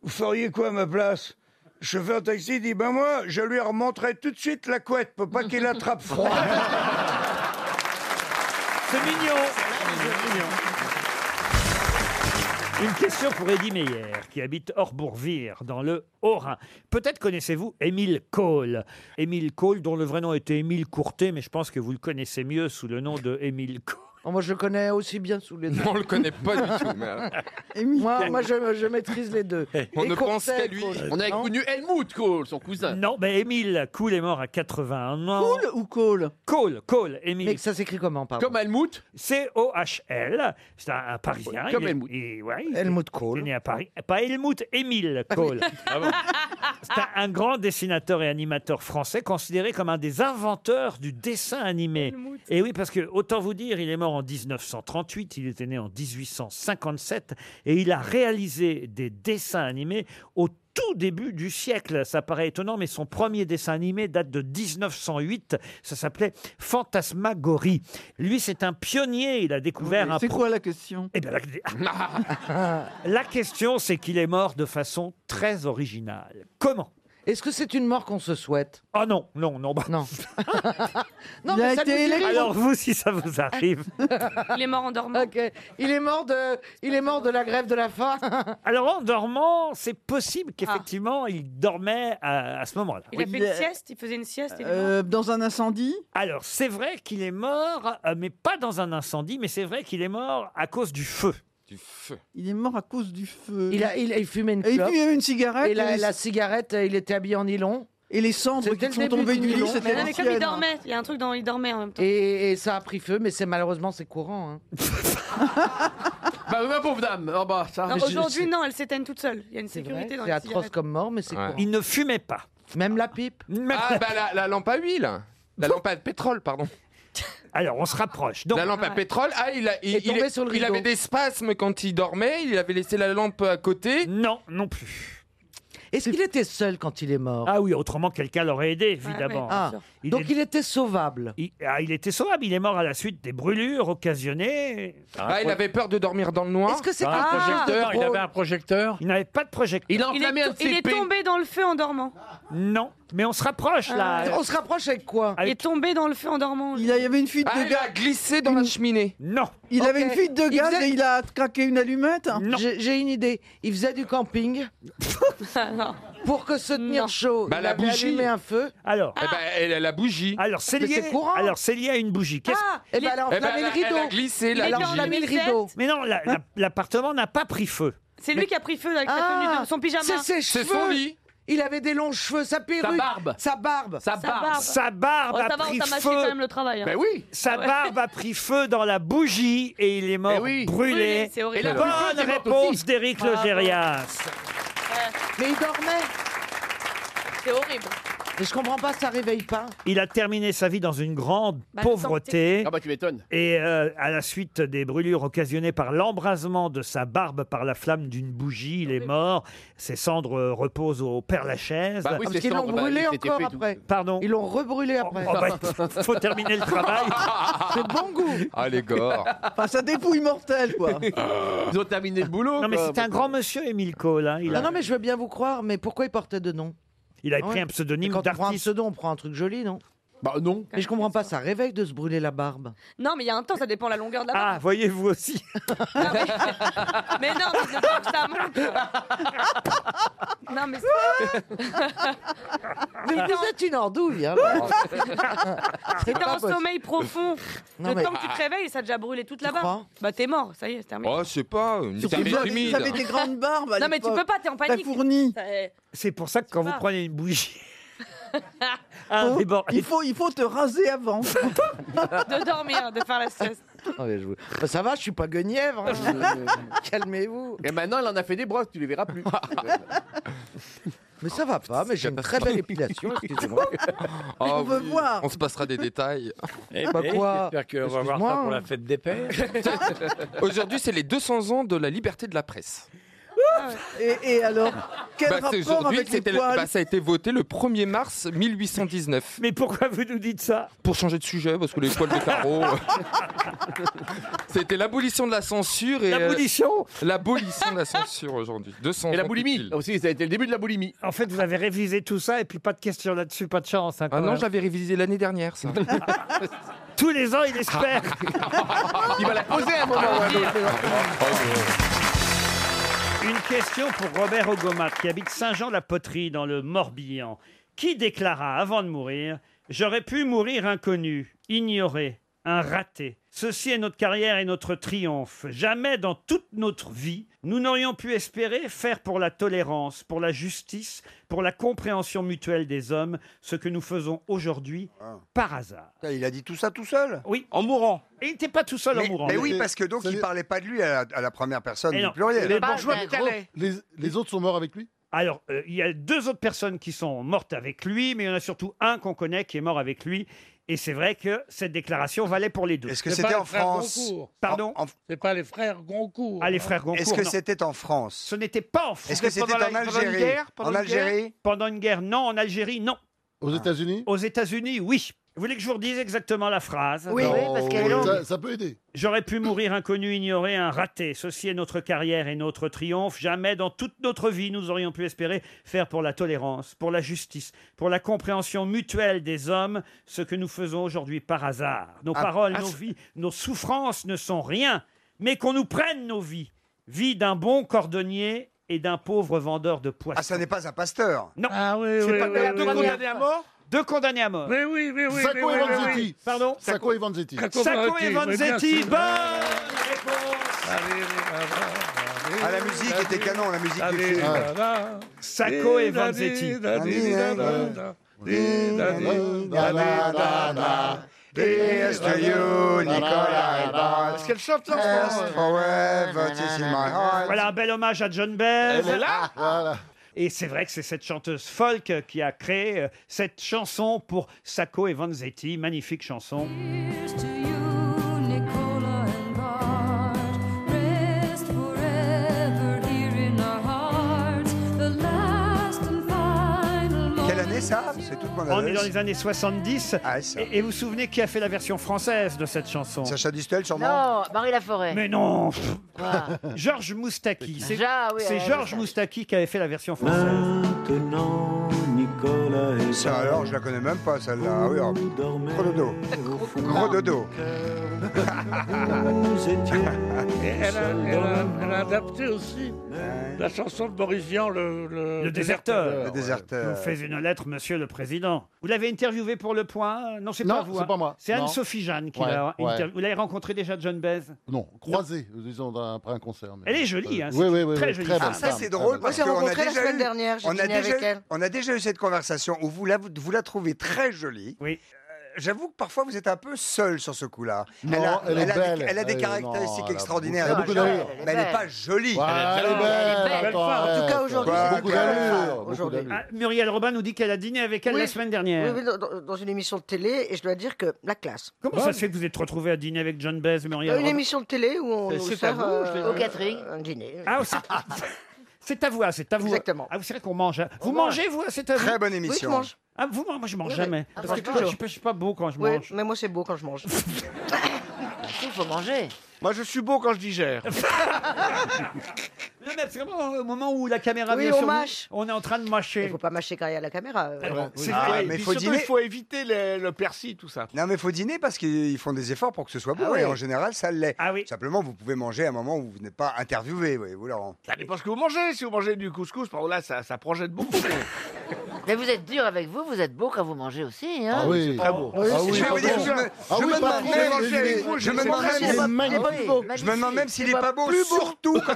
Speaker 26: Vous feriez quoi à ma place Le chauffeur de taxi dit Ben moi, je lui remonterai tout de suite la couette pour pas qu'il attrape froid.
Speaker 3: C'est mignon. Une question pour Eddie Meyer, qui habite Orbourvire, dans le Haut-Rhin. Peut-être connaissez-vous Émile Cole. Émile Cole, dont le vrai nom était Émile Courté, mais je pense que vous le connaissez mieux sous le nom de Émile Cole.
Speaker 15: moi, je le connais aussi bien sous les deux.
Speaker 5: On le connaît pas du tout. mais euh, alors.
Speaker 15: Moi, moi je, je maîtrise les deux.
Speaker 5: On
Speaker 15: Et
Speaker 5: ne pense
Speaker 15: Courcelles,
Speaker 5: qu'à lui.
Speaker 15: Cole,
Speaker 5: On a
Speaker 15: non
Speaker 5: connu
Speaker 8: Helmut Kohl, son cousin.
Speaker 3: Non, mais Émile Cole est mort à 81 ans.
Speaker 15: Cole ou Cole
Speaker 3: Cole, Cole, Émile.
Speaker 15: Mais ça s'écrit comment, pardon
Speaker 3: Comme Helmut C-O-H-L. C'est un, un Parisien.
Speaker 15: Comme
Speaker 3: Il est-
Speaker 15: Helmut.
Speaker 3: il- ouais, il-
Speaker 15: Helmut Ah
Speaker 3: il est né à Paris. Pas Helmut, Émile Cole.
Speaker 8: Ah
Speaker 3: C'est un, un grand dessinateur et animateur français, considéré comme un des inventeurs du dessin animé. Et oui, parce que, autant vous dire, il est mort en 1938, il était né en 1857, et il a réalisé des dessins animés au tout début du siècle. Ça paraît étonnant, mais son premier dessin animé date de 1908. Ça s'appelait Fantasmagorie. Lui, c'est un pionnier. Il a découvert un.
Speaker 20: C'est
Speaker 3: pro-
Speaker 20: quoi la question
Speaker 3: Eh bien, la... la question, c'est qu'il est mort de façon très originale. Comment
Speaker 15: Est-ce que c'est une mort qu'on se souhaite
Speaker 3: Ah non, non, non. Bah...
Speaker 15: Non. non,
Speaker 3: Il a
Speaker 15: mais ça
Speaker 3: été
Speaker 15: nous
Speaker 3: élu.
Speaker 15: irrite.
Speaker 3: Alors vous, si ça vous arrive.
Speaker 15: Il est mort en dormant. Il est mort de, il est mort de la grève de la faim.
Speaker 3: Alors en dormant, c'est
Speaker 15: Ah.
Speaker 3: possible qu'effectivement, il dormait à, à ce moment-là.
Speaker 20: Il a fait une sieste Il faisait une sieste
Speaker 3: Euh,
Speaker 15: Euh,
Speaker 20: Dans un incendie
Speaker 3: Alors c'est vrai qu'il est mort, euh, mais pas dans un incendie, mais c'est vrai qu'il est mort à cause du feu. Du feu.
Speaker 20: Il est mort à cause du feu.
Speaker 15: Il a, il, il fumait une
Speaker 20: Et il
Speaker 15: clope.
Speaker 20: fumait une cigarette,
Speaker 15: Et la,
Speaker 20: et-
Speaker 15: la cigarette, euh, il était habillé en nylon.
Speaker 20: Et les cendres
Speaker 15: C'était
Speaker 20: qui
Speaker 15: le
Speaker 20: sont
Speaker 15: début
Speaker 20: tombées du lit,
Speaker 15: nylon.
Speaker 20: c'était
Speaker 15: Mais-
Speaker 20: les siennes.
Speaker 4: il y a un truc dans il dormait en même
Speaker 15: Et, et ça a pris feu, mais c'est malheureusement c'est courant. hein.
Speaker 25: Bah, ma pauvre dame. Oh, bah,
Speaker 15: Ah,
Speaker 25: ça.
Speaker 4: Non, Aujourd'hui, non, elle s'éteine toute seule. Il y a une sécurité dans
Speaker 15: C'est
Speaker 4: les
Speaker 15: atroce
Speaker 4: cigarettes.
Speaker 15: comme mort, mais c'est courant.
Speaker 3: Il ne fumait pas.
Speaker 15: Même la pipe.
Speaker 5: Ah, bah la, la lampe à huile. La lampe à pétrole, pardon.
Speaker 3: Alors, on se rapproche.
Speaker 5: la lampe à
Speaker 25: Ouais.
Speaker 5: pétrole, ah, il, a- il,
Speaker 25: Et
Speaker 5: il-
Speaker 25: tombé sur le
Speaker 5: il
Speaker 25: rideau.
Speaker 5: avait des spasmes quand il dormait, il avait laissé la lampe à côté.
Speaker 3: Non, non plus.
Speaker 15: Est-ce qu'il était seul quand il est mort
Speaker 3: Ah oui, autrement quelqu'un l'aurait aidé,
Speaker 4: Ah,
Speaker 3: évidemment.
Speaker 15: ouais, bien sûr. Donc, il était sauvable.
Speaker 3: Il, ah, il était sauvable, il est mort à la suite des brûlures occasionnées.
Speaker 5: Ah, il avait peur de dormir dans le noir.
Speaker 3: Est-ce que c'est
Speaker 5: Ah,
Speaker 3: un projecteur
Speaker 5: drôle.
Speaker 3: Il avait un projecteur Il n'avait pas de projecteur.
Speaker 4: Il est, to- il est tombé dans le feu en dormant.
Speaker 3: Non, mais on se rapproche là.
Speaker 4: Ah.
Speaker 15: On se rapproche avec quoi
Speaker 4: Il est tombé dans le feu en dormant.
Speaker 20: Il a- il y avait une fuite de gaz.
Speaker 5: glissé dans la cheminée.
Speaker 3: Non.
Speaker 20: Il avait une fuite de gaz et il a craqué une allumette
Speaker 15: J'ai j'ai une idée. Il faisait du camping
Speaker 4: Ah,
Speaker 15: pour que se tenir chaud.
Speaker 5: Bah,
Speaker 15: il
Speaker 5: la
Speaker 15: avait
Speaker 5: bougie.
Speaker 15: allumé un feu.
Speaker 3: Alors.
Speaker 5: Eh ben, elle a la bougie.
Speaker 3: Alors c'est
Speaker 15: Ah. Mais
Speaker 3: lié.
Speaker 15: c'est courant.
Speaker 3: Alors c'est lié à une bougie. Qu'est-ce-
Speaker 15: Ah, eh ben, elle a
Speaker 5: Eh ben,
Speaker 15: enflammé
Speaker 5: elle
Speaker 15: le
Speaker 5: a-
Speaker 15: rideau.
Speaker 5: elle a glissé la
Speaker 15: Elle a
Speaker 5: bougie.
Speaker 15: enflammé le rideau.
Speaker 3: Mais non, la- la- l'appartement n'a pas pris feu.
Speaker 4: C'est lui qui a pris feu avec sa tenue de son pyjama.
Speaker 15: Ah, C'est ses cheveux. Il avait des longs cheveux, sa perruque.
Speaker 3: barbe.
Speaker 15: Sa barbe.
Speaker 25: Sa
Speaker 4: barbe. barbe.
Speaker 3: Sa barbe
Speaker 4: Oh,
Speaker 3: a
Speaker 4: ça va, on
Speaker 3: pris
Speaker 4: t'a mâché
Speaker 3: feu.
Speaker 4: quand même le travail. hein.
Speaker 5: Ben
Speaker 3: Sa
Speaker 4: Ah ouais.
Speaker 3: barbe a pris feu dans la bougie et il est mort
Speaker 5: Ben
Speaker 3: brûlé.
Speaker 4: Brûlé, c'est horrible. Et la bougie,
Speaker 3: Bonne
Speaker 4: c'est mort
Speaker 3: réponse
Speaker 4: aussi.
Speaker 3: d'Éric
Speaker 4: Bravo.
Speaker 3: Logérias.
Speaker 15: Mais il dormait.
Speaker 4: C'est horrible.
Speaker 15: Et je comprends pas, ça réveille pas.
Speaker 3: Il a terminé sa vie dans une grande
Speaker 15: Bah,
Speaker 3: pauvreté.
Speaker 25: Ah bah tu m'étonnes.
Speaker 3: Et euh, à la suite des brûlures occasionnées par l'embrasement de sa barbe par la flamme d'une bougie, il est mort. Ses cendres euh, reposent au Père Lachaise.
Speaker 25: Bah oui,
Speaker 15: Ah, Parce qu'ils l'ont brûlé encore après.
Speaker 3: Pardon
Speaker 15: Ils l'ont rebrûlé après.
Speaker 3: Oh, bah, faut terminer le travail.
Speaker 15: C'est bon goût.
Speaker 5: Ah, les gores.
Speaker 20: Enfin, ça dépouille mortel, quoi.
Speaker 25: Ils ont terminé le boulot.
Speaker 3: Non, mais
Speaker 25: quoi.
Speaker 3: c'est un grand monsieur, Émile Cole. hein. Il,
Speaker 15: Non,
Speaker 3: a,
Speaker 15: non, mais je veux bien vous croire, mais pourquoi il portait deux noms
Speaker 3: il a
Speaker 15: Ah ouais.
Speaker 3: pris un pseudonyme
Speaker 15: Et Quand on prend un
Speaker 3: d'artiste.
Speaker 15: pseudo, on prend un truc joli, non Bah non. Mais je comprends pas, ça réveille de se brûler la barbe.
Speaker 4: Non, mais il y a un temps, ça dépend de la longueur de la
Speaker 3: Ah,
Speaker 4: barbe.
Speaker 3: voyez-vous aussi.
Speaker 4: Mais non, mais bien sûr que ça monte. Non, mais
Speaker 15: Mais vous êtes une andouille. Hein,
Speaker 4: c'est t'es en sommeil profond.
Speaker 15: Non,
Speaker 4: le
Speaker 15: mais-
Speaker 4: temps que tu te réveilles, ça a déjà brûlé toute la barbe. Bah, t'es mort, ça y est, c'est terminé.
Speaker 5: Oh, je sais pas, une
Speaker 4: Surtout
Speaker 5: serviette
Speaker 4: que vous avez-
Speaker 5: humide.
Speaker 4: vous avez des grandes
Speaker 20: barbes.
Speaker 4: à Non, mais tu l'époque. peux pas, t'es en T'as panique. fourni. Ça, euh,
Speaker 3: C'est pour ça que quand
Speaker 4: c'est
Speaker 3: vous
Speaker 4: pas-
Speaker 3: prenez une bougie.
Speaker 20: Faut-
Speaker 3: Ah, mais bon.
Speaker 20: il, faut, il faut te raser avant.
Speaker 4: De dormir, de faire la sieste.
Speaker 15: ça va, Ah, je suis pas guenièvre. hein. Calmez-vous.
Speaker 23: Et maintenant, elle en a fait des brosses, tu les verras plus.
Speaker 15: Mais ça va pas, mais j'ai une très belle épilation, excusez-moi.
Speaker 5: Oh, Ah
Speaker 15: On veut
Speaker 5: oui,
Speaker 15: voir.
Speaker 5: On se passera des détails.
Speaker 15: Eh Bah ben, quoi j'espère qu'on va voir ça Excuse-moi. pour la
Speaker 5: fête des pères. Aujourd'hui, c'est les 200 ans de la liberté de la presse.
Speaker 3: Ah
Speaker 20: et, et alors, quel
Speaker 5: Bah, c'est
Speaker 20: rapport
Speaker 5: aujourd'hui,
Speaker 20: avec les
Speaker 5: c'était le-
Speaker 20: poils
Speaker 5: bah, ça a été voté le 1er mars 1819.
Speaker 3: Mais pourquoi vous nous dites ça
Speaker 5: Pour changer de sujet, parce que les poils de carreau. c'était l'abolition de la censure et. euh,
Speaker 3: L'abolition
Speaker 5: L'abolition de la censure aujourd'hui. 200
Speaker 23: Et la
Speaker 5: ans
Speaker 23: boulimie.
Speaker 5: pile.
Speaker 3: Ah, Aussi, ça a été le début de la boulimie. En fait, vous avez révisé tout ça et puis pas de questions là-dessus, pas de chance. hein,
Speaker 5: Ah non, je l'avais révisé l'année dernière, ça.
Speaker 3: Tous les ans, il espère.
Speaker 23: Il va la poser à un moment ou à un autre.
Speaker 3: Une question pour Robert Ogomat, qui habite Saint-Jean-la-Poterie, dans le Morbihan, qui déclara avant de mourir J'aurais pu mourir inconnu, ignoré, un raté. Ceci est notre carrière et notre triomphe. Jamais dans toute notre vie, nous n'aurions pu espérer faire pour la tolérance, pour la justice, pour la compréhension mutuelle des hommes, ce que nous faisons aujourd'hui par hasard.
Speaker 21: Ah. Il a dit tout ça tout seul
Speaker 3: Oui.
Speaker 21: En mourant.
Speaker 3: Et il n'était pas tout seul en
Speaker 21: mais,
Speaker 3: mourant.
Speaker 21: Mais oui, parce que donc il parlait pas de lui à la, à la première personne
Speaker 3: Et
Speaker 21: du
Speaker 3: non.
Speaker 21: pluriel.
Speaker 3: Les bourgeois de Calais.
Speaker 21: Les, autres sont morts avec lui
Speaker 3: Alors, euh, il y a deux autres personnes qui sont mortes avec lui, mais il y en a surtout un qu'on connaît qui est mort avec lui. Et c'est vrai que cette déclaration valait pour les deux.
Speaker 21: Est-ce que C'est c'était pas en les frères France Goncourt.
Speaker 3: Pardon
Speaker 21: C'est pas les frères Goncourt.
Speaker 3: Ah, les frères Goncourt.
Speaker 21: Est-ce que
Speaker 3: non.
Speaker 21: c'était en France Ce
Speaker 3: n'était pas en France.
Speaker 21: Est-ce que c'était en Algérie En Algérie
Speaker 3: Pendant une guerre, non. En Algérie, non. Aux États-Unis Aux États-Unis, oui. Vous voulez que je vous redise exactement la phrase
Speaker 22: Oui, oui, parce qu'elle est longue. Ça- ça peut
Speaker 3: aider. J'aurais pu mourir inconnu, ignoré, un raté. Ceci est notre carrière et notre triomphe. Jamais dans toute notre vie nous aurions pu espérer faire pour la tolérance, pour la justice, pour la compréhension mutuelle des hommes ce que nous faisons aujourd'hui par hasard. Nos
Speaker 21: Ah,
Speaker 3: paroles,
Speaker 21: ah,
Speaker 3: nos
Speaker 21: c'est-
Speaker 3: vies, nos souffrances ne sont rien, mais qu'on nous prenne nos vies. Vie d'un bon cordonnier et d'un pauvre vendeur de poissons. Ah, ça n'est
Speaker 21: pas un pasteur
Speaker 3: Non. Ah oui,
Speaker 21: C'est pas deux condamnés
Speaker 3: à mort Deux condamnés à mort.
Speaker 21: Mais oui, mais oui, Sacco mais oui,
Speaker 22: et mais oui. Vanzetti.
Speaker 3: Pardon
Speaker 22: Sacco et Vanzetti.
Speaker 3: Sacco et Vanzetti, bonne
Speaker 21: Ah, la musique était canon, la musique du film.
Speaker 3: Ah. Sacco et Vanzetti.
Speaker 21: Here's to you, Nicolas Ribas.
Speaker 22: Parce qu'elle chante
Speaker 21: Last forever, this is my heart. Ah,
Speaker 3: Voilà un bel hommage à John Bell.
Speaker 21: Elle est là
Speaker 3: Et c'est vrai que c'est cette chanteuse folk qui a créé euh, cette chanson pour Sacco et Vanzetti, magnifique chanson.
Speaker 21: Quelle année ça C'est toute mon
Speaker 3: On est dans
Speaker 21: adresse.
Speaker 3: les années 70.
Speaker 21: Ah,
Speaker 3: et, et vous vous souvenez qui a fait la version française de cette chanson Sacha Distel,
Speaker 14: Non, Marie Laforêt.
Speaker 3: Mais non pff.
Speaker 14: Ah.
Speaker 3: Georges Moustaki. C'est
Speaker 14: Ja, oui,
Speaker 3: c'est
Speaker 14: ouais,
Speaker 3: Georges Moustaki qui avait fait la version française.
Speaker 21: Maintenant, Nicolas est Ça alors, je la connais même pas celle-là. Ah Oui, alors, gros dodo. Gros dodo.
Speaker 22: Et elle, a, elle a- elle a adapté aussi la chanson de Boris Vian, le, le,
Speaker 3: Le déserteur.
Speaker 21: Le déserteur.
Speaker 3: Vous faites une lettre, monsieur le président. Vous l'avez interviewé pour le point Non, c'est pas vous.
Speaker 22: c'est
Speaker 3: hein.
Speaker 22: pas moi.
Speaker 3: C'est
Speaker 22: Non.
Speaker 3: Anne-Sophie Jeanne qui
Speaker 22: Ouais,
Speaker 3: l'a
Speaker 22: ouais.
Speaker 3: interviewé. Vous l'avez rencontrée déjà, John Bez
Speaker 22: Non, croisé, euh, disons, dans- après un concert. mais- euh,
Speaker 3: Elle est jolie, hein,
Speaker 22: oui,
Speaker 3: c'est
Speaker 22: oui, oui,
Speaker 3: très
Speaker 22: oui,
Speaker 3: jolie
Speaker 22: très
Speaker 3: femme. Ah,
Speaker 22: belle
Speaker 21: Ça,
Speaker 22: femme, bah, très
Speaker 21: c'est drôle
Speaker 22: belle
Speaker 21: parce
Speaker 22: femme.
Speaker 21: qu'on a
Speaker 14: rencontrée la
Speaker 21: déjà
Speaker 14: semaine
Speaker 21: eu,
Speaker 14: dernière, j'ai
Speaker 21: on a
Speaker 14: dîné
Speaker 21: déjà
Speaker 14: avec
Speaker 21: eu-
Speaker 14: elle.
Speaker 21: on a déjà eu cette conversation où vous la, vous la trouvez très jolie. Euh,
Speaker 3: Oui.
Speaker 21: J'avoue que parfois vous êtes un peu seul sur ce coup-là.
Speaker 22: Non,
Speaker 21: a,
Speaker 22: elle est
Speaker 21: a des-
Speaker 22: belle.
Speaker 21: elle a des
Speaker 22: Elle est- non,
Speaker 21: caractéristiques
Speaker 22: elle a
Speaker 21: extraordinaires.
Speaker 22: beaucoup- elle a beaucoup d'allure.
Speaker 21: mais elle n'est pas jolie.
Speaker 22: Ouais, elle est belle,
Speaker 14: En tout
Speaker 22: attends,
Speaker 14: cas,
Speaker 22: arrête.
Speaker 14: aujourd'hui,
Speaker 21: Quoi,
Speaker 14: c'est
Speaker 21: quoi,
Speaker 14: une très belle
Speaker 21: quoi,
Speaker 14: femme.
Speaker 21: beaucoup
Speaker 14: Aujourd'hui.
Speaker 21: d'allure.
Speaker 3: Ah, Muriel Robin nous dit qu'elle a dîné avec elle
Speaker 14: Oui.
Speaker 3: la semaine dernière.
Speaker 14: Oui, oui, dans, dans une émission de télé, et je dois dire que la classe.
Speaker 3: Comment ça se fait que vous êtes retrouvé à dîner avec John Bez, Muriel
Speaker 14: Dans Euh, une
Speaker 3: Robin
Speaker 14: émission de télé où on
Speaker 3: C'est-
Speaker 14: nous
Speaker 3: c'est
Speaker 14: sert
Speaker 3: à vous,
Speaker 14: euh,
Speaker 3: je l'ai vu. Au catering.
Speaker 14: un dîner.
Speaker 3: Ah, c'est- c'est à vous, ah, c'est à vous. Exactement. Ah, c'est vrai qu'on mange. hein. Vous mangez, vous, ah, c'est à vous
Speaker 21: Très bonne émission.
Speaker 14: Oui, je mange.
Speaker 3: Ah, vous, moi, moi, je mange
Speaker 14: Oui, oui.
Speaker 3: jamais.
Speaker 14: Ah,
Speaker 3: Parce
Speaker 14: moi,
Speaker 3: que
Speaker 14: toujours.
Speaker 3: je suis pas- je suis pas beau quand je
Speaker 14: Oui,
Speaker 3: mange.
Speaker 14: mais moi, c'est beau quand je mange.
Speaker 21: ah,
Speaker 14: Il faut manger.
Speaker 22: Moi, je suis beau quand je digère.
Speaker 3: Non, mais parce que moi, au moment où la caméra
Speaker 14: Oui,
Speaker 3: vient
Speaker 14: on
Speaker 3: sur vous,
Speaker 14: mâche.
Speaker 3: on est en train de mâcher.
Speaker 14: Il faut pas mâcher quand il y a la caméra. euh, Laurent.
Speaker 3: c'est
Speaker 21: Ah,
Speaker 3: vrai,
Speaker 21: mais
Speaker 3: puis
Speaker 21: faut
Speaker 3: surtout,
Speaker 21: dîner.
Speaker 3: il faut
Speaker 21: éviter le, persil, tout ça. Non, mais faut dîner parce qu'ils font des efforts pour que ce soit bon.
Speaker 3: Ah ouais.
Speaker 21: Et en général, ça l'est.
Speaker 3: Ah oui.
Speaker 21: Simplement, vous pouvez manger à un moment où vous n'êtes pas interviewé, voyez-vous, Laurent.
Speaker 22: Ça dépend ce que vous mangez. Si vous mangez du couscous, par là, ça, ça projette beaucoup.
Speaker 7: Mais vous êtes dur avec vous, vous êtes beau quand vous mangez aussi. Hein
Speaker 21: Ah oui, c'est très beau. Ah oui, Ah oui, je vais vous dire, je me- Ah je oui, me demande pardon, même- je vais- je me je vais- demande même- il est magnifique. Je me demande même s'il est pas beau, surtout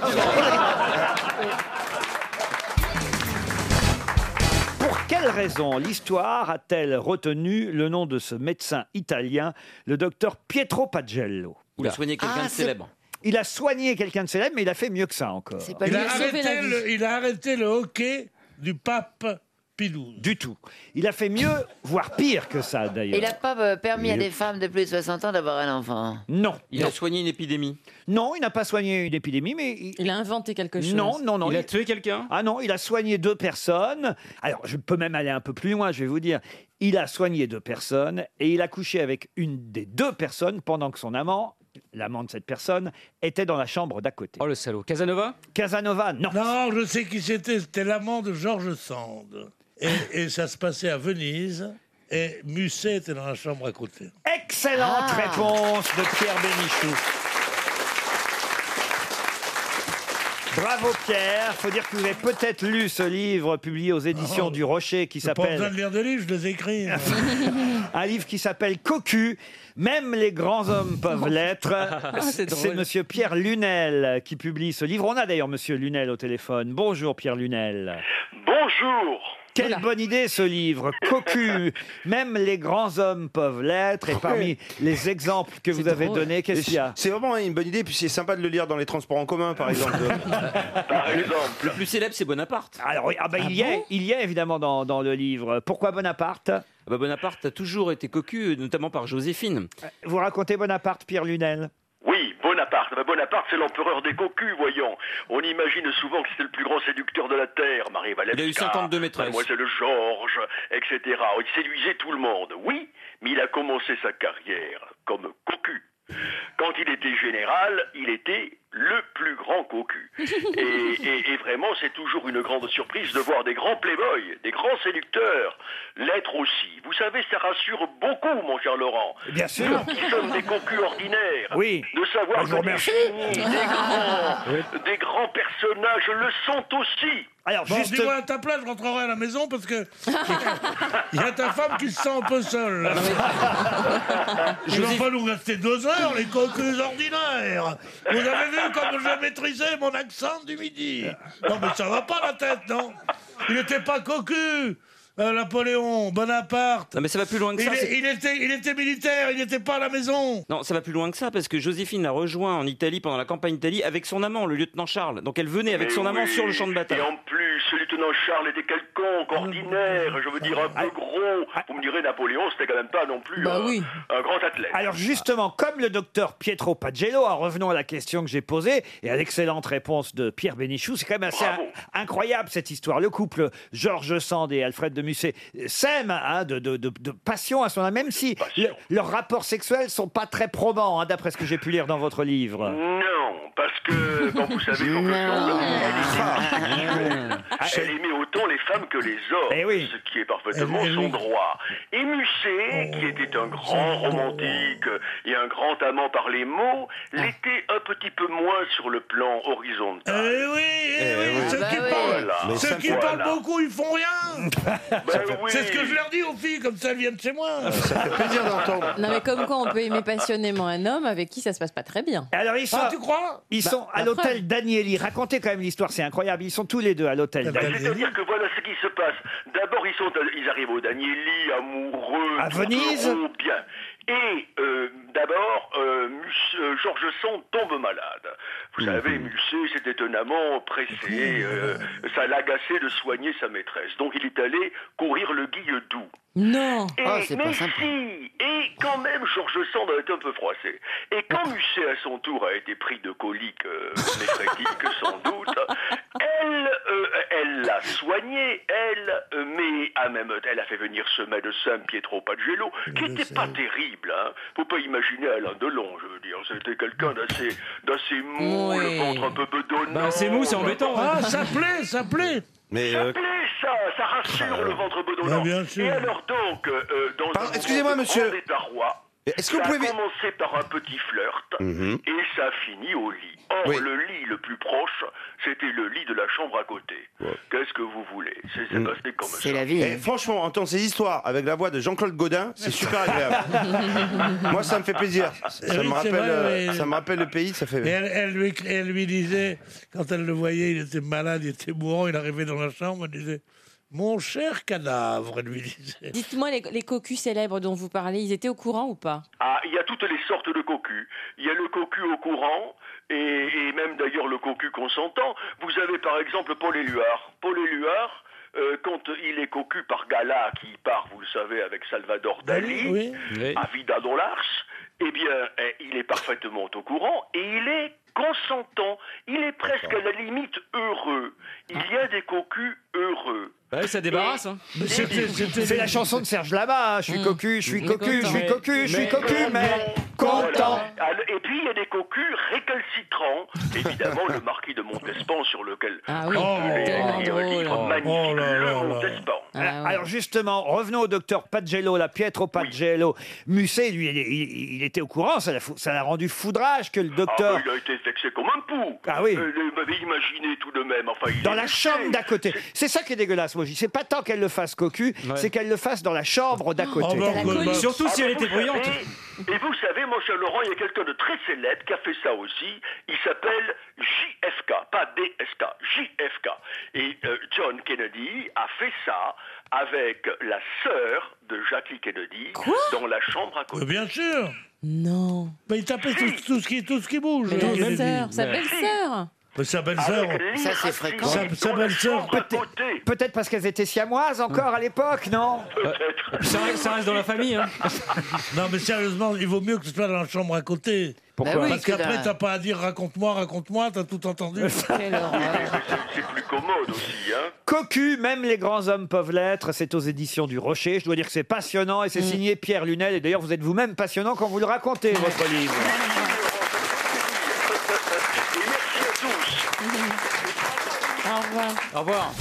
Speaker 21: quand
Speaker 3: Pour quelle raison l'histoire a-t-elle retenu le nom de ce médecin italien, le docteur Pietro Pagello
Speaker 11: Il a soigné quelqu'un Ah, de c'est- célèbre.
Speaker 3: Il a soigné quelqu'un de célèbre, mais il a fait mieux que ça encore.
Speaker 22: il, a arrêté le, il a arrêté le hockey du pape Pidou.
Speaker 3: Du tout. Il a fait mieux, voire pire que ça d'ailleurs.
Speaker 7: Il n'a pas euh, permis à
Speaker 3: Il-
Speaker 7: des femmes de plus de 60 ans d'avoir un enfant.
Speaker 3: Non.
Speaker 11: Il a soigné une épidémie.
Speaker 3: Non, il n'a pas soigné une épidémie, mais... Il...
Speaker 7: a inventé quelque
Speaker 3: Non, non, non.
Speaker 11: Il a tué quelqu'un
Speaker 3: Ah non, il a soigné deux personnes. Alors, je peux même aller un peu plus loin, je vais vous dire. Il a soigné deux personnes et il a couché avec une des deux personnes pendant que son amant, l'amant de cette personne, était dans la chambre d'à côté. Oh,
Speaker 11: le salaud. Casanova
Speaker 3: Casanova, non.
Speaker 22: Non, je sais qui c'était. C'était l'amant de Georges Sand. Et, et ça se passait à Venise. Et Musset était dans la chambre à côté.
Speaker 3: Excellente
Speaker 22: Ah.
Speaker 3: réponse de Pierre Bénichou. Bravo Pierre, faut dire que vous avez peut-être lu ce livre publié aux éditions
Speaker 22: Oh.
Speaker 3: du Rocher qui
Speaker 22: J'ai pas besoin
Speaker 3: s'appelle
Speaker 22: de lire de livres, je les écris. moi.
Speaker 3: un livre qui s'appelle Cocu. Même les grands hommes peuvent l'être.
Speaker 22: Ah, c'est drôle.
Speaker 3: C'est Monsieur Pierre Lunel qui publie ce livre. On a d'ailleurs Monsieur Lunel au téléphone. Bonjour Pierre Lunel.
Speaker 12: Bonjour.
Speaker 3: Quelle bonne idée ce livre, Cocu. Même les grands hommes peuvent l'être. Et parmi les exemples que vous avez donnés, qu'est-ce qu'il y a
Speaker 16: C'est vraiment une bonne idée, puis c'est sympa de le lire dans les transports en commun, par exemple.
Speaker 11: Le plus célèbre, c'est Bonaparte.
Speaker 3: Alors, oui, ah bah, il, y est, il y est évidemment dans, dans le livre. Pourquoi Bonaparte
Speaker 11: Ah bah, Bonaparte a toujours été cocu, notamment par Joséphine.
Speaker 3: Vous racontez Bonaparte, Pierre Lunel
Speaker 12: Oui, Bonaparte. Ben, Bonaparte, c'est l'empereur des cocus, voyons. On imagine souvent que c'était le plus grand séducteur de la Terre, Marie Valevska.
Speaker 11: Il a eu 52 maîtresses.
Speaker 12: Mademoiselle Georges, etc. Il séduisait tout le monde, oui, mais il a commencé sa carrière comme cocu. Quand il était général, il était le plus grand cocu. Et, et- et vraiment, c'est toujours une grande surprise de voir des grands playboys, des grands séducteurs, l'être aussi. Vous savez, ça rassure beaucoup, mon cher Laurent.
Speaker 3: Eh Bien sûr.
Speaker 12: Nous qui sommes des concus ordinaires.
Speaker 3: Oui.
Speaker 12: De savoir
Speaker 3: Je vous
Speaker 12: que des
Speaker 3: remercie.
Speaker 12: génies, des, grands, des grands personnages le sont aussi.
Speaker 3: Alors,
Speaker 22: bon, dis-moi à ta place, je rentrerai à la maison parce que il y a ta femme qui se sent un peu seule. là.
Speaker 11: Ah,
Speaker 22: Ils vont pas nous rester deux heures, les cocus ordinaires. Vous avez vu comme je maîtrisais mon accent du midi. Non, mais ça va pas la tête, non Il n'était pas cocu. euh, Napoléon, Bonaparte.
Speaker 11: Non, mais ça va plus loin que ça,
Speaker 22: Il, est-
Speaker 11: c'est-
Speaker 22: il était, il était militaire, il n'était pas à la
Speaker 3: Ah.
Speaker 22: maison.
Speaker 11: Non, ça va plus loin que ça, parce que Joséphine l'a rejoint en Italie pendant la campagne d'Italie avec son amant, le lieutenant Charles. Donc elle venait avec
Speaker 12: Mais
Speaker 11: son amant
Speaker 12: oui,
Speaker 11: sur le champ de bataille.
Speaker 12: Et en plus, le lieutenant Charles était quelconque,
Speaker 3: Ah,
Speaker 12: ordinaire, je veux dire un peu gros. Vous me direz, Napoléon, c'était quand même pas non plus
Speaker 3: Bah
Speaker 12: un,
Speaker 3: oui.
Speaker 12: un grand athlète.
Speaker 3: Alors justement, comme le docteur Pietro Pagello, en revenant à la question que j'ai posée et à l'excellente réponse de Pierre Bénichou, c'est quand même assez in- incroyable cette histoire. Le couple Georges Sand et Alfred de Musset s'aiment hein, de, de- de- de passion à son âme, même si le- leurs rapports sexuels sont pas très probants, hein, d'après ce que j'ai pu lire dans votre livre.
Speaker 12: Non, parce que, bon, vous savez, quand
Speaker 22: Ah,
Speaker 12: Ah, elle aimait autant les femmes que les hommes,
Speaker 22: Eh
Speaker 12: ce qui est parfaitement
Speaker 1: Eh oui, eh
Speaker 12: son
Speaker 1: oui.
Speaker 12: droit. Et Musset,
Speaker 22: Oh.
Speaker 26: Oh.
Speaker 12: qui était un grand romantique et un grand amant par les mots,
Speaker 22: Ah.
Speaker 12: l'était un petit peu moins sur le plan horizontal.
Speaker 22: Eh oui, eh, oui, ceux
Speaker 12: Ah
Speaker 22: qui
Speaker 12: bah
Speaker 22: parlent, ceux qui parlent beaucoup, ils font rien.
Speaker 9: Ben
Speaker 22: C'est ce que je leur dis aux filles, comme ça elles viennent chez
Speaker 9: Ah,
Speaker 22: moi. Ça fait plaisir d'entendre.
Speaker 17: Non, mais comme quoi on peut aimer passionnément un homme avec qui ça se passe pas très bien.
Speaker 3: Alors ils sont,
Speaker 17: Ah, tu crois
Speaker 3: Ils
Speaker 17: Bah,
Speaker 3: sont à
Speaker 17: la
Speaker 3: l'hôtel
Speaker 17: preuve.
Speaker 3: Danieli. Racontez quand même l'histoire, c'est incroyable. Ils sont tous les deux à l'hôtel
Speaker 12: Bah,
Speaker 3: Danieli.
Speaker 12: C'est-à-dire que voilà ce qui se passe. D'abord, ils, sont, ils arrivent au Danieli, amoureux.
Speaker 3: À
Speaker 12: tout
Speaker 3: Venise.
Speaker 12: heureux, bien. Et euh, d'abord, euh, Mus- euh, Georges Sand tombe malade. Vous savez, Musset, c'était un amant pressé. euh, ça l'agaçait de soigner sa maîtresse. Donc, il est allé courir le guille-doux.
Speaker 17: Non.
Speaker 12: Et, mais si, et quand même, Georges Sand a été un peu froissé. Et quand Musset, à son tour, a été pris de colique euh, néphrétique, sans doute, elle, euh, elle l'a soigné, elle, euh, mais à même, elle a fait venir ce médecin Pietro Pagello, qui n'était pas terrible. Hein. Faut pas imaginer Alain Delon, je veux dire. C'était quelqu'un d'assez, d'assez mou, le ventre un peu bedonnant.
Speaker 8: Bah, c'est mou, c'est embêtant.
Speaker 22: Ah, ça plaît, ça plaît.
Speaker 12: Mais
Speaker 9: euh,
Speaker 12: ça plaît, ça,
Speaker 16: Ah,
Speaker 12: ça
Speaker 9: Ah,
Speaker 12: rassure le ventre bedonnant.
Speaker 22: Bah, bien sûr.
Speaker 12: Et alors donc, euh, euh, dans
Speaker 16: Pardon,
Speaker 12: un
Speaker 16: excusez-moi,
Speaker 12: moment de
Speaker 16: monsieur.
Speaker 12: grand désarroi,
Speaker 16: Est-ce que
Speaker 12: ça
Speaker 16: vous pouvez-
Speaker 12: a commencé par un petit flirt
Speaker 16: Mhm.
Speaker 12: et ça finit au lit. Or,
Speaker 16: Oui.
Speaker 12: le lit le plus proche, c'était le lit de la chambre à côté. Qu'est-ce que vous voulez C'est
Speaker 16: Mm.
Speaker 12: c'est passé comme ça.
Speaker 9: Et Eh, franchement, entendre ces histoires avec la voix de Jean-Claude Godin, c'est super agréable. Moi, ça me fait plaisir. Ça,
Speaker 22: Oui,
Speaker 9: me
Speaker 22: Ah, c'est
Speaker 9: rappelle,
Speaker 22: vrai,
Speaker 9: euh,
Speaker 22: mais-
Speaker 9: ça me rappelle le pays, ça fait.
Speaker 22: Et elle, elle lui, elle lui disait, quand elle le voyait, il était malade, il était mourant, il arrivait dans la chambre, elle disait Mon cher cadavre, elle lui disait.
Speaker 1: Dites-moi, les, les cocus célèbres dont vous parlez, ils étaient au courant ou pas
Speaker 12: Ah, il y a toutes les sortes de cocus. Il y a le cocu au courant, et, et même d'ailleurs le cocu consentant. Vous avez par exemple Paul Éluard. Paul Éluard, euh, quand il est cocu par Gala, qui part, vous le savez, avec Salvador Dali, à Vida Dolars, eh bien, eh, il est parfaitement au courant, et il est consentant. Il est presque à la limite heureux. Il y a des cocus heureux.
Speaker 8: Bah oui, ça débarrasse. Hein.
Speaker 3: C'est la chanson de Serge Lama, hein.
Speaker 12: Mmh.
Speaker 3: je suis cocu, je suis
Speaker 8: Mais
Speaker 3: cocu, je
Speaker 8: content.
Speaker 3: suis cocu, je suis
Speaker 8: Mais-
Speaker 3: cocu, mais content.
Speaker 12: Voilà. Ah, le- Et puis il y a des cocus récalcitrants. Évidemment, le marquis de Montespan sur lequel.
Speaker 3: Ah oui.
Speaker 12: Oh, les-
Speaker 3: Tellement
Speaker 12: les livres
Speaker 3: drôle. Oh Ah,
Speaker 12: magnifiques, le Montespan.
Speaker 3: Alors, alors justement, revenons au docteur Pagello, la Pietro Pagello. Musset, lui, il, il- il était au courant, ça l'a fou- ça l'a rendu foudrage que le docteur...
Speaker 12: Ah, il a été vexé comme un pou.
Speaker 3: Ah oui. Ah
Speaker 12: Euh, il m'avait imaginé tout de même. Enfin, il
Speaker 3: Dans
Speaker 12: est
Speaker 3: la
Speaker 12: vexé.
Speaker 3: chambre d'à côté. C'est ça qui est dégueulasse, moi. je dis. C'est pas tant qu'elle le fasse cocu, c'est qu'elle le fasse dans la chambre d'à côté.
Speaker 12: Ah, bah, vous savez- et vous savez, mon cher Laurent, il y a quelqu'un de très célèbre qui a fait ça aussi. Il s'appelle JFK, pas DSK, JFK. Et euh, John Kennedy a fait ça avec la sœur de Jackie Kennedy dans la chambre à côté.
Speaker 22: Bien sûr
Speaker 1: Non.
Speaker 22: Mais il tapait tout, tout ce, qui, tout ce qui bouge.
Speaker 1: Mais la
Speaker 22: Kennedy.
Speaker 1: belle-sœur, sa belle-sœur.
Speaker 22: Mais Sa belle-sœur.
Speaker 12: Avec Ça, c'est fréquent.
Speaker 22: Sa, sa belle-sœur.
Speaker 3: Peut-être peut-être parce qu'elles étaient siamoises encore à l'époque, non
Speaker 22: Ça reste, dans la famille. non, mais sérieusement, il vaut mieux que ce soit dans la chambre à côté.
Speaker 3: Pourquoi Bah oui,
Speaker 22: Parce
Speaker 3: que
Speaker 22: qu'après,
Speaker 3: dans-
Speaker 22: t'as pas à dire raconte-moi, raconte-moi, t'as tout entendu.
Speaker 12: C'est plus commode aussi, hein.
Speaker 3: Cocu, même les grands hommes peuvent l'être. C'est aux éditions du Rocher. Je dois dire que c'est passionnant et c'est signé Pierre Lunel. Et d'ailleurs, vous êtes vous-même passionnant quand vous le racontez, votre livre.
Speaker 1: Au revoir.
Speaker 3: Au revoir.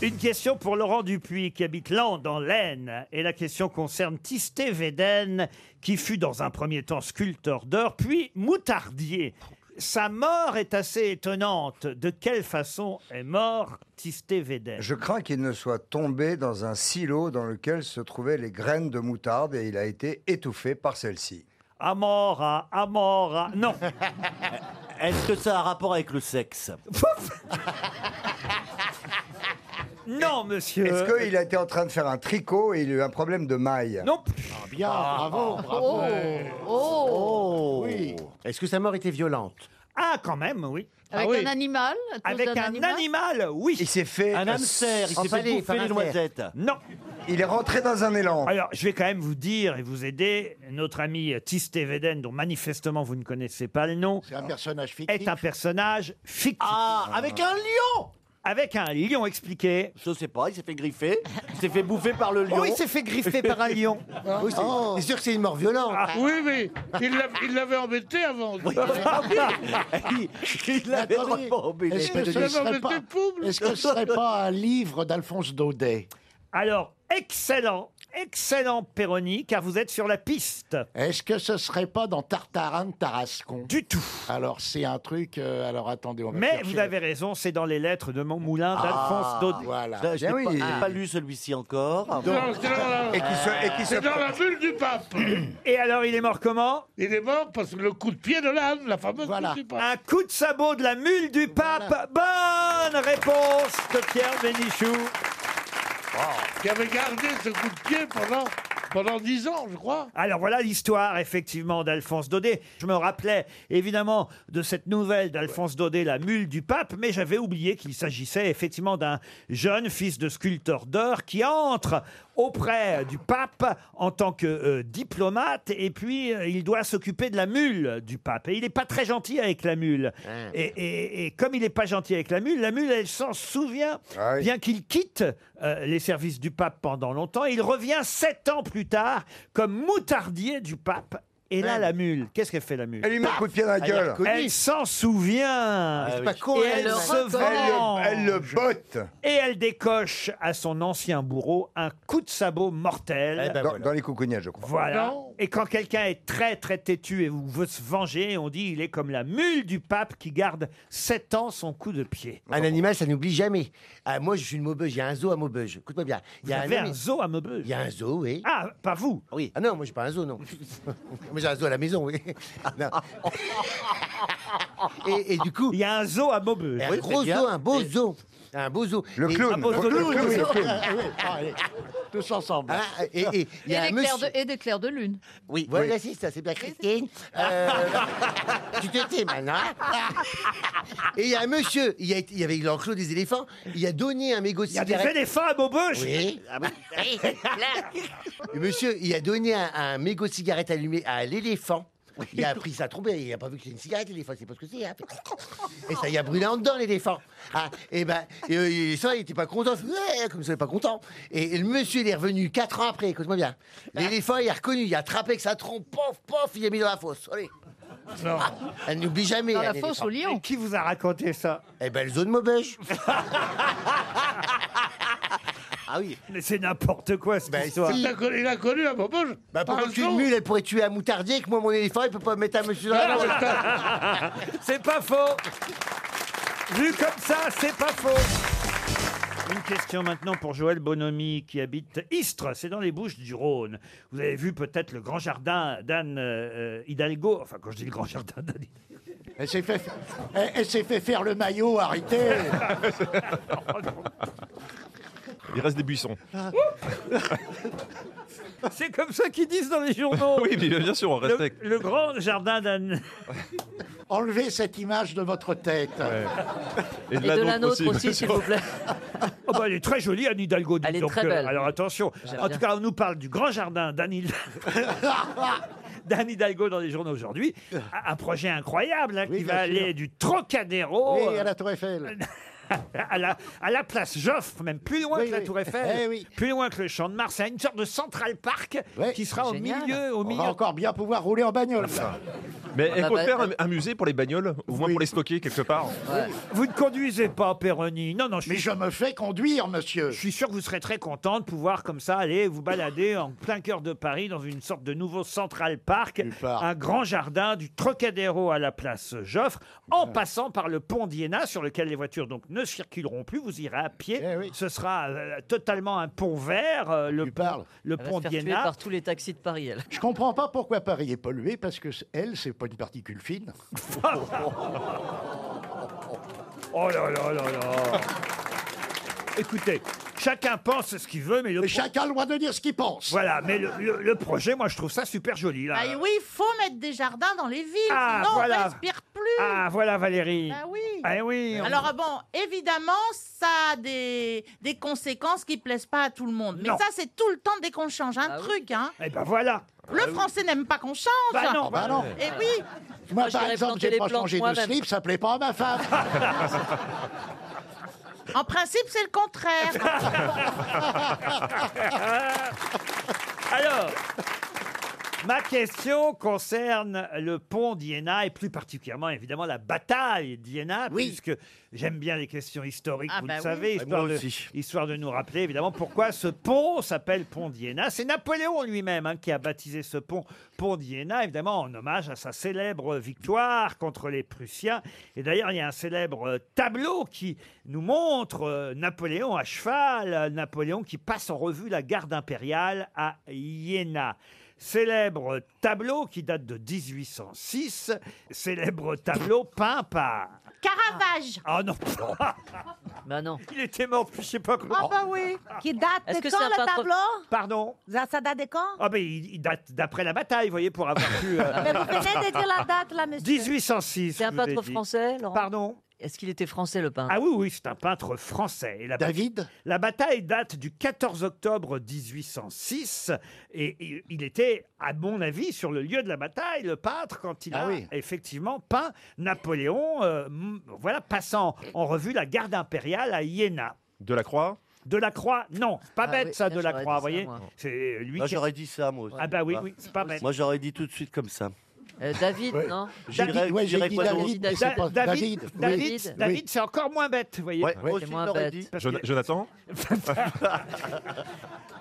Speaker 3: Une question pour Laurent Dupuis qui habite Lan dans l'Aisne. Et la question concerne Tisté Védène qui fut dans un premier temps sculpteur d'or, puis moutardier. Sa mort est assez étonnante. De quelle façon est mort Tisté Védène
Speaker 21: Je crains qu'il ne soit tombé dans un silo dans lequel se trouvaient les graines de moutarde et il a été étouffé par celle-ci.
Speaker 3: Amora, Amora, non.
Speaker 18: Est-ce que ça a un rapport avec le sexe
Speaker 3: Non, monsieur.
Speaker 21: Est-ce qu'il a été en train de faire un tricot et il a eu un problème de maille
Speaker 3: Non.
Speaker 10: bien, bravo, bravo.
Speaker 18: Oh.
Speaker 10: Oui.
Speaker 18: Est-ce que sa mort était violente
Speaker 3: Ah, quand même, oui.
Speaker 6: Ah
Speaker 13: Avec un animal à cause
Speaker 3: Avec
Speaker 13: d'un
Speaker 3: un animal, oui. Il s'est fait
Speaker 18: Un hamster, il s'est fait bouffer les noisettes.
Speaker 3: Non.
Speaker 21: Il est rentré dans un élan.
Speaker 3: Alors, je vais quand même vous dire et vous aider. Notre ami Tisté Veden, dont manifestement vous ne connaissez pas le nom,
Speaker 10: C'est un personnage fictif.
Speaker 3: est un personnage fictif.
Speaker 18: Ah, avec un lion
Speaker 3: Avec un lion, expliqué.
Speaker 18: Je sais pas, il s'est fait griffer, il s'est fait bouffer par le lion. Ah,
Speaker 3: Oh, il s'est fait griffer par un lion.
Speaker 10: Oui, c'est-
Speaker 13: Oh.
Speaker 10: c'est sûr que c'est une mort violente.
Speaker 22: Ah, Oui, mais il l'a- il l'avait embêté avant.
Speaker 18: Il l'avait vraiment embêté.
Speaker 13: Est-ce que,
Speaker 22: Il
Speaker 13: ce
Speaker 22: l'avait
Speaker 13: serait
Speaker 22: embêté
Speaker 13: pas...
Speaker 22: pouble.
Speaker 13: est-ce que ce serait pas un livre d'Alphonse Daudet
Speaker 3: Alors, excellent, excellent Péroni, car vous êtes sur la piste.
Speaker 13: Est-ce que ce serait pas dans Tartarin de Tarascon
Speaker 3: Du tout.
Speaker 13: Alors c'est un truc. euh, alors attendez, on va
Speaker 3: Mais
Speaker 13: chercher.
Speaker 3: vous avez raison, c'est dans les lettres de mon moulin
Speaker 18: Ah,
Speaker 3: d'Alphonse Daudet.
Speaker 18: Voilà. Je l'ai-
Speaker 13: Ben
Speaker 18: Je n'ai pas, je l'ai pas lu celui-ci encore. Ah bon.
Speaker 22: Non, c'est dans la- c'est dans la bulle du pape.
Speaker 3: Et alors, il est mort comment
Speaker 22: Il est mort parce que le coup de pied de l'âne, la fameuse
Speaker 3: Voilà.
Speaker 22: coup de pied.
Speaker 18: Ah.
Speaker 3: Un coup de sabot de la mule du pape. Bonne réponse de Pierre Bénichou.
Speaker 22: Ah, Qui avait gardé ce coup de pied pendant, pendant 10 ans, je crois.
Speaker 3: Alors voilà l'histoire effectivement d'Alphonse Daudet. Je me rappelais évidemment de cette nouvelle d'Alphonse Daudet, la mule du pape, mais j'avais oublié qu'il s'agissait effectivement d'un jeune fils de sculpteur d'or qui entre auprès du pape en tant que euh, diplomate et puis euh, il doit s'occuper de la mule du pape. Et il n'est pas très gentil avec la mule.
Speaker 21: Ah.
Speaker 3: Et, et- et comme il n'est pas gentil avec la mule, la mule elle s'en souvient
Speaker 21: Ah
Speaker 3: bien qu'il quitte euh, les services du pape pendant longtemps, il revient sept ans plus tard comme moutardier du pape. Et là, la mule, qu'est-ce qu'elle fait la mule
Speaker 21: Elle lui met un coup de pied dans la
Speaker 3: Elle
Speaker 21: gueule. Ah
Speaker 3: reconnaît. Elle s'en souvient.
Speaker 21: c'est pas con,
Speaker 3: Et
Speaker 21: elle
Speaker 3: elle,
Speaker 21: le
Speaker 3: se
Speaker 21: reconnaît.
Speaker 3: venge.
Speaker 21: Elle le- elle le botte.
Speaker 3: Et elle décoche à son ancien bourreau un coup de sabot mortel.
Speaker 21: dans, Eh ben dans les coucougnettes, je crois.
Speaker 3: Voilà. Et quand quelqu'un est très très têtu et ou veut se venger, on dit il est comme la mule du pape qui garde 7 ans son coup de pied.
Speaker 10: Un animal, ça n'oublie jamais. Ah, moi, je suis de Maubeuge, il y a un zoo à Maubeuge. Écoute-moi bien. Il y a
Speaker 3: Vous avez
Speaker 10: ami-
Speaker 3: un zoo à Maubeuge
Speaker 10: Il y a un zoo, oui.
Speaker 3: Ah, pas vous
Speaker 10: Oui. Ah non, moi, j'ai pas un zoo, non. moi, j'ai un zoo à la maison, oui. Ah, Non. et, et du coup...
Speaker 3: Il y a un zoo à Maubeuge.
Speaker 10: Un
Speaker 3: Oui,
Speaker 10: gros
Speaker 3: c'est bien.
Speaker 10: zoo, un beau zoo. Un beau zoo.
Speaker 21: Le
Speaker 10: Et-
Speaker 21: clown.
Speaker 10: un beau
Speaker 21: Le
Speaker 10: zoo,
Speaker 21: clown, le clown.
Speaker 10: Ah, oui. Ah, allez, Tous ensemble. Ah, et et il y a un monsieur...
Speaker 6: Et des clairs de lune.
Speaker 10: Oui, voilà, c'est ça, c'est bien Christine. Euh, tu te tais maintenant. Et il y a un monsieur, il y, a- il y avait l'enclos des éléphants, il a donné un mégot de
Speaker 3: Il y a des
Speaker 10: cigarette.
Speaker 3: éléphants à Ah Maubeuge
Speaker 10: Oui. Le Monsieur, il a donné un, un mégot de cigarette allumé à l'éléphant. Il a pris sa trompe, et il a pas vu que c'est une cigarette, l'éléphant, c'est pas ce que c'est. hein. Et ça y a brûlé en dedans, l'éléphant. Ah, et ben, et, euh, ça, il était pas content. Ouais, comme ça, il est pas content. Et, et le monsieur, il est revenu quatre ans après, écoute-moi bien. L'éléphant, il a reconnu, il a attrapé avec sa trompe, pof, pof, il l'a mis dans la fosse. Allez. Ah, elle n'oublie jamais.
Speaker 6: Dans la
Speaker 10: un
Speaker 6: fosse
Speaker 10: éléphant.
Speaker 6: au lion. Mais
Speaker 3: qui vous a raconté ça
Speaker 10: Eh ben, le zoo de Maubeuge. ah oui. Ben,
Speaker 3: Mais c'est n'importe quoi, cette histoire.
Speaker 10: si.
Speaker 22: Il a connu, il a connu à Maubeuge.
Speaker 10: Bah,
Speaker 22: par
Speaker 10: pourquoi
Speaker 22: le
Speaker 10: qu'une
Speaker 22: zoo.
Speaker 10: mule, elle pourrait tuer un moutardier que moi, mon éléphant, il peut pas mettre un monsieur dans la fosse.
Speaker 3: C'est pas faux. Vu comme ça, c'est pas faux. Une question maintenant pour Joël Bonomi qui habite Istres, c'est dans les Bouches du Rhône. Vous avez vu peut-être le grand jardin d'Anne euh, Hidalgo. Enfin, quand je dis le grand jardin d'Anne
Speaker 13: Elle s'est fait, elle, elle s'est fait faire le maillot, arrêtez.
Speaker 26: Il reste des buissons.
Speaker 3: C'est comme ça qu'ils disent dans les journaux.
Speaker 26: Oui, mais bien sûr, on respecte.
Speaker 3: Le, le grand jardin d'Anne.
Speaker 13: Enlevez cette image de votre tête.
Speaker 26: Et de la Et de la nôtre nôtre aussi, aussi, bien s'il sûr. vous plaît.
Speaker 3: Oh, bah, elle est très jolie, Anne Hidalgo. dites
Speaker 13: Elle est
Speaker 3: donc,
Speaker 13: très
Speaker 3: euh,
Speaker 13: belle.
Speaker 3: alors attention.
Speaker 13: J'aime
Speaker 3: En
Speaker 13: bien.
Speaker 3: tout cas, on nous parle du grand jardin d'Anne Hidalgo. d'Anne Hidalgo dans les journaux aujourd'hui. Un- Un projet incroyable hein, qui
Speaker 13: bien
Speaker 3: va
Speaker 13: sûr.
Speaker 3: aller du Trocadéro
Speaker 13: Et à
Speaker 3: euh,
Speaker 13: la Tour Eiffel.
Speaker 3: à, la, à la place Joffre, même plus loin
Speaker 13: Oui,
Speaker 3: que la
Speaker 13: oui.
Speaker 3: Tour Eiffel,
Speaker 13: Eh oui.
Speaker 3: plus loin que le Champ de Mars. C'est une sorte de Central Park qui sera au
Speaker 13: Génial.
Speaker 3: milieu. Au
Speaker 13: On
Speaker 3: milieu.
Speaker 13: va encore bien pouvoir rouler en bagnole.
Speaker 26: Mais
Speaker 13: Ah
Speaker 26: elle
Speaker 13: bah
Speaker 26: peut
Speaker 13: bah,
Speaker 26: faire un,
Speaker 13: euh,
Speaker 26: un musée pour les bagnoles, au moins pour les stocker quelque part.
Speaker 3: Vous ne conduisez pas, Péroni. Non, non, je suis...
Speaker 13: Mais je me fais conduire, monsieur.
Speaker 3: Je suis sûr que vous serez très content de pouvoir comme ça aller vous balader en plein cœur de Paris dans une sorte de nouveau Central Park, un grand jardin du Trocadéro à la place Joffre, en passant par le pont d'Iéna sur lequel les voitures donc ne circuleront plus. Vous irez à pied.
Speaker 13: Eh
Speaker 3: Ce sera euh, totalement un pont vert. euh, le pont, le
Speaker 19: Elle va
Speaker 3: pont
Speaker 19: se faire tuer
Speaker 3: d'Iéna.
Speaker 19: par tous les taxis de Paris, elle.
Speaker 13: Je comprends pas pourquoi Paris est pollué, parce que c- elle, c'est pas une particule fine.
Speaker 3: Oh là là là là. Écoutez, chacun pense ce qu'il veut, mais le
Speaker 13: chacun a le droit de dire ce qu'il pense.
Speaker 3: Voilà, mais le, le- le projet, moi, je trouve ça super joli. Là.
Speaker 6: Ah oui, il faut mettre des jardins dans les villes,
Speaker 3: Ah,
Speaker 6: sinon
Speaker 3: voilà.
Speaker 6: on respire plus.
Speaker 3: Ah, voilà, Valérie.
Speaker 6: Ah oui.
Speaker 3: Ah oui. on-
Speaker 6: Alors ah bon, évidemment, ça a des, des conséquences qui plaisent pas à tout le monde. Mais
Speaker 3: Non.
Speaker 6: ça, c'est tout le temps dès qu'on change un truc. Hein.
Speaker 3: Eh ben voilà.
Speaker 6: Le français n'aime pas qu'on change.
Speaker 13: Bah non, bah non.
Speaker 6: Et oui.
Speaker 13: Moi,
Speaker 19: Moi,
Speaker 13: par
Speaker 19: j'irais
Speaker 13: exemple,
Speaker 19: planter
Speaker 13: j'ai
Speaker 19: les
Speaker 13: pas
Speaker 19: plantes
Speaker 13: changé de
Speaker 19: moi-même.
Speaker 13: slip, ça plaît pas à ma femme.
Speaker 6: En principe, c'est le contraire.
Speaker 3: Alors, ma question concerne le pont d'Iéna et plus particulièrement, évidemment, la bataille d'Iéna, puisque j'aime bien les questions historiques,
Speaker 6: Ah
Speaker 3: vous
Speaker 6: bah
Speaker 3: le
Speaker 6: oui.
Speaker 3: savez,
Speaker 6: Et
Speaker 3: histoire
Speaker 6: moi
Speaker 3: de,
Speaker 6: aussi.
Speaker 3: histoire de nous rappeler, évidemment, pourquoi ce pont s'appelle pont d'Iéna. C'est Napoléon lui-même hein, qui a baptisé ce pont pont d'Iéna, évidemment, en hommage à sa célèbre victoire contre les Prussiens. Et d'ailleurs, il y a un célèbre euh, tableau qui nous montre euh, Napoléon à cheval, euh, Napoléon qui passe en revue la garde impériale à Iéna. Célèbre tableau qui date de 1806, célèbre tableau peint par...
Speaker 6: Caravage.
Speaker 3: Ah non
Speaker 19: Bah non.
Speaker 3: Il était mort, je sais pas comment.
Speaker 25: Ah bah oui. Qui date
Speaker 19: Est-ce
Speaker 25: de
Speaker 19: que
Speaker 25: quand
Speaker 19: c'est un
Speaker 25: le
Speaker 19: peintre-
Speaker 25: tableau
Speaker 3: Pardon
Speaker 25: ça, ça date de quand
Speaker 3: Ah ben il, il date d'après la bataille, vous voyez, pour avoir pu...
Speaker 4: Ah.
Speaker 3: euh,
Speaker 25: Mais vous venez de dire la date là, monsieur.
Speaker 3: 1806.
Speaker 19: C'est un
Speaker 3: je vous ai
Speaker 19: peintre
Speaker 3: dit.
Speaker 19: français, Laurent
Speaker 3: Pardon
Speaker 19: Est-ce qu'il était français, le peintre
Speaker 3: Ah oui, oui, c'est un peintre français. Et la David La bataille date du 14 octobre 1806 et, et il était, à mon avis, sur le lieu de la bataille, le peintre, quand
Speaker 18: Ah
Speaker 3: il a effectivement peint Napoléon, euh, m- voilà, passant en revue la garde impériale à Iéna.
Speaker 26: De la Croix
Speaker 3: Delacroix, non. C'est Pas
Speaker 18: Ah
Speaker 3: bête
Speaker 18: oui,
Speaker 3: ça,
Speaker 18: tiens, j'aurais
Speaker 3: Delacroix,
Speaker 18: dit
Speaker 3: vous
Speaker 18: ça,
Speaker 3: voyez
Speaker 18: moi.
Speaker 3: C'est euh, lui
Speaker 18: Moi,
Speaker 3: qui-
Speaker 18: j'aurais dit ça, moi aussi.
Speaker 3: Ah bah oui,
Speaker 18: Bah,
Speaker 3: oui, c'est pas bête.
Speaker 18: Moi, j'aurais dit tout de suite comme ça.
Speaker 19: David,
Speaker 18: Ouais.
Speaker 19: non
Speaker 18: J'irais- David, ouais, j'irais j'ai dit quoi David, d'autre mais c'est pas-
Speaker 3: Da- David,
Speaker 18: David,
Speaker 3: David,
Speaker 18: oui.
Speaker 3: David,
Speaker 18: Oui.
Speaker 3: c'est encore moins bête, vous voyez.
Speaker 26: Ouais, moi aussi,
Speaker 19: moins
Speaker 26: je l'aurais
Speaker 19: bête.
Speaker 26: dit.
Speaker 3: Parce
Speaker 26: Jona-
Speaker 3: que-
Speaker 26: Jonathan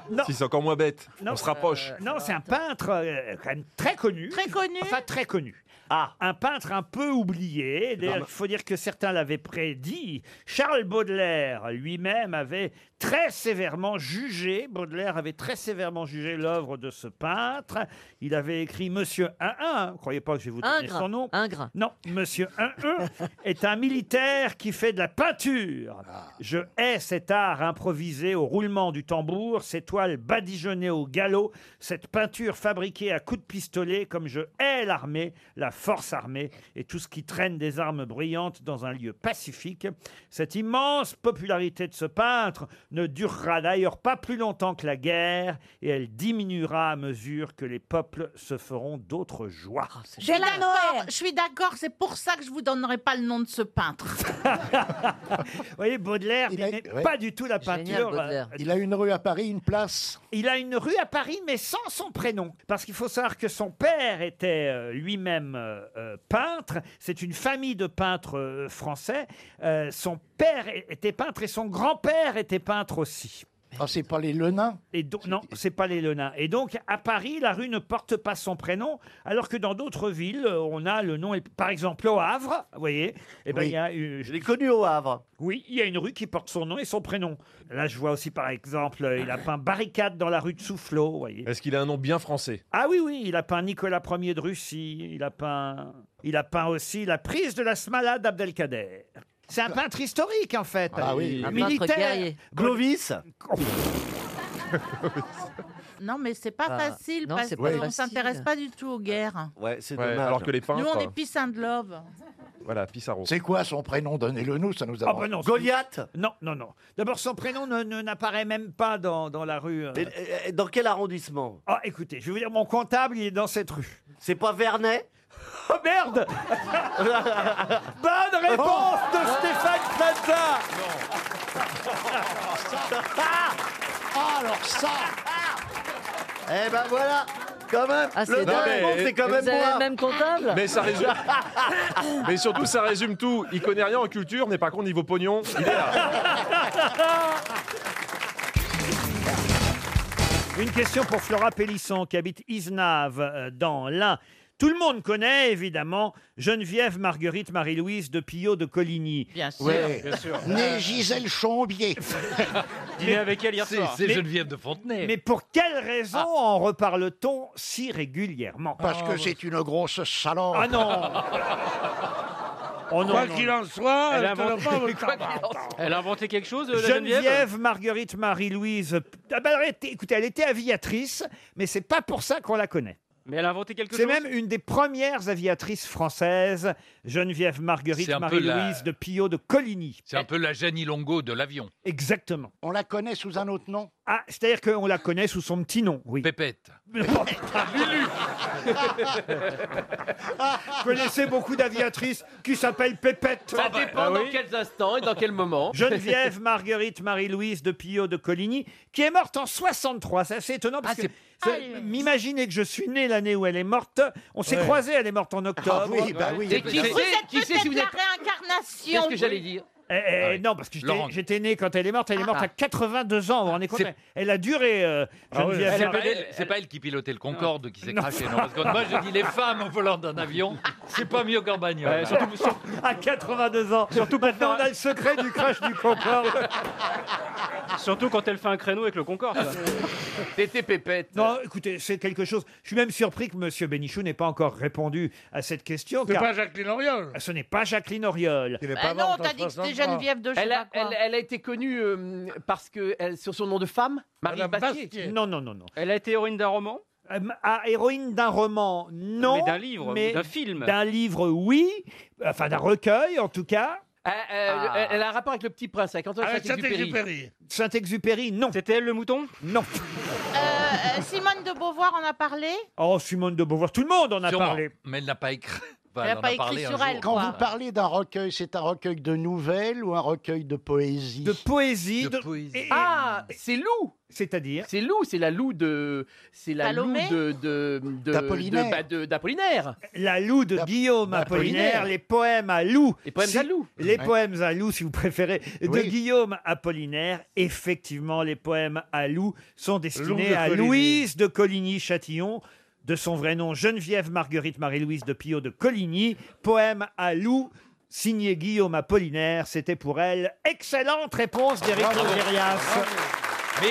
Speaker 3: Non.
Speaker 26: Si c'est encore moins bête,
Speaker 3: Non,
Speaker 26: on se rapproche.
Speaker 3: euh, non, c'est un peintre euh, quand même très connu. Très connu. Enfin, très connu. Ah. Un peintre un peu
Speaker 26: Eh ben,
Speaker 3: oublié. D'ailleurs, il faut dire que certains l'avaient prédit. Charles Baudelaire lui-même avait très sévèrement jugé, Baudelaire avait très sévèrement jugé l'œuvre de ce peintre. Il avait écrit Monsieur 1-1. Croyez pas que je vais vous donner
Speaker 19: Ingres.
Speaker 3: son nom. Non, Monsieur 1-1 est un militaire qui fait de la peinture. Je hais cet art improvisé au roulement du tambour, ces toiles badigeonnées au galop, cette peinture fabriquée à coups de pistolet, comme je hais l'armée, la force armée et tout ce qui traîne des armes brillantes dans un lieu pacifique. Cette immense popularité de ce peintre ne durera d'ailleurs pas plus longtemps que la guerre et elle diminuera à mesure que les peuples se feront d'autres joies.
Speaker 6: Je suis d'accord, je suis d'accord, c'est pour ça que je vous donnerai pas le nom de ce peintre.
Speaker 3: Vous voyez, Baudelaire n'aimait
Speaker 13: ouais.
Speaker 3: pas du tout la
Speaker 13: Génial,
Speaker 3: peinture.
Speaker 13: Baudelaire.
Speaker 3: Il a une rue à Paris, une place. Il a une rue à Paris, mais sans son prénom. Parce qu'il faut savoir que son père était euh, lui-même euh, euh, peintre. C'est une famille de peintres euh, français. Euh, son père é- était peintre et son grand-père était peintre aussi. Ah, c'est pas les Lenins et donc, Non, c'est pas les Lenins. Et donc, à Paris, la rue ne porte pas son prénom, alors que dans d'autres villes, euh, on a le nom. Par exemple, au Havre, vous voyez, eh ben, il y a eu... Je l'ai connu au Havre. Oui, il y a une rue qui porte son nom et son prénom. Là, je vois aussi, par exemple, euh, il a peint Barricade dans la rue de Soufflot, vous voyez.
Speaker 26: Est-ce qu'il a un nom bien français
Speaker 3: Ah oui, oui, il a peint Nicolas Ier de Russie, il a peint, il a peint aussi la prise de la Smala d'Abdelkader. C'est un peintre historique, en fait.
Speaker 18: Ah oui. Un peintre
Speaker 3: militaire.
Speaker 18: guerrier. Clovis
Speaker 7: Oh.
Speaker 6: Non, mais c'est pas
Speaker 18: Ah,
Speaker 6: facile
Speaker 18: non,
Speaker 6: parce
Speaker 18: c'est pas
Speaker 6: qu'on
Speaker 18: facile.
Speaker 6: s'intéresse pas du tout aux guerres.
Speaker 18: Ouais, c'est
Speaker 26: Ouais,
Speaker 18: dommage.
Speaker 26: alors que les
Speaker 6: Nous,
Speaker 26: peintres.
Speaker 6: on est peace and love.
Speaker 26: Voilà, Pissarro.
Speaker 13: C'est quoi son prénom Donnez-le nous, ça nous avance.
Speaker 3: bah non,
Speaker 18: Goliath
Speaker 3: Non, non, non. D'abord, son prénom ne- ne- n'apparaît même pas dans, dans la rue. euh.
Speaker 18: Mais, euh, dans quel arrondissement
Speaker 3: Ah, écoutez, je vais vous dire, mon comptable, il est dans cette rue.
Speaker 18: C'est pas Vernet
Speaker 3: Oh merde Bonne réponse de Stéphane Plaza
Speaker 18: Ah, alors ça Eh ben voilà Quand même
Speaker 19: Ah,
Speaker 18: Le
Speaker 19: c'est dingue.
Speaker 18: dernier mot, c'est quand
Speaker 19: Vous
Speaker 18: même
Speaker 19: avez
Speaker 18: moi
Speaker 19: le même comptable
Speaker 26: Mais ça résume. Mais surtout, ça résume tout. Il connaît rien en culture, mais par contre, niveau pognon, il est là.
Speaker 3: Une question pour Flora Pélisson qui habite Isnave euh, dans l'Ain. Tout le monde connaît évidemment Geneviève Marguerite Marie-Louise de Pillot de Coligny. Bien
Speaker 13: sûr. Ouais. Bien sûr. Née Gisèle
Speaker 3: Chambier.
Speaker 8: Dîner avec elle hier soir.
Speaker 3: Mais-
Speaker 13: de Fontenay.
Speaker 3: Mais pour quelle raison en reparle-t-on si régulièrement
Speaker 13: Parce que c'est une grosse salon.
Speaker 3: Ah non Oh non,
Speaker 22: Quoi
Speaker 3: non,
Speaker 22: qu'il
Speaker 3: non.
Speaker 22: en soit, elle
Speaker 8: Elle a
Speaker 22: te le
Speaker 8: inventé-
Speaker 22: pas votre
Speaker 8: Quoi qu'il en
Speaker 22: tabac.
Speaker 8: Elle a inventé quelque chose, euh, la Geneviève,
Speaker 3: Geneviève, Marguerite, Marie-Louise. Ah bah, elle était- écoutez, elle était aviatrice, mais c'est pas pour ça qu'on la connaît.
Speaker 8: Mais elle a inventé quelque
Speaker 3: C'est
Speaker 8: chose.
Speaker 3: même une des premières aviatrices françaises, Geneviève Marguerite
Speaker 5: C'est un peu
Speaker 3: Marie-Louise
Speaker 5: la-
Speaker 3: de Pillot de Coligny.
Speaker 5: C'est un peu la Jenny Longo de l'avion.
Speaker 3: Exactement.
Speaker 13: On la connaît sous un autre nom
Speaker 3: Ah, c'est-à-dire qu'on la connaît sous son petit nom, oui.
Speaker 5: Pépette.
Speaker 15: Ah
Speaker 3: Vous connaissez beaucoup d'aviatrices qui s'appellent Pépette.
Speaker 8: Ah bah,
Speaker 15: Ça dépend dans quels instants et dans quel moment.
Speaker 3: Geneviève Marguerite Marie-Louise de Pillot de Coligny, qui est morte en 63. C'est assez étonnant parce que ça- m'imaginez que je suis né l'année où elle est morte. On s'est
Speaker 13: Ouais.
Speaker 3: croisés, elle est morte en octobre.
Speaker 13: Ah oui, bah oui. Et qui
Speaker 6: Vous êtes peut-être la réincarnation.
Speaker 3: Eh, eh, Non, parce que j'étais-
Speaker 5: Laurent.
Speaker 3: j'étais né quand elle est morte. Elle est morte à 82 ans. Vous vous rendez compte
Speaker 5: C'est-
Speaker 3: Elle a duré, euh,
Speaker 1: Ah
Speaker 3: Geneviève
Speaker 5: c'est, pas
Speaker 3: Marguerite.
Speaker 5: elle, c'est pas elle qui pilotait le Concorde qui s'est crashé. Non, parce que moi, je dis les femmes au volant d'un avion, c'est pas mieux qu'en bagnole.
Speaker 3: Ouais, surtout- à 82 ans. Surtout maintenant, on a le secret du crash du Concorde.
Speaker 8: Surtout quand elle fait un créneau avec le Concorde.
Speaker 3: C'était pépette. Non, écoutez, c'est quelque chose. Je suis même surpris que Monsieur Bénichou n'ait pas encore répondu à cette question.
Speaker 22: C'est
Speaker 3: car-
Speaker 22: pas Jacqueline Auriol.
Speaker 3: Ah, Ce n'est pas Jacqueline Auriol.
Speaker 22: pas Bah non, morte en t'as dit que c'était 63. Geneviève de je sais
Speaker 15: elle,
Speaker 22: pas
Speaker 15: a,
Speaker 22: quoi.
Speaker 15: elle- elle a été connue euh, parce que elle- sur son nom de femme, Marie Bastier.
Speaker 3: Non, non, non, non.
Speaker 8: Elle a été héroïne d'un roman
Speaker 3: Euh, ah, héroïne d'un roman, non.
Speaker 8: Mais d'un livre, ou
Speaker 3: mais
Speaker 8: d'un film.
Speaker 3: D'un livre, oui. Enfin, d'un recueil, en tout cas.
Speaker 15: Euh, euh,
Speaker 3: Ah.
Speaker 15: Elle a un rapport avec le petit prince, avec
Speaker 22: Ah,
Speaker 15: Antoine
Speaker 3: Avec
Speaker 15: Saint-Exupéry.
Speaker 3: Saint-Exupéry, non.
Speaker 8: C'était elle le mouton
Speaker 3: Non.
Speaker 6: Euh, Simone de Beauvoir en a parlé.
Speaker 3: Oh, Simone de Beauvoir, tout le monde en a
Speaker 5: Sûrement.
Speaker 3: parlé.
Speaker 5: Mais elle n'a pas écrit.
Speaker 1: Enfin, elle en a parlé un jour.
Speaker 7: Quand vous parlez d'un recueil, c'est un recueil de nouvelles ou un recueil de poésie De
Speaker 3: poésie.
Speaker 7: De
Speaker 27: Ah, c'est Lou
Speaker 3: C'est-à-dire
Speaker 27: C'est Lou, c'est la Lou de... C'est la Lou
Speaker 3: Salomé
Speaker 27: de... de- de-
Speaker 3: D'Apollinaire.
Speaker 27: de- bah, de- D'Apollinaire.
Speaker 3: La Loue de Guillaume Apollinaire,
Speaker 27: Apollinaire.
Speaker 3: les poèmes à Lou. Les
Speaker 27: poèmes à Lou.
Speaker 3: Les
Speaker 27: Ouais.
Speaker 3: poèmes à Lou, si vous préférez, de Guillaume Apollinaire. Effectivement, les poèmes à Lou sont
Speaker 22: Lou
Speaker 3: destinés
Speaker 22: de
Speaker 3: à
Speaker 22: Coligny.
Speaker 3: Louise de Coligny-Châtillon. De son vrai nom, Geneviève Marguerite Marie-Louise de Pio de Coligny. Poème à Lou, signé Guillaume Apollinaire. C'était pour elle. Excellente réponse d'Éric
Speaker 1: Bravo.
Speaker 3: Longérias.
Speaker 1: Mais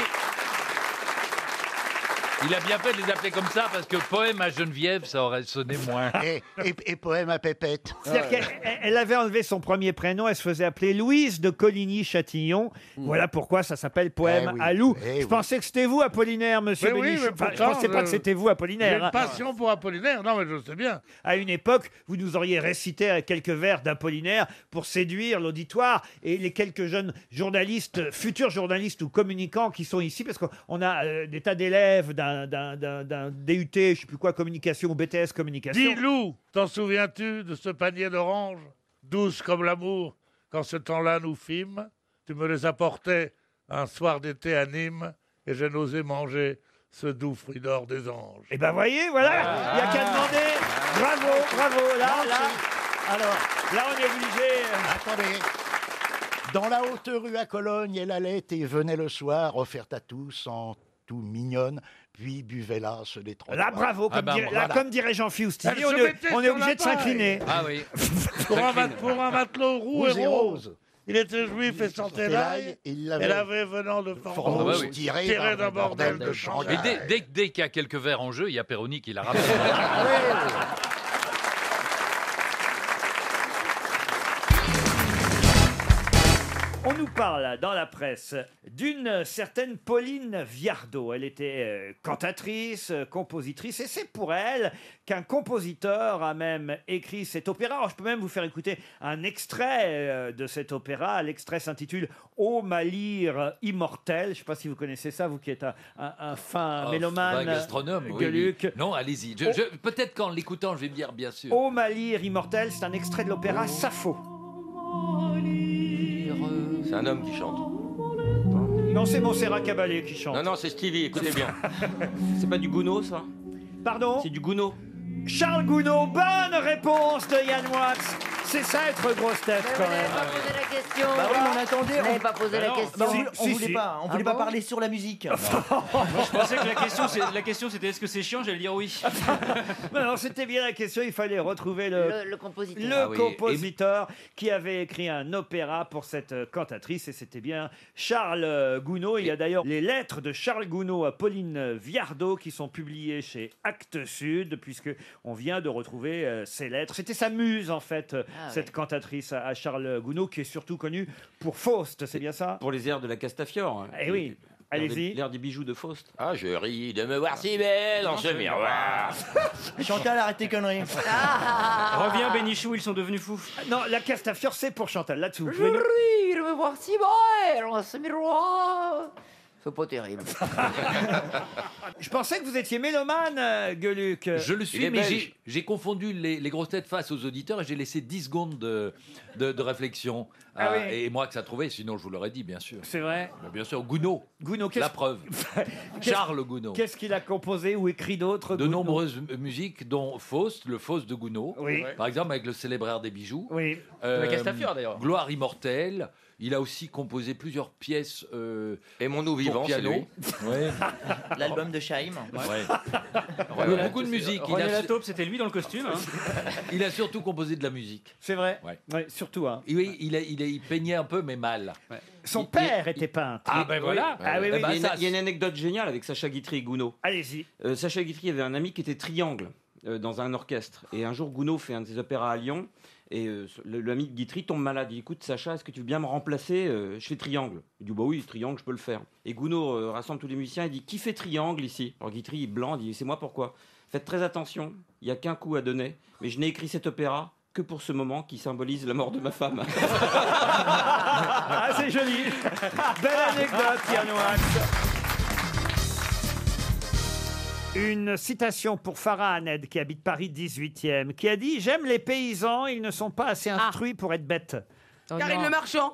Speaker 1: il a bien fait de les appeler comme ça parce que poème à Geneviève, ça aurait sonné moins.
Speaker 7: Et, et- et poème à pépette.
Speaker 3: C'est-à-dire qu'elle elle- elle avait enlevé son premier prénom, elle se faisait appeler Louise de Coligny-Châtillon.
Speaker 22: Mm.
Speaker 3: Voilà pourquoi ça s'appelle Poème
Speaker 7: Eh oui,
Speaker 3: à Lou. je
Speaker 7: eh oui.
Speaker 3: pensais que c'était vous, Apollinaire, monsieur
Speaker 22: Mais oui,
Speaker 3: Bénichou.
Speaker 22: mais
Speaker 3: Enfin, je
Speaker 22: pourtant,
Speaker 3: pensais pas
Speaker 22: je-
Speaker 3: que c'était vous,
Speaker 22: J'ai
Speaker 3: Apollinaire. hein.
Speaker 22: une passion pour Apollinaire. Non, mais je sais bien.
Speaker 3: À une époque, vous nous auriez récité quelques vers d'Apollinaire pour séduire l'auditoire et les quelques jeunes journalistes, futurs journalistes ou communicants qui sont ici, parce qu'on a euh, des tas d'élèves d'un- d'un d'un- d'un DUT, je ne sais plus quoi, communication ou BTS communication.
Speaker 22: Dis Lou, t'en souviens-tu de ce panier d'oranges Douce comme l'amour, quand ce temps-là nous fîmes, tu me les apportais un soir d'été à Nîmes et j'ai n'osé manger ce doux fruit d'or des anges. Ah.
Speaker 3: Et ben voyez, voilà, il n'y a qu'à demander. Bravo, bravo, là, là. Alors, là, on est obligé. euh,
Speaker 7: Attendez. Dans la haute rue à Cologne, elle allait et venait le soir, offerte à tous en tout mignonne, puis buvait là, se détrompe.
Speaker 3: Là, bravo, comme, dirait, là, comme dirait Jean Fiustini, on
Speaker 22: Ah.
Speaker 3: est, on est obligé de s'incliner.
Speaker 1: Ah oui.
Speaker 22: Pour un, mat- pour un matelot roux
Speaker 7: Rouge
Speaker 22: et
Speaker 7: et
Speaker 22: rose.
Speaker 7: rose.
Speaker 22: Il était juif et sentait l'ail.
Speaker 7: il l'avait-
Speaker 22: Elle avait venant de Formose,
Speaker 1: Ah bah oui.
Speaker 22: tiré, d'un bordel de
Speaker 1: Mais
Speaker 22: Shanghai.
Speaker 1: dès, dès- dès qu'il y a quelques verres en jeu, il y a Perroni qui la rappelle.
Speaker 3: On nous parle dans la presse d'une certaine Pauline Viardot. Elle était euh, cantatrice, euh, compositrice, et c'est pour elle qu'un compositeur a même écrit cet opéra. Alors, je peux même vous faire écouter un extrait euh, de cet opéra. L'extrait s'intitule Ô ma lyre immortelle. Je ne sais pas si vous connaissez ça, vous qui êtes un, un- un fin
Speaker 1: Oh,
Speaker 3: mélomane.
Speaker 1: vague astronome, oui,
Speaker 3: Gueuluc.
Speaker 1: oui. Non, allez-y. Je- je- Peut-être qu'en l'écoutant, je vais me dire, bien sûr.
Speaker 3: Ô Oh, ma lyre immortelle, c'est un extrait de l'opéra Sappho.
Speaker 11: C'est un homme qui chante.
Speaker 3: Non, c'est Montserrat Caballé qui chante.
Speaker 11: Non, non, c'est Stevie, écoutez bien. C'est pas du Gounod, ça
Speaker 3: Pardon
Speaker 11: C'est du Gounod.
Speaker 3: Charles Gounod, bonne réponse de Yann Moix. C'est ça être grosse tête quand
Speaker 8: pas
Speaker 3: même.
Speaker 8: posé la question.
Speaker 3: Bah oui, mais on
Speaker 8: attendait. Vous n'avez pas posé
Speaker 15: Bah
Speaker 8: la question.
Speaker 3: Ah
Speaker 4: parler sur la musique.
Speaker 15: Moi, je pensais que la question, c'est- la question c'était est-ce que c'est chiant J'allais dire
Speaker 8: Ah,
Speaker 15: oui.
Speaker 3: Non, non, c'était bien la question. Il fallait retrouver le,
Speaker 8: Le, le compositeur.
Speaker 3: le
Speaker 15: Ah oui,
Speaker 3: compositeur qui avait écrit un opéra pour cette euh, cantatrice et c'était bien Charles euh, Gounod. Il y a d'ailleurs les lettres de Charles Gounod à Pauline Viardot qui sont publiées chez Actes Sud puisque on vient de retrouver euh, ces lettres. C'était sa muse en fait, euh,
Speaker 11: Ah ouais.
Speaker 3: cette cantatrice à à Charles Gounod qui est surtout connue pour Faust. C'est bien ça
Speaker 11: Pour les airs de la Castafiore. hein.
Speaker 3: Eh oui.
Speaker 11: L'air des-
Speaker 3: Allez-y.
Speaker 11: L'air des bijoux de Faust. Ah, je ris de me voir si belle dans ce
Speaker 3: Ah.
Speaker 11: miroir.
Speaker 7: Chantal, arrêtez conneries.
Speaker 8: Ah.
Speaker 15: Reviens, Bénichou, ils sont devenus fous.
Speaker 3: Non, la Castafiore, c'est pour Chantal. Là-dessus, vous
Speaker 8: Je
Speaker 3: pouvez nous-
Speaker 8: ris de me voir si belle en ce miroir. C'est pas terrible.
Speaker 3: Je pensais que vous étiez mélomane, euh, Gueuluc.
Speaker 1: Je le suis, mais j'ai- j'ai confondu les, les grosses têtes face aux auditeurs et j'ai laissé 10 secondes de, de- de réflexion.
Speaker 3: Ah
Speaker 1: Euh,
Speaker 3: oui.
Speaker 1: Et moi que ça trouvait, sinon je vous l'aurais dit, bien sûr.
Speaker 3: C'est vrai.
Speaker 1: Mais bien sûr, Gounod.
Speaker 3: Gounod,
Speaker 1: La preuve.
Speaker 3: Qu'est-ce-
Speaker 1: Charles Gounod.
Speaker 3: Qu'est-ce qu'il a composé ou écrit d'autre
Speaker 1: De
Speaker 3: Gounod
Speaker 1: nombreuses mu- musiques, dont Faust, le Faust de Gounod,
Speaker 3: Oui.
Speaker 1: par exemple avec le célébraire des bijoux.
Speaker 3: Oui.
Speaker 1: Euh,
Speaker 15: La Castafiore, d'ailleurs.
Speaker 1: Gloire immortelle. Il a aussi composé plusieurs pièces. euh,
Speaker 11: Et mon nous
Speaker 1: pour
Speaker 11: vivant, c'est
Speaker 1: piano.
Speaker 11: lui.
Speaker 1: Ouais.
Speaker 4: L'album de Chaim.
Speaker 1: Ouais.
Speaker 15: René La-
Speaker 1: beaucoup de musique. Il
Speaker 15: René
Speaker 1: a,
Speaker 15: Lataupe, c'était lui dans le costume. hein.
Speaker 1: il a surtout composé de la musique.
Speaker 3: C'est vrai.
Speaker 1: Ouais.
Speaker 3: surtout. hein.
Speaker 1: Oui, il, a- il, a- il peignait un peu, mais mal.
Speaker 3: Son père était peintre.
Speaker 1: Ah, ben voilà.
Speaker 3: Ah oui,
Speaker 11: Eh
Speaker 3: oui.
Speaker 11: ben,
Speaker 3: oui.
Speaker 11: il, y a, il y a une anecdote géniale avec Sacha Guitry et Gounod.
Speaker 3: Allez-y.
Speaker 11: Euh, Sacha Guitry avait un ami qui était triangle euh, dans un orchestre. Et un jour, Gounod fait un de ses opéras à Lyon. Et euh, le- l'ami de Guitry tombe malade. Il dit Écoute, Sacha, est-ce que tu veux bien me remplacer Euh, Je fais triangle. Il dit Bah oui, triangle, je peux le faire. Et Gounod euh, rassemble tous les musiciens et dit Qui fait triangle ici Alors Guitry, il est blanc, il dit C'est moi pourquoi Faites très attention, il n'y a qu'un coup à donner. Mais je n'ai écrit cet opéra que pour ce moment qui symbolise la mort de ma femme.
Speaker 3: Ah, c'est joli. Belle anecdote, Yann Moix. Une citation pour Farah Haned, qui habite Paris 18e, qui a dit J'aime les paysans, ils ne sont pas assez
Speaker 17: Ah.
Speaker 3: instruits pour être bêtes.
Speaker 11: Oh
Speaker 3: Oh
Speaker 8: Karine Le Marchand.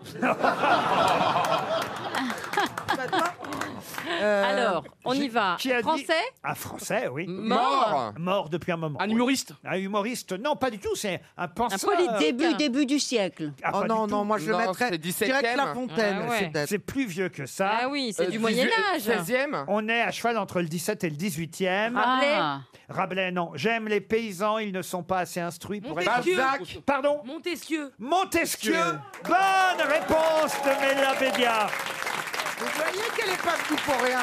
Speaker 11: Euh,
Speaker 17: Alors, on y va.
Speaker 3: Qui a dit-
Speaker 17: Français
Speaker 3: Ah, français, oui.
Speaker 17: Mort.
Speaker 3: Mort depuis un moment. Un humoriste Un humoriste, non, pas du tout, c'est un
Speaker 6: Ah,
Speaker 3: penseur.
Speaker 15: début du siècle.
Speaker 3: Ah,
Speaker 15: oh
Speaker 3: pas
Speaker 15: non,
Speaker 3: du
Speaker 15: non,
Speaker 3: tout.
Speaker 15: moi je le mettrais. Je dirais que La Fontaine,
Speaker 6: Ah,
Speaker 15: c'est peut-être.
Speaker 3: C'est plus vieux que ça.
Speaker 15: Ah oui, c'est Euh, du Moyen 18e, Âge. 16e.
Speaker 3: On est à cheval entre le 17 et le 18e.
Speaker 15: Rabelais.
Speaker 3: Ah. Rabelais, non. J'aime les paysans, ils ne sont pas assez instruits pour
Speaker 8: Montesquieu.
Speaker 3: être. Pardon
Speaker 8: Montesquieu.
Speaker 3: Montesquieu. Bonne réponse de Mella Bédia.
Speaker 15: Vous voyez qu'elle est pas tout pour rien.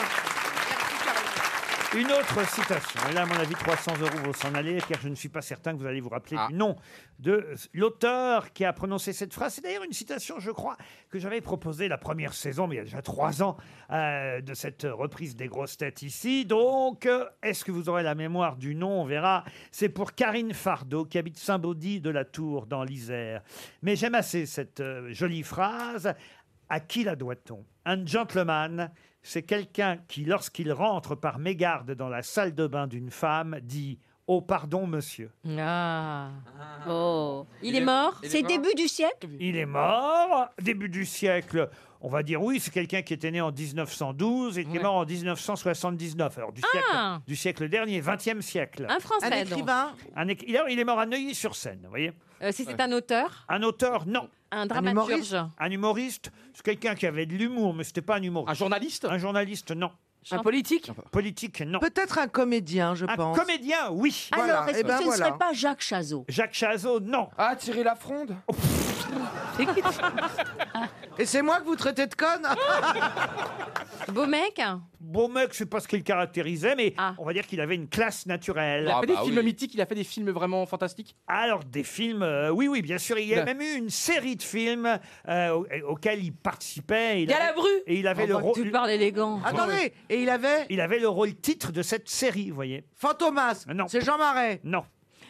Speaker 3: Une autre citation. Et là, à mon avis, 300 euros vont s'en aller, car je ne suis pas certain que vous allez vous rappeler du nom de l'auteur qui a prononcé cette phrase. C'est d'ailleurs une citation, je crois, que j'avais proposée la première saison, mais il y a déjà trois ans, euh, de cette reprise des grosses têtes ici. Donc, euh, est-ce que vous aurez la mémoire du nom On verra. C'est pour Karine Fardeau, qui habite Saint-Baudy de la Tour, dans l'Isère. Mais j'aime assez cette euh, jolie phrase. À qui la doit-on Un gentleman, c'est quelqu'un qui, lorsqu'il rentre par mégarde dans la salle de bain d'une femme, dit Oh, pardon, monsieur.
Speaker 17: Ah. Oh. Il est mort
Speaker 3: il est mort
Speaker 15: du siècle
Speaker 3: Il est mort, début du siècle. On va dire oui, c'est quelqu'un qui était né en 1912 et qui est mort en 1979. Alors, du,
Speaker 15: Ah.
Speaker 3: siècle, du siècle dernier, 20e siècle.
Speaker 17: Un Français, Un donc. écrivain.
Speaker 3: Un éc- il est- Il est mort à Neuilly-sur-Seine, vous voyez
Speaker 17: Euh, si c'est un auteur
Speaker 3: Un auteur, non.
Speaker 17: Un dramaturge
Speaker 3: humoriste Un humoriste, c'est quelqu'un qui avait de l'humour, mais c'était pas un humoriste. Un journaliste Un journaliste, non.
Speaker 15: Un politique
Speaker 3: Politique, non.
Speaker 15: Peut-être un comédien, je
Speaker 3: Un
Speaker 15: pense. Eh ben,
Speaker 3: comédien, oui.
Speaker 15: Alors, est-ce que ce ne serait pas Jacques Chazot
Speaker 3: Jacques Chazot, non. Oh.
Speaker 15: Ah, Thierry Lafronde Et c'est moi que vous traitez de conne
Speaker 17: Beau mec
Speaker 3: Beau mec, je sais pas ce qu'il caractérisait, mais on va dire qu'il avait une classe naturelle.
Speaker 5: Il
Speaker 15: Ah
Speaker 5: a fait
Speaker 15: bah
Speaker 5: des films mythiques, il a fait des films vraiment fantastiques. Bah.
Speaker 3: Alors, des films, euh, oui, oui, bien sûr. Il y a
Speaker 5: Là.
Speaker 3: même eu une série de films euh, au- euh, auxquels il participait. Il
Speaker 15: Galabru
Speaker 3: avait- Et il avait
Speaker 15: Oh,
Speaker 3: le
Speaker 15: bah,
Speaker 3: rôle. Ah,
Speaker 15: tu
Speaker 3: parles élégant.
Speaker 15: Attendez, et il avait
Speaker 3: Il avait le rôle titre de cette série, vous voyez. Euh,
Speaker 15: Fantomas
Speaker 3: Non.
Speaker 15: C'est Jean Marais
Speaker 3: Non.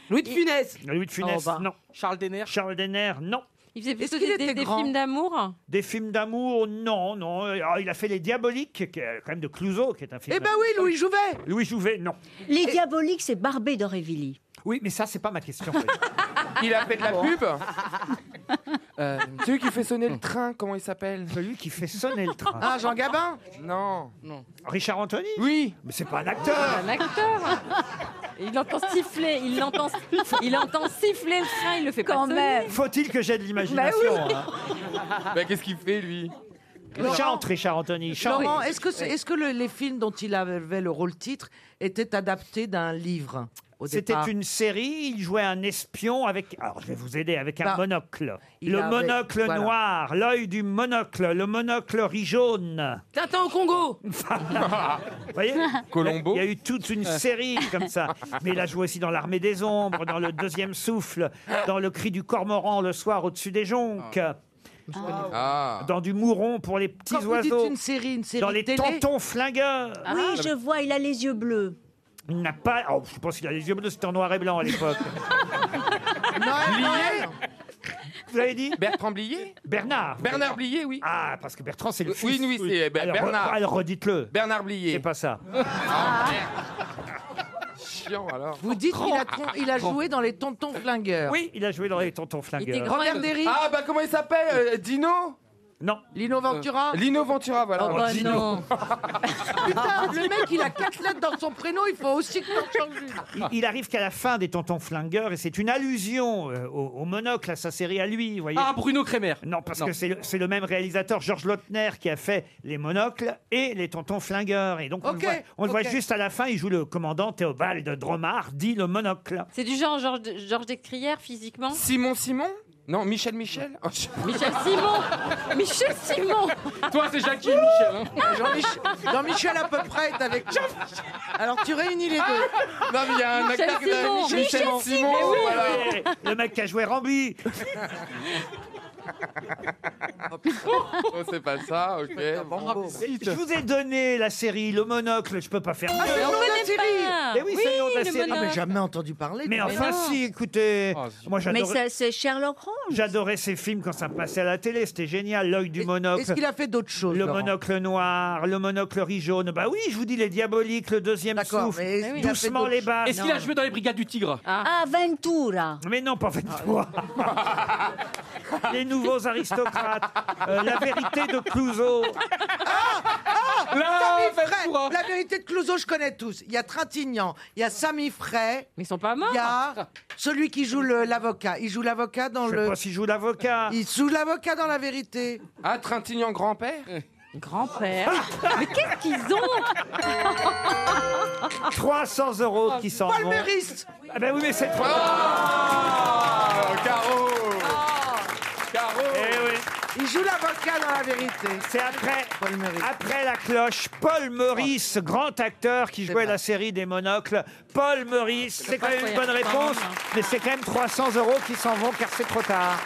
Speaker 15: Louis de Funès
Speaker 3: Louis de Funès,
Speaker 15: Oh, bah.
Speaker 3: non. Charles Denner Charles Denner, non.
Speaker 17: Il faisait plutôt
Speaker 15: qu'il
Speaker 17: des, des-
Speaker 15: était
Speaker 17: des
Speaker 15: grand
Speaker 17: films d'amour
Speaker 3: Des films d'amour, non, non. Alors, il a fait Les Diaboliques, qui est quand même de Clouseau, qui est un film.
Speaker 15: Eh ben oui, Louis Jouvet
Speaker 3: Louis Jouvet, non.
Speaker 15: Les
Speaker 3: Diaboliques, c'est Barbé d'Aurevilly. Oui, mais ça, c'est pas ma question.
Speaker 5: Il a fait de
Speaker 8: Ah
Speaker 5: la pub. Euh, celui qui fait sonner le train, comment il s'appelle
Speaker 3: Celui qui fait sonner le train.
Speaker 5: Ah, Jean Gabin Non. Non.
Speaker 3: Richard Anthony
Speaker 5: Oui.
Speaker 3: Mais c'est pas un acteur.
Speaker 17: Un acteur Il entend siffler, il entend, il entend siffler le train, il le fait pas sonner.
Speaker 3: Faut-il que j'aie de l'imagination hein
Speaker 17: Bah oui.
Speaker 5: Bah, qu'est-ce qu'il fait, lui
Speaker 3: Il chante, Richard Anthony. il chante.
Speaker 15: Laurent, est-ce que, c'est- est-ce que le- les films dont il avait le rôle titre étaient adaptés d'un livre au
Speaker 3: C'était
Speaker 15: départ
Speaker 3: une série, il jouait un espion avec. Alors, je vais vous aider avec un
Speaker 15: Bah,
Speaker 3: monocle.
Speaker 15: il
Speaker 3: Le
Speaker 15: avait-
Speaker 3: monocle
Speaker 15: voilà.
Speaker 3: noir, l'œil du monocle, le monocle riz jaune.
Speaker 8: Tintin au Congo.
Speaker 3: Vous voyez
Speaker 5: Colombo.
Speaker 3: Il y a eu toute une série comme ça. Mais il a joué aussi dans L'Armée des Ombres, dans Le Deuxième Souffle, dans Le Cri du Cormoran le soir au-dessus des jonques.
Speaker 5: Ah.
Speaker 3: Dans du mouron pour les petits
Speaker 15: Quand vous dites
Speaker 3: oiseaux.
Speaker 15: une série, une série
Speaker 3: dans les
Speaker 15: télé.
Speaker 3: tontons flingueurs.
Speaker 6: Ah.
Speaker 15: Oui, je
Speaker 3: Ah, vois, il a les yeux bleus. Il n'a pas. oh, je pense qu'il a les yeux bleus, c'était en noir et blanc à l'époque.
Speaker 5: Blier
Speaker 3: Vous avez dit
Speaker 5: Bertrand Blier
Speaker 3: Bernard.
Speaker 5: Bernard Blier, oui.
Speaker 3: Ah, parce que Bertrand, c'est le
Speaker 5: Oui,
Speaker 3: fils.
Speaker 5: oui, c'est Ber-
Speaker 3: Alors,
Speaker 5: Bernard.
Speaker 3: re- Alors, redites-le.
Speaker 5: Bernard Blier.
Speaker 3: C'est pas ça.
Speaker 5: Chiant, alors.
Speaker 15: Vous dites qu'il a, tron- il a joué dans Les Tontons Flingueurs.
Speaker 3: Oui, il a joué dans les tontons flingueurs.
Speaker 15: Robert Derry
Speaker 5: Ah, bah, comment il s'appelle Euh, Dino
Speaker 3: Non.
Speaker 15: Lino Ventura
Speaker 5: Euh, Lino Ventura, voilà.
Speaker 15: Oh, bah, non. Putain, le mec, il a quatre lettres dans son prénom, il faut aussi que t'en changes une.
Speaker 3: Il,
Speaker 5: Ah.
Speaker 3: il arrive qu'à la fin des tontons flingueurs, et c'est une allusion euh, au, au monocle, à sa série à lui. vous voyez.
Speaker 5: Ah, Bruno Kremer.
Speaker 3: Non, parce
Speaker 5: Non.
Speaker 3: que c'est le, c'est le même réalisateur, Georges Lautner, qui a fait les monocles et les tontons flingueurs. Et donc, on, le
Speaker 17: Ok,
Speaker 3: voit, on le voit
Speaker 17: ok.
Speaker 3: juste à la fin, il joue le commandant Théobald Dromard, dit le monocle.
Speaker 17: C'est du genre Georges Georges Descrières physiquement
Speaker 5: Simon Simon Non, Michel Michel
Speaker 17: Michel Simon Michel Simon
Speaker 5: Toi, c'est Jackie Michel. hein.
Speaker 15: Jean-Mich- Jean-Michel à peu près est avec nous. Alors tu réunis les deux.
Speaker 5: Non, mais il y a un acteur qui s'appelle Michel Simon. voilà.
Speaker 3: Le mec qui a joué Rambi.
Speaker 5: Oh, c'est pas ça,
Speaker 3: Ah,
Speaker 5: ok.
Speaker 3: Je vous ai donné la série Le Monocle, je peux pas faire
Speaker 5: Ah,
Speaker 3: mieux.
Speaker 5: c'est le nom de la
Speaker 15: connais
Speaker 5: série.
Speaker 15: pas.
Speaker 3: Eh oui, c'est le nom de la
Speaker 15: Ah, Oui, le
Speaker 3: série.
Speaker 15: Ah, mais jamais
Speaker 3: entendu parler.
Speaker 15: de
Speaker 3: Mais
Speaker 15: ça.
Speaker 3: enfin,
Speaker 15: Mais non.
Speaker 3: si, écoutez.
Speaker 15: Oh,
Speaker 3: moi,
Speaker 6: Mais
Speaker 3: j'adorais.
Speaker 6: ça, c'est Sherlock Holmes.
Speaker 3: J'adorais ces films quand ça passait à la télé, c'était génial. L'œil du monocle.
Speaker 15: est-ce qu'il a fait d'autres choses,
Speaker 3: Le
Speaker 15: Laurent
Speaker 3: monocle noir, le monocle riz jaune. Bah oui, je vous dis les diaboliques, le deuxième
Speaker 15: D'accord,
Speaker 3: souffle,
Speaker 15: mais est-ce qu'il a fait
Speaker 3: doucement
Speaker 15: d'autres
Speaker 3: les bas.
Speaker 15: Est-ce qu'il a Non.
Speaker 3: joué dans les brigades du tigre
Speaker 6: Ah, Ventura.
Speaker 3: Mais non, pas Ventura. Ah les nouveaux aristocrates, euh, la vérité de Clouseau.
Speaker 15: Ah, Samy Fray. La vérité de Clouseau, je connais tous. Il y a Trintignant, il y a Sami Fray. Mais ils sont pas morts. Il y a celui qui joue le- l'avocat. Il joue l'avocat dans
Speaker 3: Je
Speaker 15: le.
Speaker 3: sais pas s'il joue l'avocat.
Speaker 15: Il joue l'avocat dans la vérité.
Speaker 5: Ah, Trintignant grand-père
Speaker 15: Grand-père. Mais qu'est-ce qu'ils ont
Speaker 3: 300 euros qui s'en vont.
Speaker 15: Palmériste
Speaker 3: Ah ben oui, mais c'est trop.
Speaker 15: Oh
Speaker 5: Ah. Caro
Speaker 3: Caro
Speaker 15: Il joue l'avocat dans la vérité.
Speaker 3: C'est après, après la cloche, Paul Meurice, grand acteur qui jouait la série des monocles. Paul Meurice, c'est quand
Speaker 15: pas
Speaker 3: même une
Speaker 15: incroyable.
Speaker 3: bonne réponse,
Speaker 15: Quand même,
Speaker 3: mais c'est quand même 300 euros qui s'en vont car c'est trop tard.